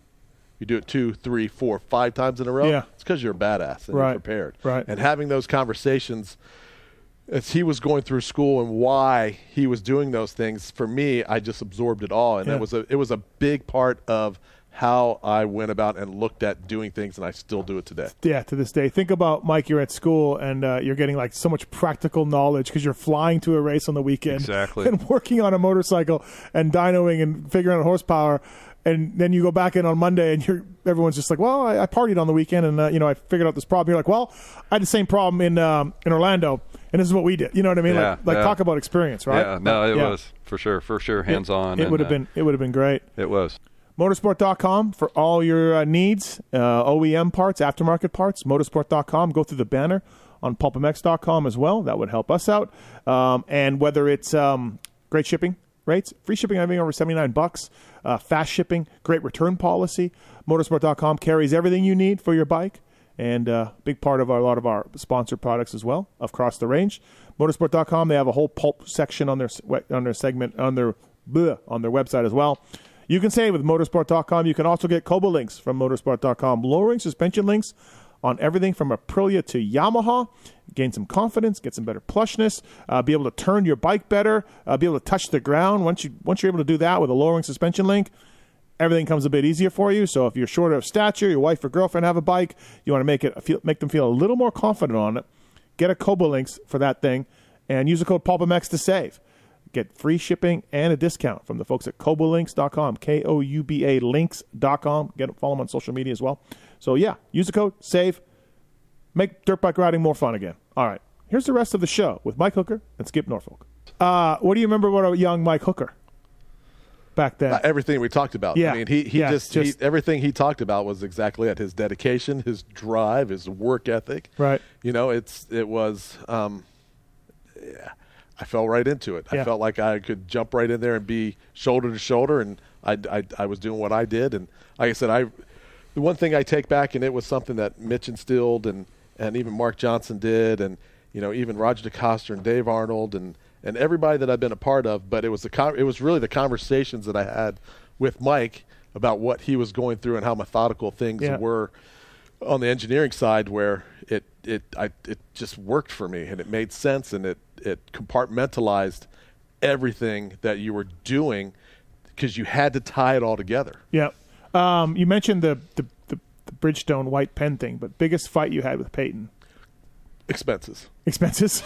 [SPEAKER 4] you do it two, three, four, five times in a row,
[SPEAKER 1] Yeah.
[SPEAKER 4] it's because you're a badass and
[SPEAKER 1] Right.
[SPEAKER 4] you're prepared.
[SPEAKER 1] Right.
[SPEAKER 4] And having those conversations as he was going through school and why he was doing those things, for me, I just absorbed it all, and
[SPEAKER 1] Yeah.
[SPEAKER 4] it was a it was a big part of how I went about and looked at doing things, and I still do it today.
[SPEAKER 1] yeah, to this day. Think about Mike. You're at school and uh, you're getting like so much practical knowledge because you're flying to a race on the weekend,
[SPEAKER 5] Exactly.
[SPEAKER 1] and working on a motorcycle and dynoing and figuring out horsepower. And then you go back in on Monday, and you're everyone's just like, "Well, I, I partied on the weekend, and uh, you know I figured out this problem." You're like, "Well, I had the same problem in um, in Orlando, and this is what we did." You know what I mean?
[SPEAKER 5] Yeah,
[SPEAKER 1] like, like
[SPEAKER 5] yeah.
[SPEAKER 1] talk about experience, right?
[SPEAKER 5] Yeah, no, it
[SPEAKER 1] Yeah.
[SPEAKER 5] was for sure, for sure, hands on.
[SPEAKER 1] It would have been it would have been great.
[SPEAKER 5] uh, It was.
[SPEAKER 1] Motorsport.com for all your uh, needs, uh, OEM parts, aftermarket parts. Motorsport.com. Go through the banner on pulpmx.com as well. That would help us out. Um, and whether it's um, great shipping rates, free shipping, everything over 79 bucks, uh, fast shipping, great return policy. Motorsport.com carries everything you need for your bike and uh, big part of our, a lot of our sponsored products as well across the range. Motorsport.com they have a whole pulp section on their s- we- on their segment on their bleh, on their website as well. You can save with Motorsport.com. You can also get Kobo links from Motorsport.com, lowering suspension links on everything from Aprilia to Yamaha. Gain some confidence, get some better plushness, uh, be able to turn your bike better, uh, be able to touch the ground. Once you once you're able to do that with a lowering suspension link, everything comes a bit easier for you. So if you're shorter of stature, your wife or girlfriend have a bike, you want to make it feel, make them feel a little more confident on it. Get a Cobolinks for that thing, and use the code PulpMX to save. Get free shipping and a discount from the folks at Cobolinks.com, K-O-U-B-A links.com. Get follow them on social media as well. So yeah, use the code save. Make dirt bike riding more fun again. All right, here's the rest of the show with Mike Hooker and Skip Norfolk. Uh, what do you remember about a young Mike Hooker back then?
[SPEAKER 4] Uh, everything we talked about.
[SPEAKER 1] Yeah.
[SPEAKER 4] I mean, he, he
[SPEAKER 1] Yeah,
[SPEAKER 4] just,
[SPEAKER 1] just-
[SPEAKER 4] he, everything he talked about was exactly that. His dedication, his drive, his work ethic.
[SPEAKER 1] Right.
[SPEAKER 4] You know, it's it was. Um, yeah, I fell right into it.
[SPEAKER 1] Yeah.
[SPEAKER 4] I felt like I could jump right in there and be shoulder to shoulder, and I, I I was doing what I did. And like I said, I the one thing I take back, and it was something that Mitch instilled, and and even Mark Johnson did, and you know even Roger DeCoster and Dave Arnold and and everybody that I've been a part of. But it was the con- it was really the conversations that I had with Mike about what he was going through and how methodical things
[SPEAKER 1] Yeah.
[SPEAKER 4] were on the engineering side where it it I it just worked for me and it made sense and it it compartmentalized everything that you were doing because you had to tie it all together.
[SPEAKER 1] Yeah. Um, you mentioned the, the, the, the Bridgestone white pen thing, but biggest fight you had with Peyton
[SPEAKER 4] Expenses.
[SPEAKER 1] expenses.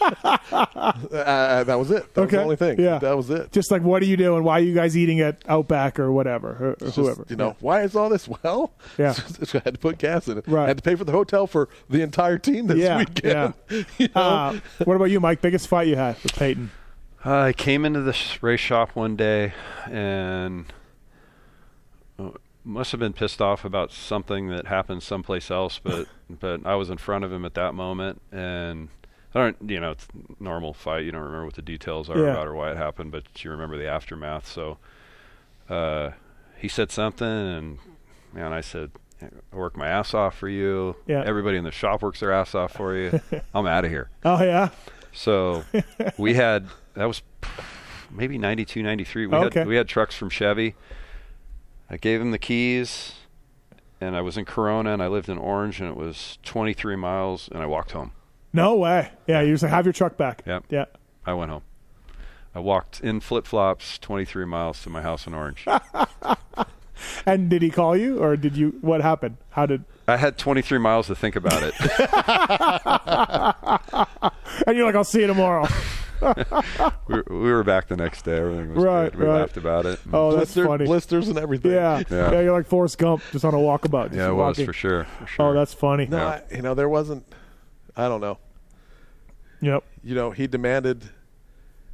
[SPEAKER 4] Uh, that was it. That was
[SPEAKER 1] Okay.
[SPEAKER 4] the only thing.
[SPEAKER 1] Yeah.
[SPEAKER 4] That was it.
[SPEAKER 1] Just like, what are you doing? Why are you guys eating at Outback or whatever, or, or
[SPEAKER 4] Just,
[SPEAKER 1] whoever?
[SPEAKER 4] you know, why is all this? Well,
[SPEAKER 1] Yeah.
[SPEAKER 4] I had to put gas in it.
[SPEAKER 1] Right.
[SPEAKER 4] I had to pay for the hotel for the entire team this
[SPEAKER 1] Yeah,
[SPEAKER 4] weekend.
[SPEAKER 1] yeah.
[SPEAKER 4] You know?
[SPEAKER 1] Uh, what about you, Mike? Biggest fight you had with Peyton?
[SPEAKER 5] Uh, I came into this race shop one day and uh, must have been pissed off about something that happened someplace else, but but I was in front of him at that moment, and I don't, you know, it's a normal fight. You don't remember what the details are
[SPEAKER 1] Yeah.
[SPEAKER 5] about or why it happened, but you remember the aftermath. So uh, he said something, and man, I said. I work my ass off for you.
[SPEAKER 1] Yeah.
[SPEAKER 5] Everybody in the shop works their ass off for you. I'm out of here.
[SPEAKER 1] Oh yeah,
[SPEAKER 5] So we had that was maybe 92, 93. We
[SPEAKER 1] Okay.
[SPEAKER 5] had we had trucks from Chevy. I gave him the keys, and I was in Corona, and I lived in Orange, and it was 23 miles, and I walked home.
[SPEAKER 1] no way. Yeah, you just like, have your truck back.
[SPEAKER 5] Yep.
[SPEAKER 1] Yeah.
[SPEAKER 5] I went home. I walked in flip flops 23 miles to my house in Orange.
[SPEAKER 1] And did he call you, or did you? What happened? How did?
[SPEAKER 5] I had 23 miles to think about it.
[SPEAKER 1] And you're like, I'll see you tomorrow.
[SPEAKER 5] we, were- we were back the next day. Everything was
[SPEAKER 1] Right,
[SPEAKER 5] good. We
[SPEAKER 1] right.
[SPEAKER 5] laughed about it.
[SPEAKER 1] oh, that's
[SPEAKER 4] Blister-
[SPEAKER 1] funny.
[SPEAKER 4] blisters and everything.
[SPEAKER 1] Yeah. yeah,
[SPEAKER 5] Yeah.
[SPEAKER 1] You're like Forrest Gump, just on a walkabout. just
[SPEAKER 5] yeah, it was
[SPEAKER 1] walking.
[SPEAKER 5] for sure. For sure.
[SPEAKER 1] Oh, that's funny.
[SPEAKER 4] No, I, you know, there wasn't, I don't know.
[SPEAKER 1] Yep.
[SPEAKER 4] you know, he demanded,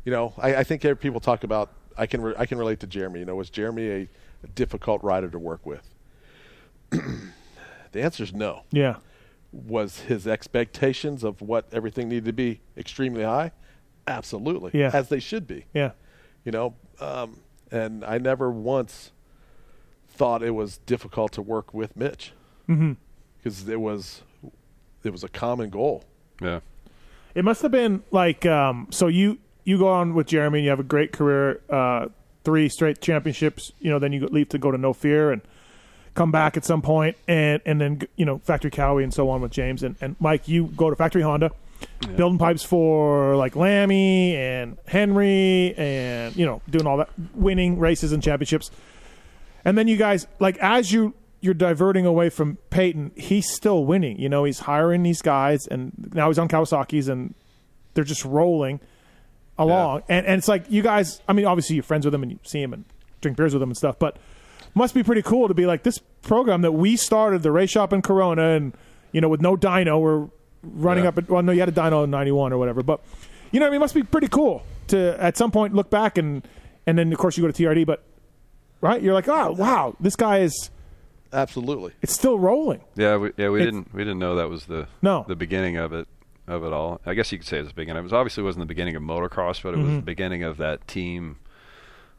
[SPEAKER 4] you know, I, I think every- people talk about, I can, re- I can relate to Jeremy, you know, was Jeremy a, a difficult rider to work with? the answer is no.
[SPEAKER 1] Yeah.
[SPEAKER 4] Was his expectations of what everything needed to be extremely high? Absolutely.
[SPEAKER 1] Yeah.
[SPEAKER 4] As they should be
[SPEAKER 1] Yeah.
[SPEAKER 4] you know um, and i never once thought it was difficult to work with mitch
[SPEAKER 1] Mm-hmm.
[SPEAKER 4] because it was it was a common goal
[SPEAKER 5] yeah.
[SPEAKER 1] It must have been like um, so you you go on with Jeremy and you have a great career, uh, three straight championships. You know, then you go- leave to go to No Fear and come back at some point, and and then you know Factory Cowie and so on with James and and Mike. You go to Factory Honda, building pipes for like Lammy and Henry, and you know doing all that, winning races and championships. And then you guys like as you you're diverting away from Peyton, he's still winning. You know, he's hiring these guys, and now he's on Kawasaki's, and they're just rolling along. And and it's like you guys. I mean, obviously you're friends with him and you see him and drink beers with him and stuff, but must be pretty cool to be like this program that we started, the race shop in Corona, and you know with no dyno, we're running
[SPEAKER 4] Yeah.
[SPEAKER 1] up. At, well, no, you had a dyno in '91 or whatever, but you know, what I mean, must be pretty cool to at some point look back and and then of course you go to TRD, but right, you're like, oh wow, this guy is
[SPEAKER 4] Absolutely.
[SPEAKER 1] it's still rolling.
[SPEAKER 5] Yeah, we, yeah, we
[SPEAKER 1] It's-
[SPEAKER 5] didn't we didn't know that was the
[SPEAKER 1] No.
[SPEAKER 5] the beginning of it of it all. I guess you could say it was the beginning. It was obviously wasn't the beginning of motocross, but it
[SPEAKER 1] Mm-hmm.
[SPEAKER 5] was the beginning of that team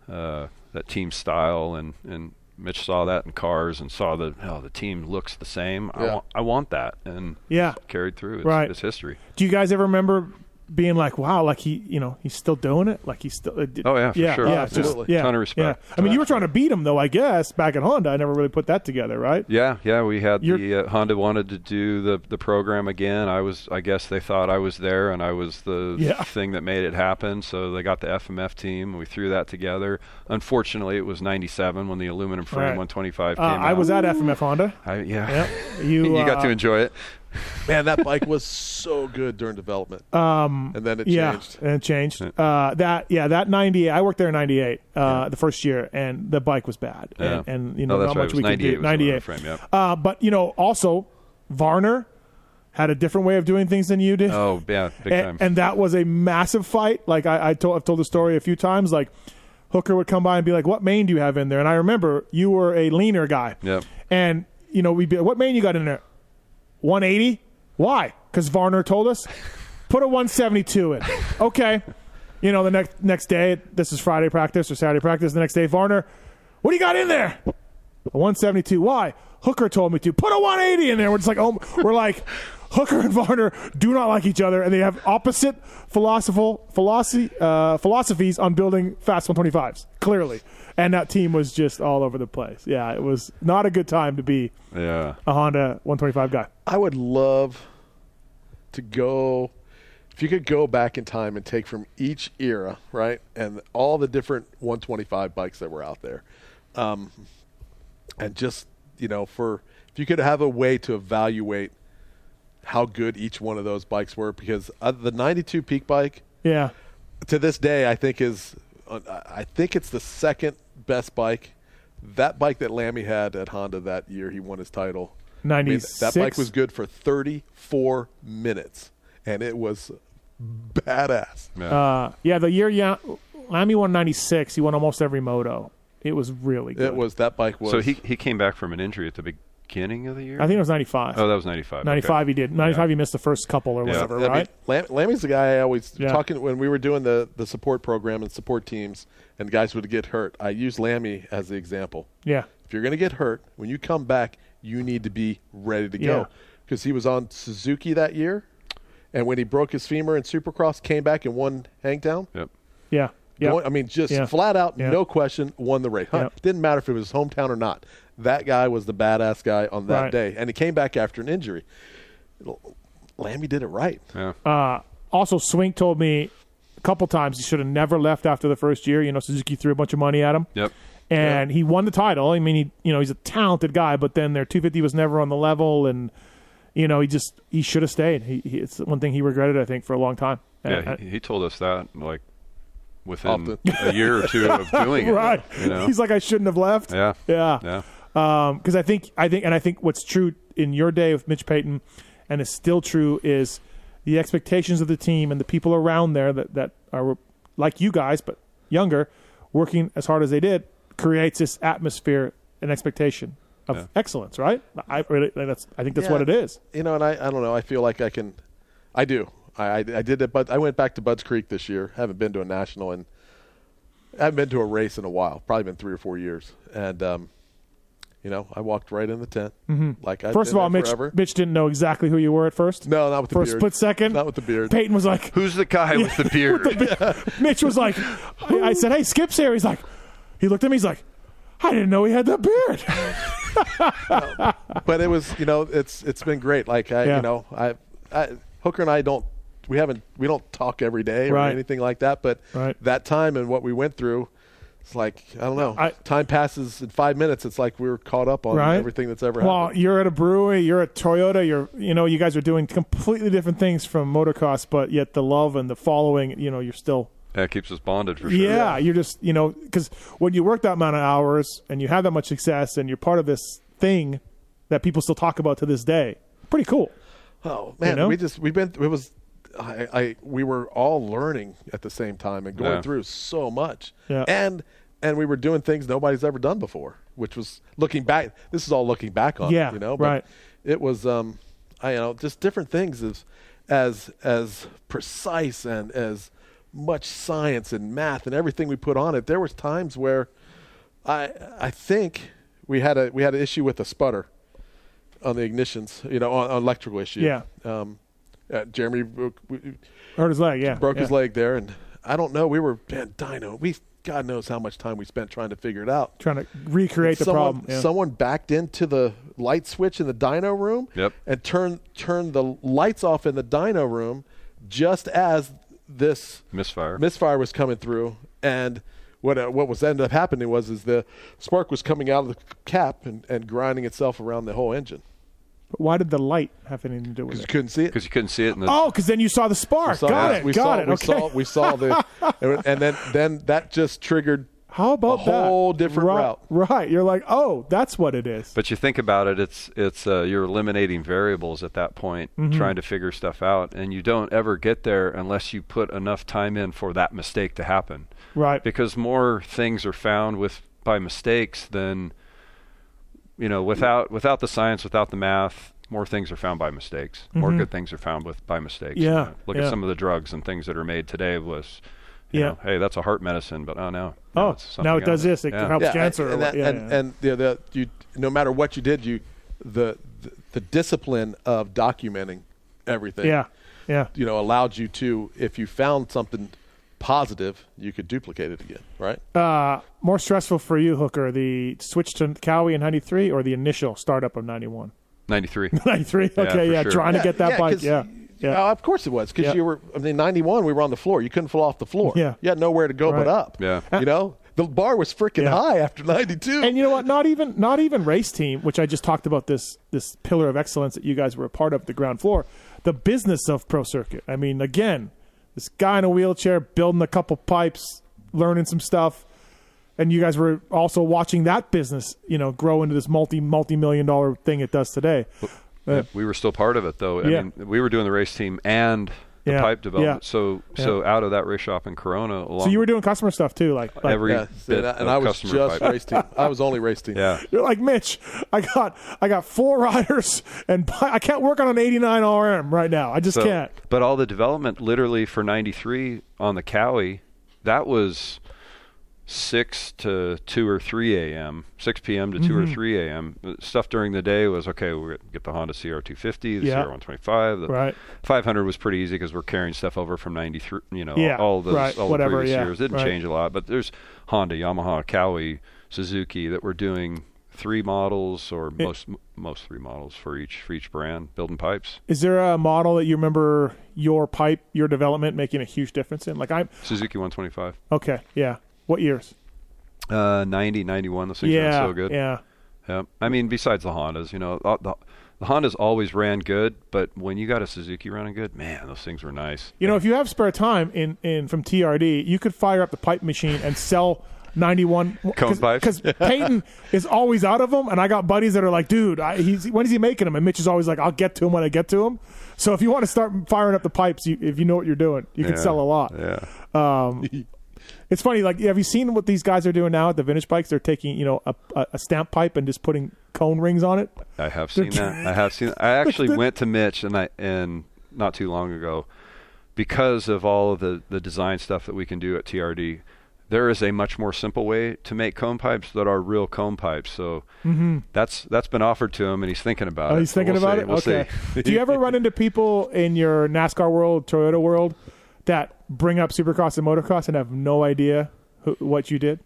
[SPEAKER 5] uh, that team style and and Mitch saw that in cars and saw that oh the team looks the same. I
[SPEAKER 4] Yeah.
[SPEAKER 5] want I want that and
[SPEAKER 1] Yeah.
[SPEAKER 5] carried through. It's,
[SPEAKER 1] Right.
[SPEAKER 5] it's history.
[SPEAKER 1] Do you guys ever remember being like, wow, like he, you know, he's still doing it? Like he's still. it-
[SPEAKER 5] Oh, yeah, for
[SPEAKER 1] yeah,
[SPEAKER 5] sure.
[SPEAKER 1] Yeah, it's just-
[SPEAKER 4] Absolutely.
[SPEAKER 1] yeah,
[SPEAKER 5] Ton of respect.
[SPEAKER 1] yeah. I mean, you were trying to beat him though, I guess, back at Honda. I never really put that together, right?
[SPEAKER 5] Yeah, yeah, we had
[SPEAKER 1] You're-
[SPEAKER 5] the uh, Honda wanted to do the the program again. I was, I guess they thought I was there, and I was the
[SPEAKER 1] Yeah.
[SPEAKER 5] thing that made it happen. So they got the FMF team. We threw that together. Unfortunately, it was '97 when the aluminum frame
[SPEAKER 1] Right.
[SPEAKER 5] 125
[SPEAKER 1] Uh,
[SPEAKER 5] came out.
[SPEAKER 1] I was at FMF Honda.
[SPEAKER 5] I, yeah,
[SPEAKER 1] Yep.
[SPEAKER 5] you
[SPEAKER 1] You,
[SPEAKER 5] got
[SPEAKER 1] uh,
[SPEAKER 5] to enjoy it.
[SPEAKER 4] Man, that bike was so good during development. Um, and then it
[SPEAKER 1] yeah,
[SPEAKER 4] changed.
[SPEAKER 1] and it changed. Uh, that yeah, that ninety eight. I worked there in ninety eight, uh, the first year, and the bike was bad,
[SPEAKER 5] Yeah.
[SPEAKER 1] and, and you
[SPEAKER 5] No,
[SPEAKER 1] know
[SPEAKER 5] that's
[SPEAKER 1] not
[SPEAKER 5] right.
[SPEAKER 1] much
[SPEAKER 5] It
[SPEAKER 1] we
[SPEAKER 5] was
[SPEAKER 1] could
[SPEAKER 5] 98
[SPEAKER 1] do.
[SPEAKER 5] was the
[SPEAKER 1] Ninety eight
[SPEAKER 5] frame, yeah.
[SPEAKER 1] Uh, but you know, also Varner had a different way of doing things than you did.
[SPEAKER 5] Oh yeah, big
[SPEAKER 1] and,
[SPEAKER 5] time.
[SPEAKER 1] and that was a massive fight. Like I, I told, I've told the story a few times. Like Hooker would come by and be like, "What main do you have in there?" And I remember you were a leaner guy.
[SPEAKER 5] Yep.
[SPEAKER 1] And you know we'd be, "What main you got in there?" One eighty. Why? Because Varner told us. Put a one seventy two in. Okay. You know the next next day. This is Friday practice or Saturday practice. The next day, Varner. What do you got in there? A 172. Why? Hooker told me to put a 180 in there. We're just like, oh, we're like, Hooker and Varner do not like each other, and they have opposite philosophical philosophy uh, philosophies on building fast 125s. Clearly, and that team was just all over the place. Yeah, it was not a good time to be
[SPEAKER 5] yeah,
[SPEAKER 1] a Honda 125 guy.
[SPEAKER 4] I would love to go if you could go back in time and take from each era, right, and all the different 125 bikes that were out there, um, and just you know, for if you could have a way to evaluate how good each one of those bikes were, because uh, the 92 peak bike
[SPEAKER 1] Yeah,
[SPEAKER 4] to this day, I think is uh, I think it's the second best bike. That bike that Lammy had at Honda that year, he won his title. I mean,
[SPEAKER 1] 96?
[SPEAKER 4] that bike was good for 34 minutes, and it was badass.
[SPEAKER 1] uh, yeah. The year yeah, Lamy won 96. He won almost every moto. It was really good.
[SPEAKER 4] It was that bike was.
[SPEAKER 5] so he he came back from an injury at the beginning of the year.
[SPEAKER 1] I think it was 95.
[SPEAKER 5] Oh, that was '95.
[SPEAKER 1] 95 he did. 95 he missed the first couple or
[SPEAKER 5] Yeah.
[SPEAKER 1] whatever,
[SPEAKER 4] I mean,
[SPEAKER 1] right?
[SPEAKER 4] Lam- Lammy's the guy I always
[SPEAKER 1] Yeah.
[SPEAKER 4] talking when we were doing the the support program and support teams, and guys would get hurt. I use Lammy as the example.
[SPEAKER 1] yeah.
[SPEAKER 4] If you're going to get hurt, when you come back, you need to be ready to
[SPEAKER 1] Yeah.
[SPEAKER 4] go. Because he was on Suzuki that year, and when he broke his femur in Supercross, came back and won Hangtown.
[SPEAKER 5] Yep.
[SPEAKER 1] Yeah. Yeah.
[SPEAKER 4] Going- I mean, just
[SPEAKER 1] Yeah.
[SPEAKER 4] flat out,
[SPEAKER 1] Yeah.
[SPEAKER 4] no question, won the race. Huh,
[SPEAKER 1] Yeah.
[SPEAKER 4] Didn't matter if it was his hometown or not. That guy was the badass guy on that
[SPEAKER 1] Right.
[SPEAKER 4] day, and he came back after an injury. L- Lammy did it right.
[SPEAKER 5] Yeah.
[SPEAKER 1] Uh, also, Swink told me a couple times he should have never left after the first year. You know, Suzuki threw a bunch of money at him.
[SPEAKER 5] Yep.
[SPEAKER 1] And he won the title. I mean, he you know he's a talented guy, but then their 250 was never on the level, and you know he just he should have stayed. He, he it's one thing he regretted, I think, for a long time.
[SPEAKER 5] Yeah,
[SPEAKER 1] And-
[SPEAKER 5] he, he told us that like within
[SPEAKER 4] Off
[SPEAKER 5] a year or two of doing it.
[SPEAKER 1] right.
[SPEAKER 5] You know?
[SPEAKER 1] He's like, I shouldn't have left.
[SPEAKER 5] yeah,
[SPEAKER 1] Yeah.
[SPEAKER 5] yeah,
[SPEAKER 1] because Um, I think I think and I think what's true in your day with Mitch Payton, and is still true is the expectations of the team and the people around there that that are like you guys but younger, working as hard as they did creates this atmosphere and expectation of
[SPEAKER 5] Yeah.
[SPEAKER 1] excellence. Right? I really that's I think that's
[SPEAKER 4] Yeah.
[SPEAKER 1] what it is.
[SPEAKER 4] you know, and I, I don't know. I feel like I can, I do. I, I, I did it, but I went back to Bud's Creek this year. haven't been to a national and I haven't been to a race in a while. Probably been three or four years. And, um, you know, I walked right in the tent. Mm-hmm. Like I
[SPEAKER 1] First of all, Mitch
[SPEAKER 4] forever.
[SPEAKER 1] Mitch didn't know exactly who you were at first.
[SPEAKER 4] No, not with the
[SPEAKER 1] for a
[SPEAKER 4] beard.
[SPEAKER 1] split second.
[SPEAKER 4] Not with the beard.
[SPEAKER 1] Peyton was like,
[SPEAKER 5] Who's the guy with the beard?
[SPEAKER 1] Mitch was like, I, I said, "Hey, Skip's here." He's like, he looked at me. He's like, I didn't know he had that beard.
[SPEAKER 4] but it was you know it's it's been great. Like I
[SPEAKER 1] Yeah.
[SPEAKER 4] you know I, I Hooker and I don't we haven't we don't talk every day or
[SPEAKER 1] Right.
[SPEAKER 4] anything like that. But
[SPEAKER 1] Right.
[SPEAKER 4] that time and what we went through, it's like I don't know.
[SPEAKER 1] I-
[SPEAKER 4] time passes in five minutes. It's like we were caught up on
[SPEAKER 1] right?
[SPEAKER 4] everything that's ever
[SPEAKER 1] Well,
[SPEAKER 4] happened.
[SPEAKER 1] you're at a brewery, you're at Toyota, you're you know, you guys are doing completely different things from motocross, but yet the love and the following, you know, you're still
[SPEAKER 5] That keeps us bonded for sure.
[SPEAKER 1] yeah, you're just you know because when you work that amount of hours and you have that much success and you're part of this thing that people still talk about to this day, pretty cool.
[SPEAKER 4] Oh man,
[SPEAKER 1] know?
[SPEAKER 4] we just we've been it was. I, I we were all learning at the same time and going
[SPEAKER 5] Yeah.
[SPEAKER 4] through so much,
[SPEAKER 1] Yeah.
[SPEAKER 4] and and we were doing things nobody's ever done before, which was looking back. This is all looking back on, it,
[SPEAKER 1] Yeah,
[SPEAKER 4] you know,
[SPEAKER 1] right.
[SPEAKER 4] It was, um, I you know, just different things as as as precise and as much science and math and everything we put on it. There was times where I I think we had a we had an issue with a sputter on the ignitions, you know, on, on electrical issue.
[SPEAKER 1] Yeah.
[SPEAKER 4] Um, uh, Jeremy broke, we-
[SPEAKER 1] Hurt his leg, yeah,
[SPEAKER 4] broke his
[SPEAKER 1] yeah.
[SPEAKER 4] leg there, and I don't know. We were man, dyno. We God knows how much time we spent trying to figure it out.
[SPEAKER 1] trying to recreate the
[SPEAKER 4] someone,
[SPEAKER 1] problem. yeah.
[SPEAKER 4] someone backed into the light switch in the dyno room
[SPEAKER 5] Yep.
[SPEAKER 4] and turned turned the lights off in the dyno room just as this
[SPEAKER 5] Misfire.
[SPEAKER 4] misfire was coming through and what uh, what was ended up happening was is the spark was coming out of the cap and, and grinding itself around the whole engine
[SPEAKER 1] But why did the light have anything to do with
[SPEAKER 4] because
[SPEAKER 1] it?
[SPEAKER 4] you couldn't see it
[SPEAKER 5] Because you couldn't see it in the.
[SPEAKER 1] Oh, because then you saw the spark.
[SPEAKER 4] saw
[SPEAKER 1] got
[SPEAKER 4] that.
[SPEAKER 1] it.
[SPEAKER 4] We
[SPEAKER 1] got
[SPEAKER 4] saw,
[SPEAKER 1] it.
[SPEAKER 4] We
[SPEAKER 1] okay.
[SPEAKER 4] saw, we saw the, and then then that just triggered.
[SPEAKER 1] How about
[SPEAKER 4] a
[SPEAKER 1] that?
[SPEAKER 4] whole different
[SPEAKER 1] right,
[SPEAKER 4] route?
[SPEAKER 1] Right. You're like, oh, that's what it is.
[SPEAKER 5] But you think about it, it's it's uh, you're eliminating variables at that point,
[SPEAKER 1] Mm-hmm.
[SPEAKER 5] trying to figure stuff out, and you don't ever get there unless you put enough time in for that mistake to happen.
[SPEAKER 1] right.
[SPEAKER 5] Because more things are found with by mistakes than you know without without the science, without the math. More things are found by mistakes. More good things are found with by mistakes. you
[SPEAKER 1] Mm-hmm. Yeah,
[SPEAKER 5] know. Look
[SPEAKER 1] yeah.
[SPEAKER 5] at some of the drugs and things that are made today. Was you
[SPEAKER 1] Yeah.
[SPEAKER 5] know, hey, that's a heart medicine, but oh no,
[SPEAKER 1] Oh,
[SPEAKER 5] it's something
[SPEAKER 1] now it does
[SPEAKER 5] else.
[SPEAKER 1] this. It
[SPEAKER 5] Yeah.
[SPEAKER 1] helps cancer. or
[SPEAKER 4] and
[SPEAKER 1] what-
[SPEAKER 4] that,
[SPEAKER 1] yeah,
[SPEAKER 4] and,
[SPEAKER 1] yeah.
[SPEAKER 4] and the, the you no matter what you did, you the the, the discipline of documenting everything.
[SPEAKER 1] yeah, yeah.
[SPEAKER 4] you know allowed you to if you found something positive, you could duplicate it again, right?
[SPEAKER 1] Uh, more stressful for you, Hooker, the switch to Cowie in 93 or the initial startup of 91?
[SPEAKER 5] 93.
[SPEAKER 1] 93.
[SPEAKER 5] Yeah,
[SPEAKER 1] Okay,
[SPEAKER 5] for
[SPEAKER 1] yeah,
[SPEAKER 5] sure.
[SPEAKER 1] trying to get that bike.
[SPEAKER 4] 'cause-
[SPEAKER 1] Yeah. Yeah.
[SPEAKER 4] Oh, of course it was because
[SPEAKER 1] Yeah.
[SPEAKER 4] you were. I mean, ninety one. We were on the floor. You couldn't fall off the floor.
[SPEAKER 1] Yeah.
[SPEAKER 4] you had nowhere to go
[SPEAKER 1] Right.
[SPEAKER 4] but up.
[SPEAKER 5] Yeah.
[SPEAKER 4] you know the bar was freaking
[SPEAKER 1] Yeah.
[SPEAKER 4] high after ninety two.
[SPEAKER 1] and you know what? Not even not even race team, which I just talked about this this pillar of excellence that you guys were a part of, the ground floor, the business of pro circuit. I mean, again, this guy in a wheelchair building a couple pipes, learning some stuff, and you guys were also watching that business, you know, grow into this multi multi million dollar thing it does today.
[SPEAKER 5] Yeah, we were still part of it though. I
[SPEAKER 1] Yeah.
[SPEAKER 5] mean, we were doing the race team and the
[SPEAKER 1] Yeah,
[SPEAKER 5] pipe development.
[SPEAKER 1] yeah,
[SPEAKER 5] So so out of that race shop in Corona, along
[SPEAKER 1] So you were doing customer stuff too, like, like
[SPEAKER 5] every
[SPEAKER 4] Yeah,
[SPEAKER 5] bit
[SPEAKER 4] and I, and
[SPEAKER 5] of
[SPEAKER 4] I was
[SPEAKER 5] customer
[SPEAKER 4] just
[SPEAKER 5] pipe.
[SPEAKER 4] race team. I was only race team.
[SPEAKER 5] Yeah,
[SPEAKER 1] You're like Mitch. I got I got four riders, and I can't work on an 89 RM right now. I just
[SPEAKER 5] So-
[SPEAKER 1] can't.
[SPEAKER 5] But all the development, literally for '93 on the Cowie, that was six to two or three a.m., six p.m. to 2
[SPEAKER 1] Mm-hmm.
[SPEAKER 5] or three a.m. The Stuff during the day was okay. We get the Honda CR250, the
[SPEAKER 1] Yeah.
[SPEAKER 5] CR125, the
[SPEAKER 1] Right.
[SPEAKER 5] 500 was pretty easy because we're carrying stuff over from '93. You know,
[SPEAKER 1] Yeah,
[SPEAKER 5] all those
[SPEAKER 1] right,
[SPEAKER 5] all
[SPEAKER 1] whatever,
[SPEAKER 5] the previous
[SPEAKER 1] yeah,
[SPEAKER 5] years didn't
[SPEAKER 1] right.
[SPEAKER 5] change a lot. But there's Honda, Yamaha, Cowie, Suzuki that were doing three models or most most three models for each for each brand building pipes.
[SPEAKER 1] Is there a model that you remember your pipe, your development making a huge difference in? Like I'm
[SPEAKER 5] Suzuki 125.
[SPEAKER 1] okay, yeah. What years?
[SPEAKER 5] Uh, 90, 91. Those things ran
[SPEAKER 1] yeah,
[SPEAKER 5] so good.
[SPEAKER 1] yeah,
[SPEAKER 5] Yeah. I mean, besides the Hondas, you know, uh, the, the, the Hondas always ran good, but when you got a Suzuki running good, man, those things were nice.
[SPEAKER 1] You know, if you have spare time in in from TRD, you could fire up the pipe machine and sell. 91
[SPEAKER 5] Cone pipes?
[SPEAKER 1] because Peyton is always out of them and I got buddies that are like dude I, he's, when is he making them and Mitch is always like I'll get to him when I get to him so if you want to start firing up the pipes you, if you know what you're doing you can
[SPEAKER 5] Yeah,
[SPEAKER 1] sell a lot
[SPEAKER 5] Yeah.
[SPEAKER 1] It's funny. Like, have you seen what these guys are doing now at the vintage bikes? They're taking, you know, a, a, a stamp pipe and just putting cone rings on it.
[SPEAKER 5] I have seen that. I have seen. I actually went to Mitch and I and not too long ago because of all of the the design stuff that we can do at TRD. There is a much more simple way to make cone pipes that are real cone pipes. So that's that's been offered to him, and he's thinking about
[SPEAKER 1] Mm-hmm. Oh,
[SPEAKER 5] it.
[SPEAKER 1] he's
[SPEAKER 5] So
[SPEAKER 1] thinking
[SPEAKER 5] we'll
[SPEAKER 1] about
[SPEAKER 5] see.
[SPEAKER 1] it.
[SPEAKER 5] We'll
[SPEAKER 1] okay.
[SPEAKER 5] see.
[SPEAKER 1] Do you ever run into people in your NASCAR world, Toyota world, that bring up Supercross and Motocross and have no idea who, what you did?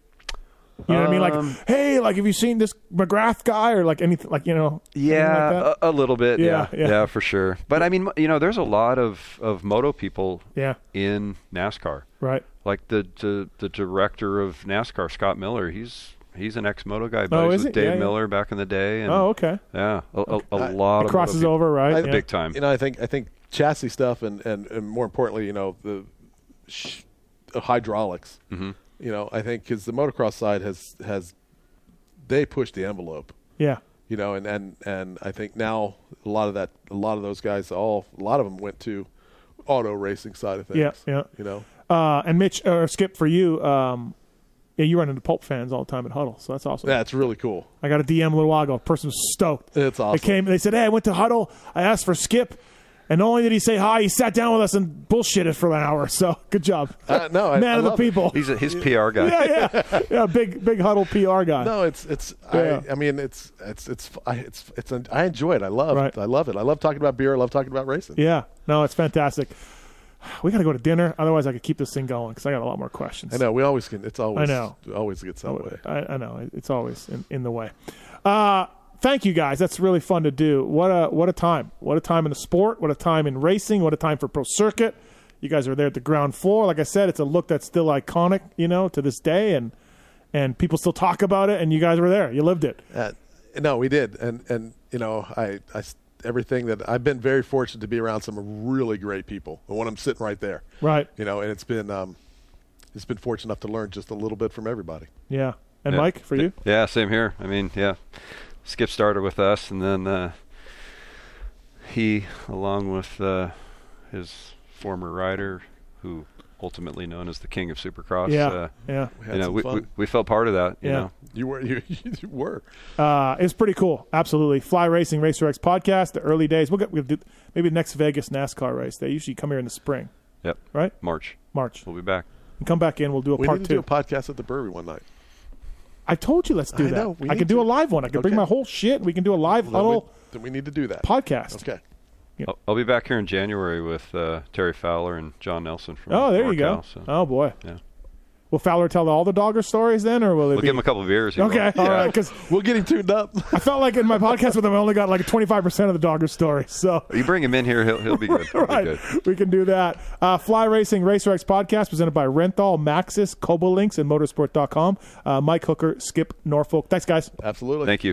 [SPEAKER 1] You know what I
[SPEAKER 5] Um,
[SPEAKER 1] mean? Like, hey, like have you seen this McGrath guy or like anything? Like you know? anything
[SPEAKER 5] Yeah, uh,
[SPEAKER 1] like that?
[SPEAKER 5] a, a little bit.
[SPEAKER 1] Yeah,
[SPEAKER 5] Yeah,
[SPEAKER 1] yeah.
[SPEAKER 5] yeah, for sure. But I mean, you know, there's a lot of of moto people
[SPEAKER 1] Yeah.
[SPEAKER 5] in NASCAR.
[SPEAKER 1] right.
[SPEAKER 5] Like the, the the director of NASCAR, Scott Miller. He's he's an ex moto guy,
[SPEAKER 1] Oh,
[SPEAKER 5] buddies
[SPEAKER 1] is
[SPEAKER 5] with
[SPEAKER 1] he? Yeah,
[SPEAKER 5] Dave
[SPEAKER 1] yeah.
[SPEAKER 5] Miller back in the day. And
[SPEAKER 1] Oh, okay.
[SPEAKER 5] Yeah, a, a, a lot
[SPEAKER 1] It
[SPEAKER 5] of
[SPEAKER 1] crosses
[SPEAKER 5] moto people.
[SPEAKER 1] over, right?
[SPEAKER 4] I-
[SPEAKER 1] Yeah.
[SPEAKER 5] big time.
[SPEAKER 4] You know, I think I think chassis stuff and and, and more importantly, you know, the sh- uh, hydraulics.
[SPEAKER 5] Mm-hmm.
[SPEAKER 4] You know, I think because the motocross side has has they push the envelope.
[SPEAKER 1] Yeah.
[SPEAKER 4] You know, and and and I think now a lot of that, a lot of those guys, all a lot of them went to auto racing side of things.
[SPEAKER 1] Yeah, yeah.
[SPEAKER 4] You know,
[SPEAKER 1] Uh, and Mitch or Skip for you. Um, yeah, you run into Pulp fans all the time at Huddle, so that's awesome.
[SPEAKER 4] that's really cool.
[SPEAKER 1] I got a DM a little while ago. Person was stoked.
[SPEAKER 4] That's awesome.
[SPEAKER 1] They came. They said, "Hey, I went to Huddle. I asked for Skip, and not only did he say hi, he sat down with us and bullshitted for an hour. So good job,
[SPEAKER 4] Uh, no, I-
[SPEAKER 1] man
[SPEAKER 4] I
[SPEAKER 1] of the
[SPEAKER 4] love it.
[SPEAKER 1] people.
[SPEAKER 5] He's a, his PR guy.
[SPEAKER 1] yeah, yeah, yeah. Big big Huddle PR guy.
[SPEAKER 4] No, it's it's.
[SPEAKER 1] Yeah.
[SPEAKER 4] I, I mean, it's it's it's I, it's it's. an- I enjoy it. I love
[SPEAKER 1] Right.
[SPEAKER 4] it. I love it. I love talking about beer. I love talking about racing.
[SPEAKER 1] Yeah, no, it's fantastic. We got to go to dinner, otherwise I could keep this thing going because I got a lot more questions.
[SPEAKER 4] I know. We always can. It's always.
[SPEAKER 1] I know.
[SPEAKER 4] Always gets that way.
[SPEAKER 1] I, I know it's always in, in the way. Uh, thank you guys. That's really fun to do. What a what a time. What a time in the sport. What a time in racing. What a time for pro circuit. You guys are there at the ground floor. Like I said, it's a look that's still iconic, you know, to this day, and and people still talk about it. And you guys were there. You lived it.
[SPEAKER 4] Uh, no, we did, and and you know, I I s- everything that I've been very fortunate to be around some really great people. The one I'm sitting right there.
[SPEAKER 1] Right.
[SPEAKER 4] You know, and it's been um, it's been fortunate enough to learn just a little bit from everybody.
[SPEAKER 1] Yeah. And
[SPEAKER 5] Yeah.
[SPEAKER 1] Mike, for you,
[SPEAKER 5] Yeah, same here. I mean, yeah. Skip started with us, and then uh, he, along with uh, his former rider, who ultimately known as the King of Supercross,
[SPEAKER 1] yeah,
[SPEAKER 5] uh,
[SPEAKER 1] yeah.
[SPEAKER 4] We
[SPEAKER 5] you
[SPEAKER 4] had
[SPEAKER 5] know,
[SPEAKER 4] some
[SPEAKER 5] we,
[SPEAKER 4] fun.
[SPEAKER 5] we, we felt part of that. You
[SPEAKER 1] Yeah.
[SPEAKER 5] know,
[SPEAKER 4] you were you, you were.
[SPEAKER 1] Uh, it's pretty cool. Absolutely. Fly Racing Racer X podcast, the early days. We'll get we'll do maybe the next Vegas NASCAR race. They usually come here in the spring,
[SPEAKER 5] yep.
[SPEAKER 1] right?
[SPEAKER 5] March,
[SPEAKER 1] March.
[SPEAKER 5] we'll be back.
[SPEAKER 1] And come back in. We'll do a
[SPEAKER 4] We
[SPEAKER 1] part
[SPEAKER 4] need
[SPEAKER 1] two.
[SPEAKER 4] to do a podcast at the brewery one night.
[SPEAKER 1] I told you let's do
[SPEAKER 4] I
[SPEAKER 1] that.
[SPEAKER 4] know, we
[SPEAKER 1] I can
[SPEAKER 4] need
[SPEAKER 1] do
[SPEAKER 4] to.
[SPEAKER 1] a live one. I can bring
[SPEAKER 4] Okay.
[SPEAKER 1] my whole shit. We can do a live
[SPEAKER 4] Then we,
[SPEAKER 1] huddle
[SPEAKER 4] then we need to do that.
[SPEAKER 1] Oh. podcast.
[SPEAKER 4] Okay.
[SPEAKER 5] I'll, I'll be back here in January with uh, Terry Fowler and John Nelson from.
[SPEAKER 1] Oh, there you go.
[SPEAKER 5] NorCal, so
[SPEAKER 1] Oh boy.
[SPEAKER 5] Yeah.
[SPEAKER 1] Will Fowler tell all the dogger stories then, or will it
[SPEAKER 5] We'll
[SPEAKER 1] be?
[SPEAKER 5] give him a couple of beers. you know.
[SPEAKER 1] okay, all
[SPEAKER 5] Yeah.
[SPEAKER 1] right. Because
[SPEAKER 4] We'll get him tuned up.
[SPEAKER 1] I felt like in my podcast with him, I only got like twenty five percent of the dogger story. So
[SPEAKER 5] You bring him in here, he'll he'll be good. He'll be good.
[SPEAKER 1] right. We can do that. Uh, Fly Racing Racer X podcast presented by Renthal, Maxis, Cobolinks, and Motorsport.com. Uh, Mike Hooker, Skip Norfolk. Thanks, guys.
[SPEAKER 4] Absolutely.
[SPEAKER 5] Thank you.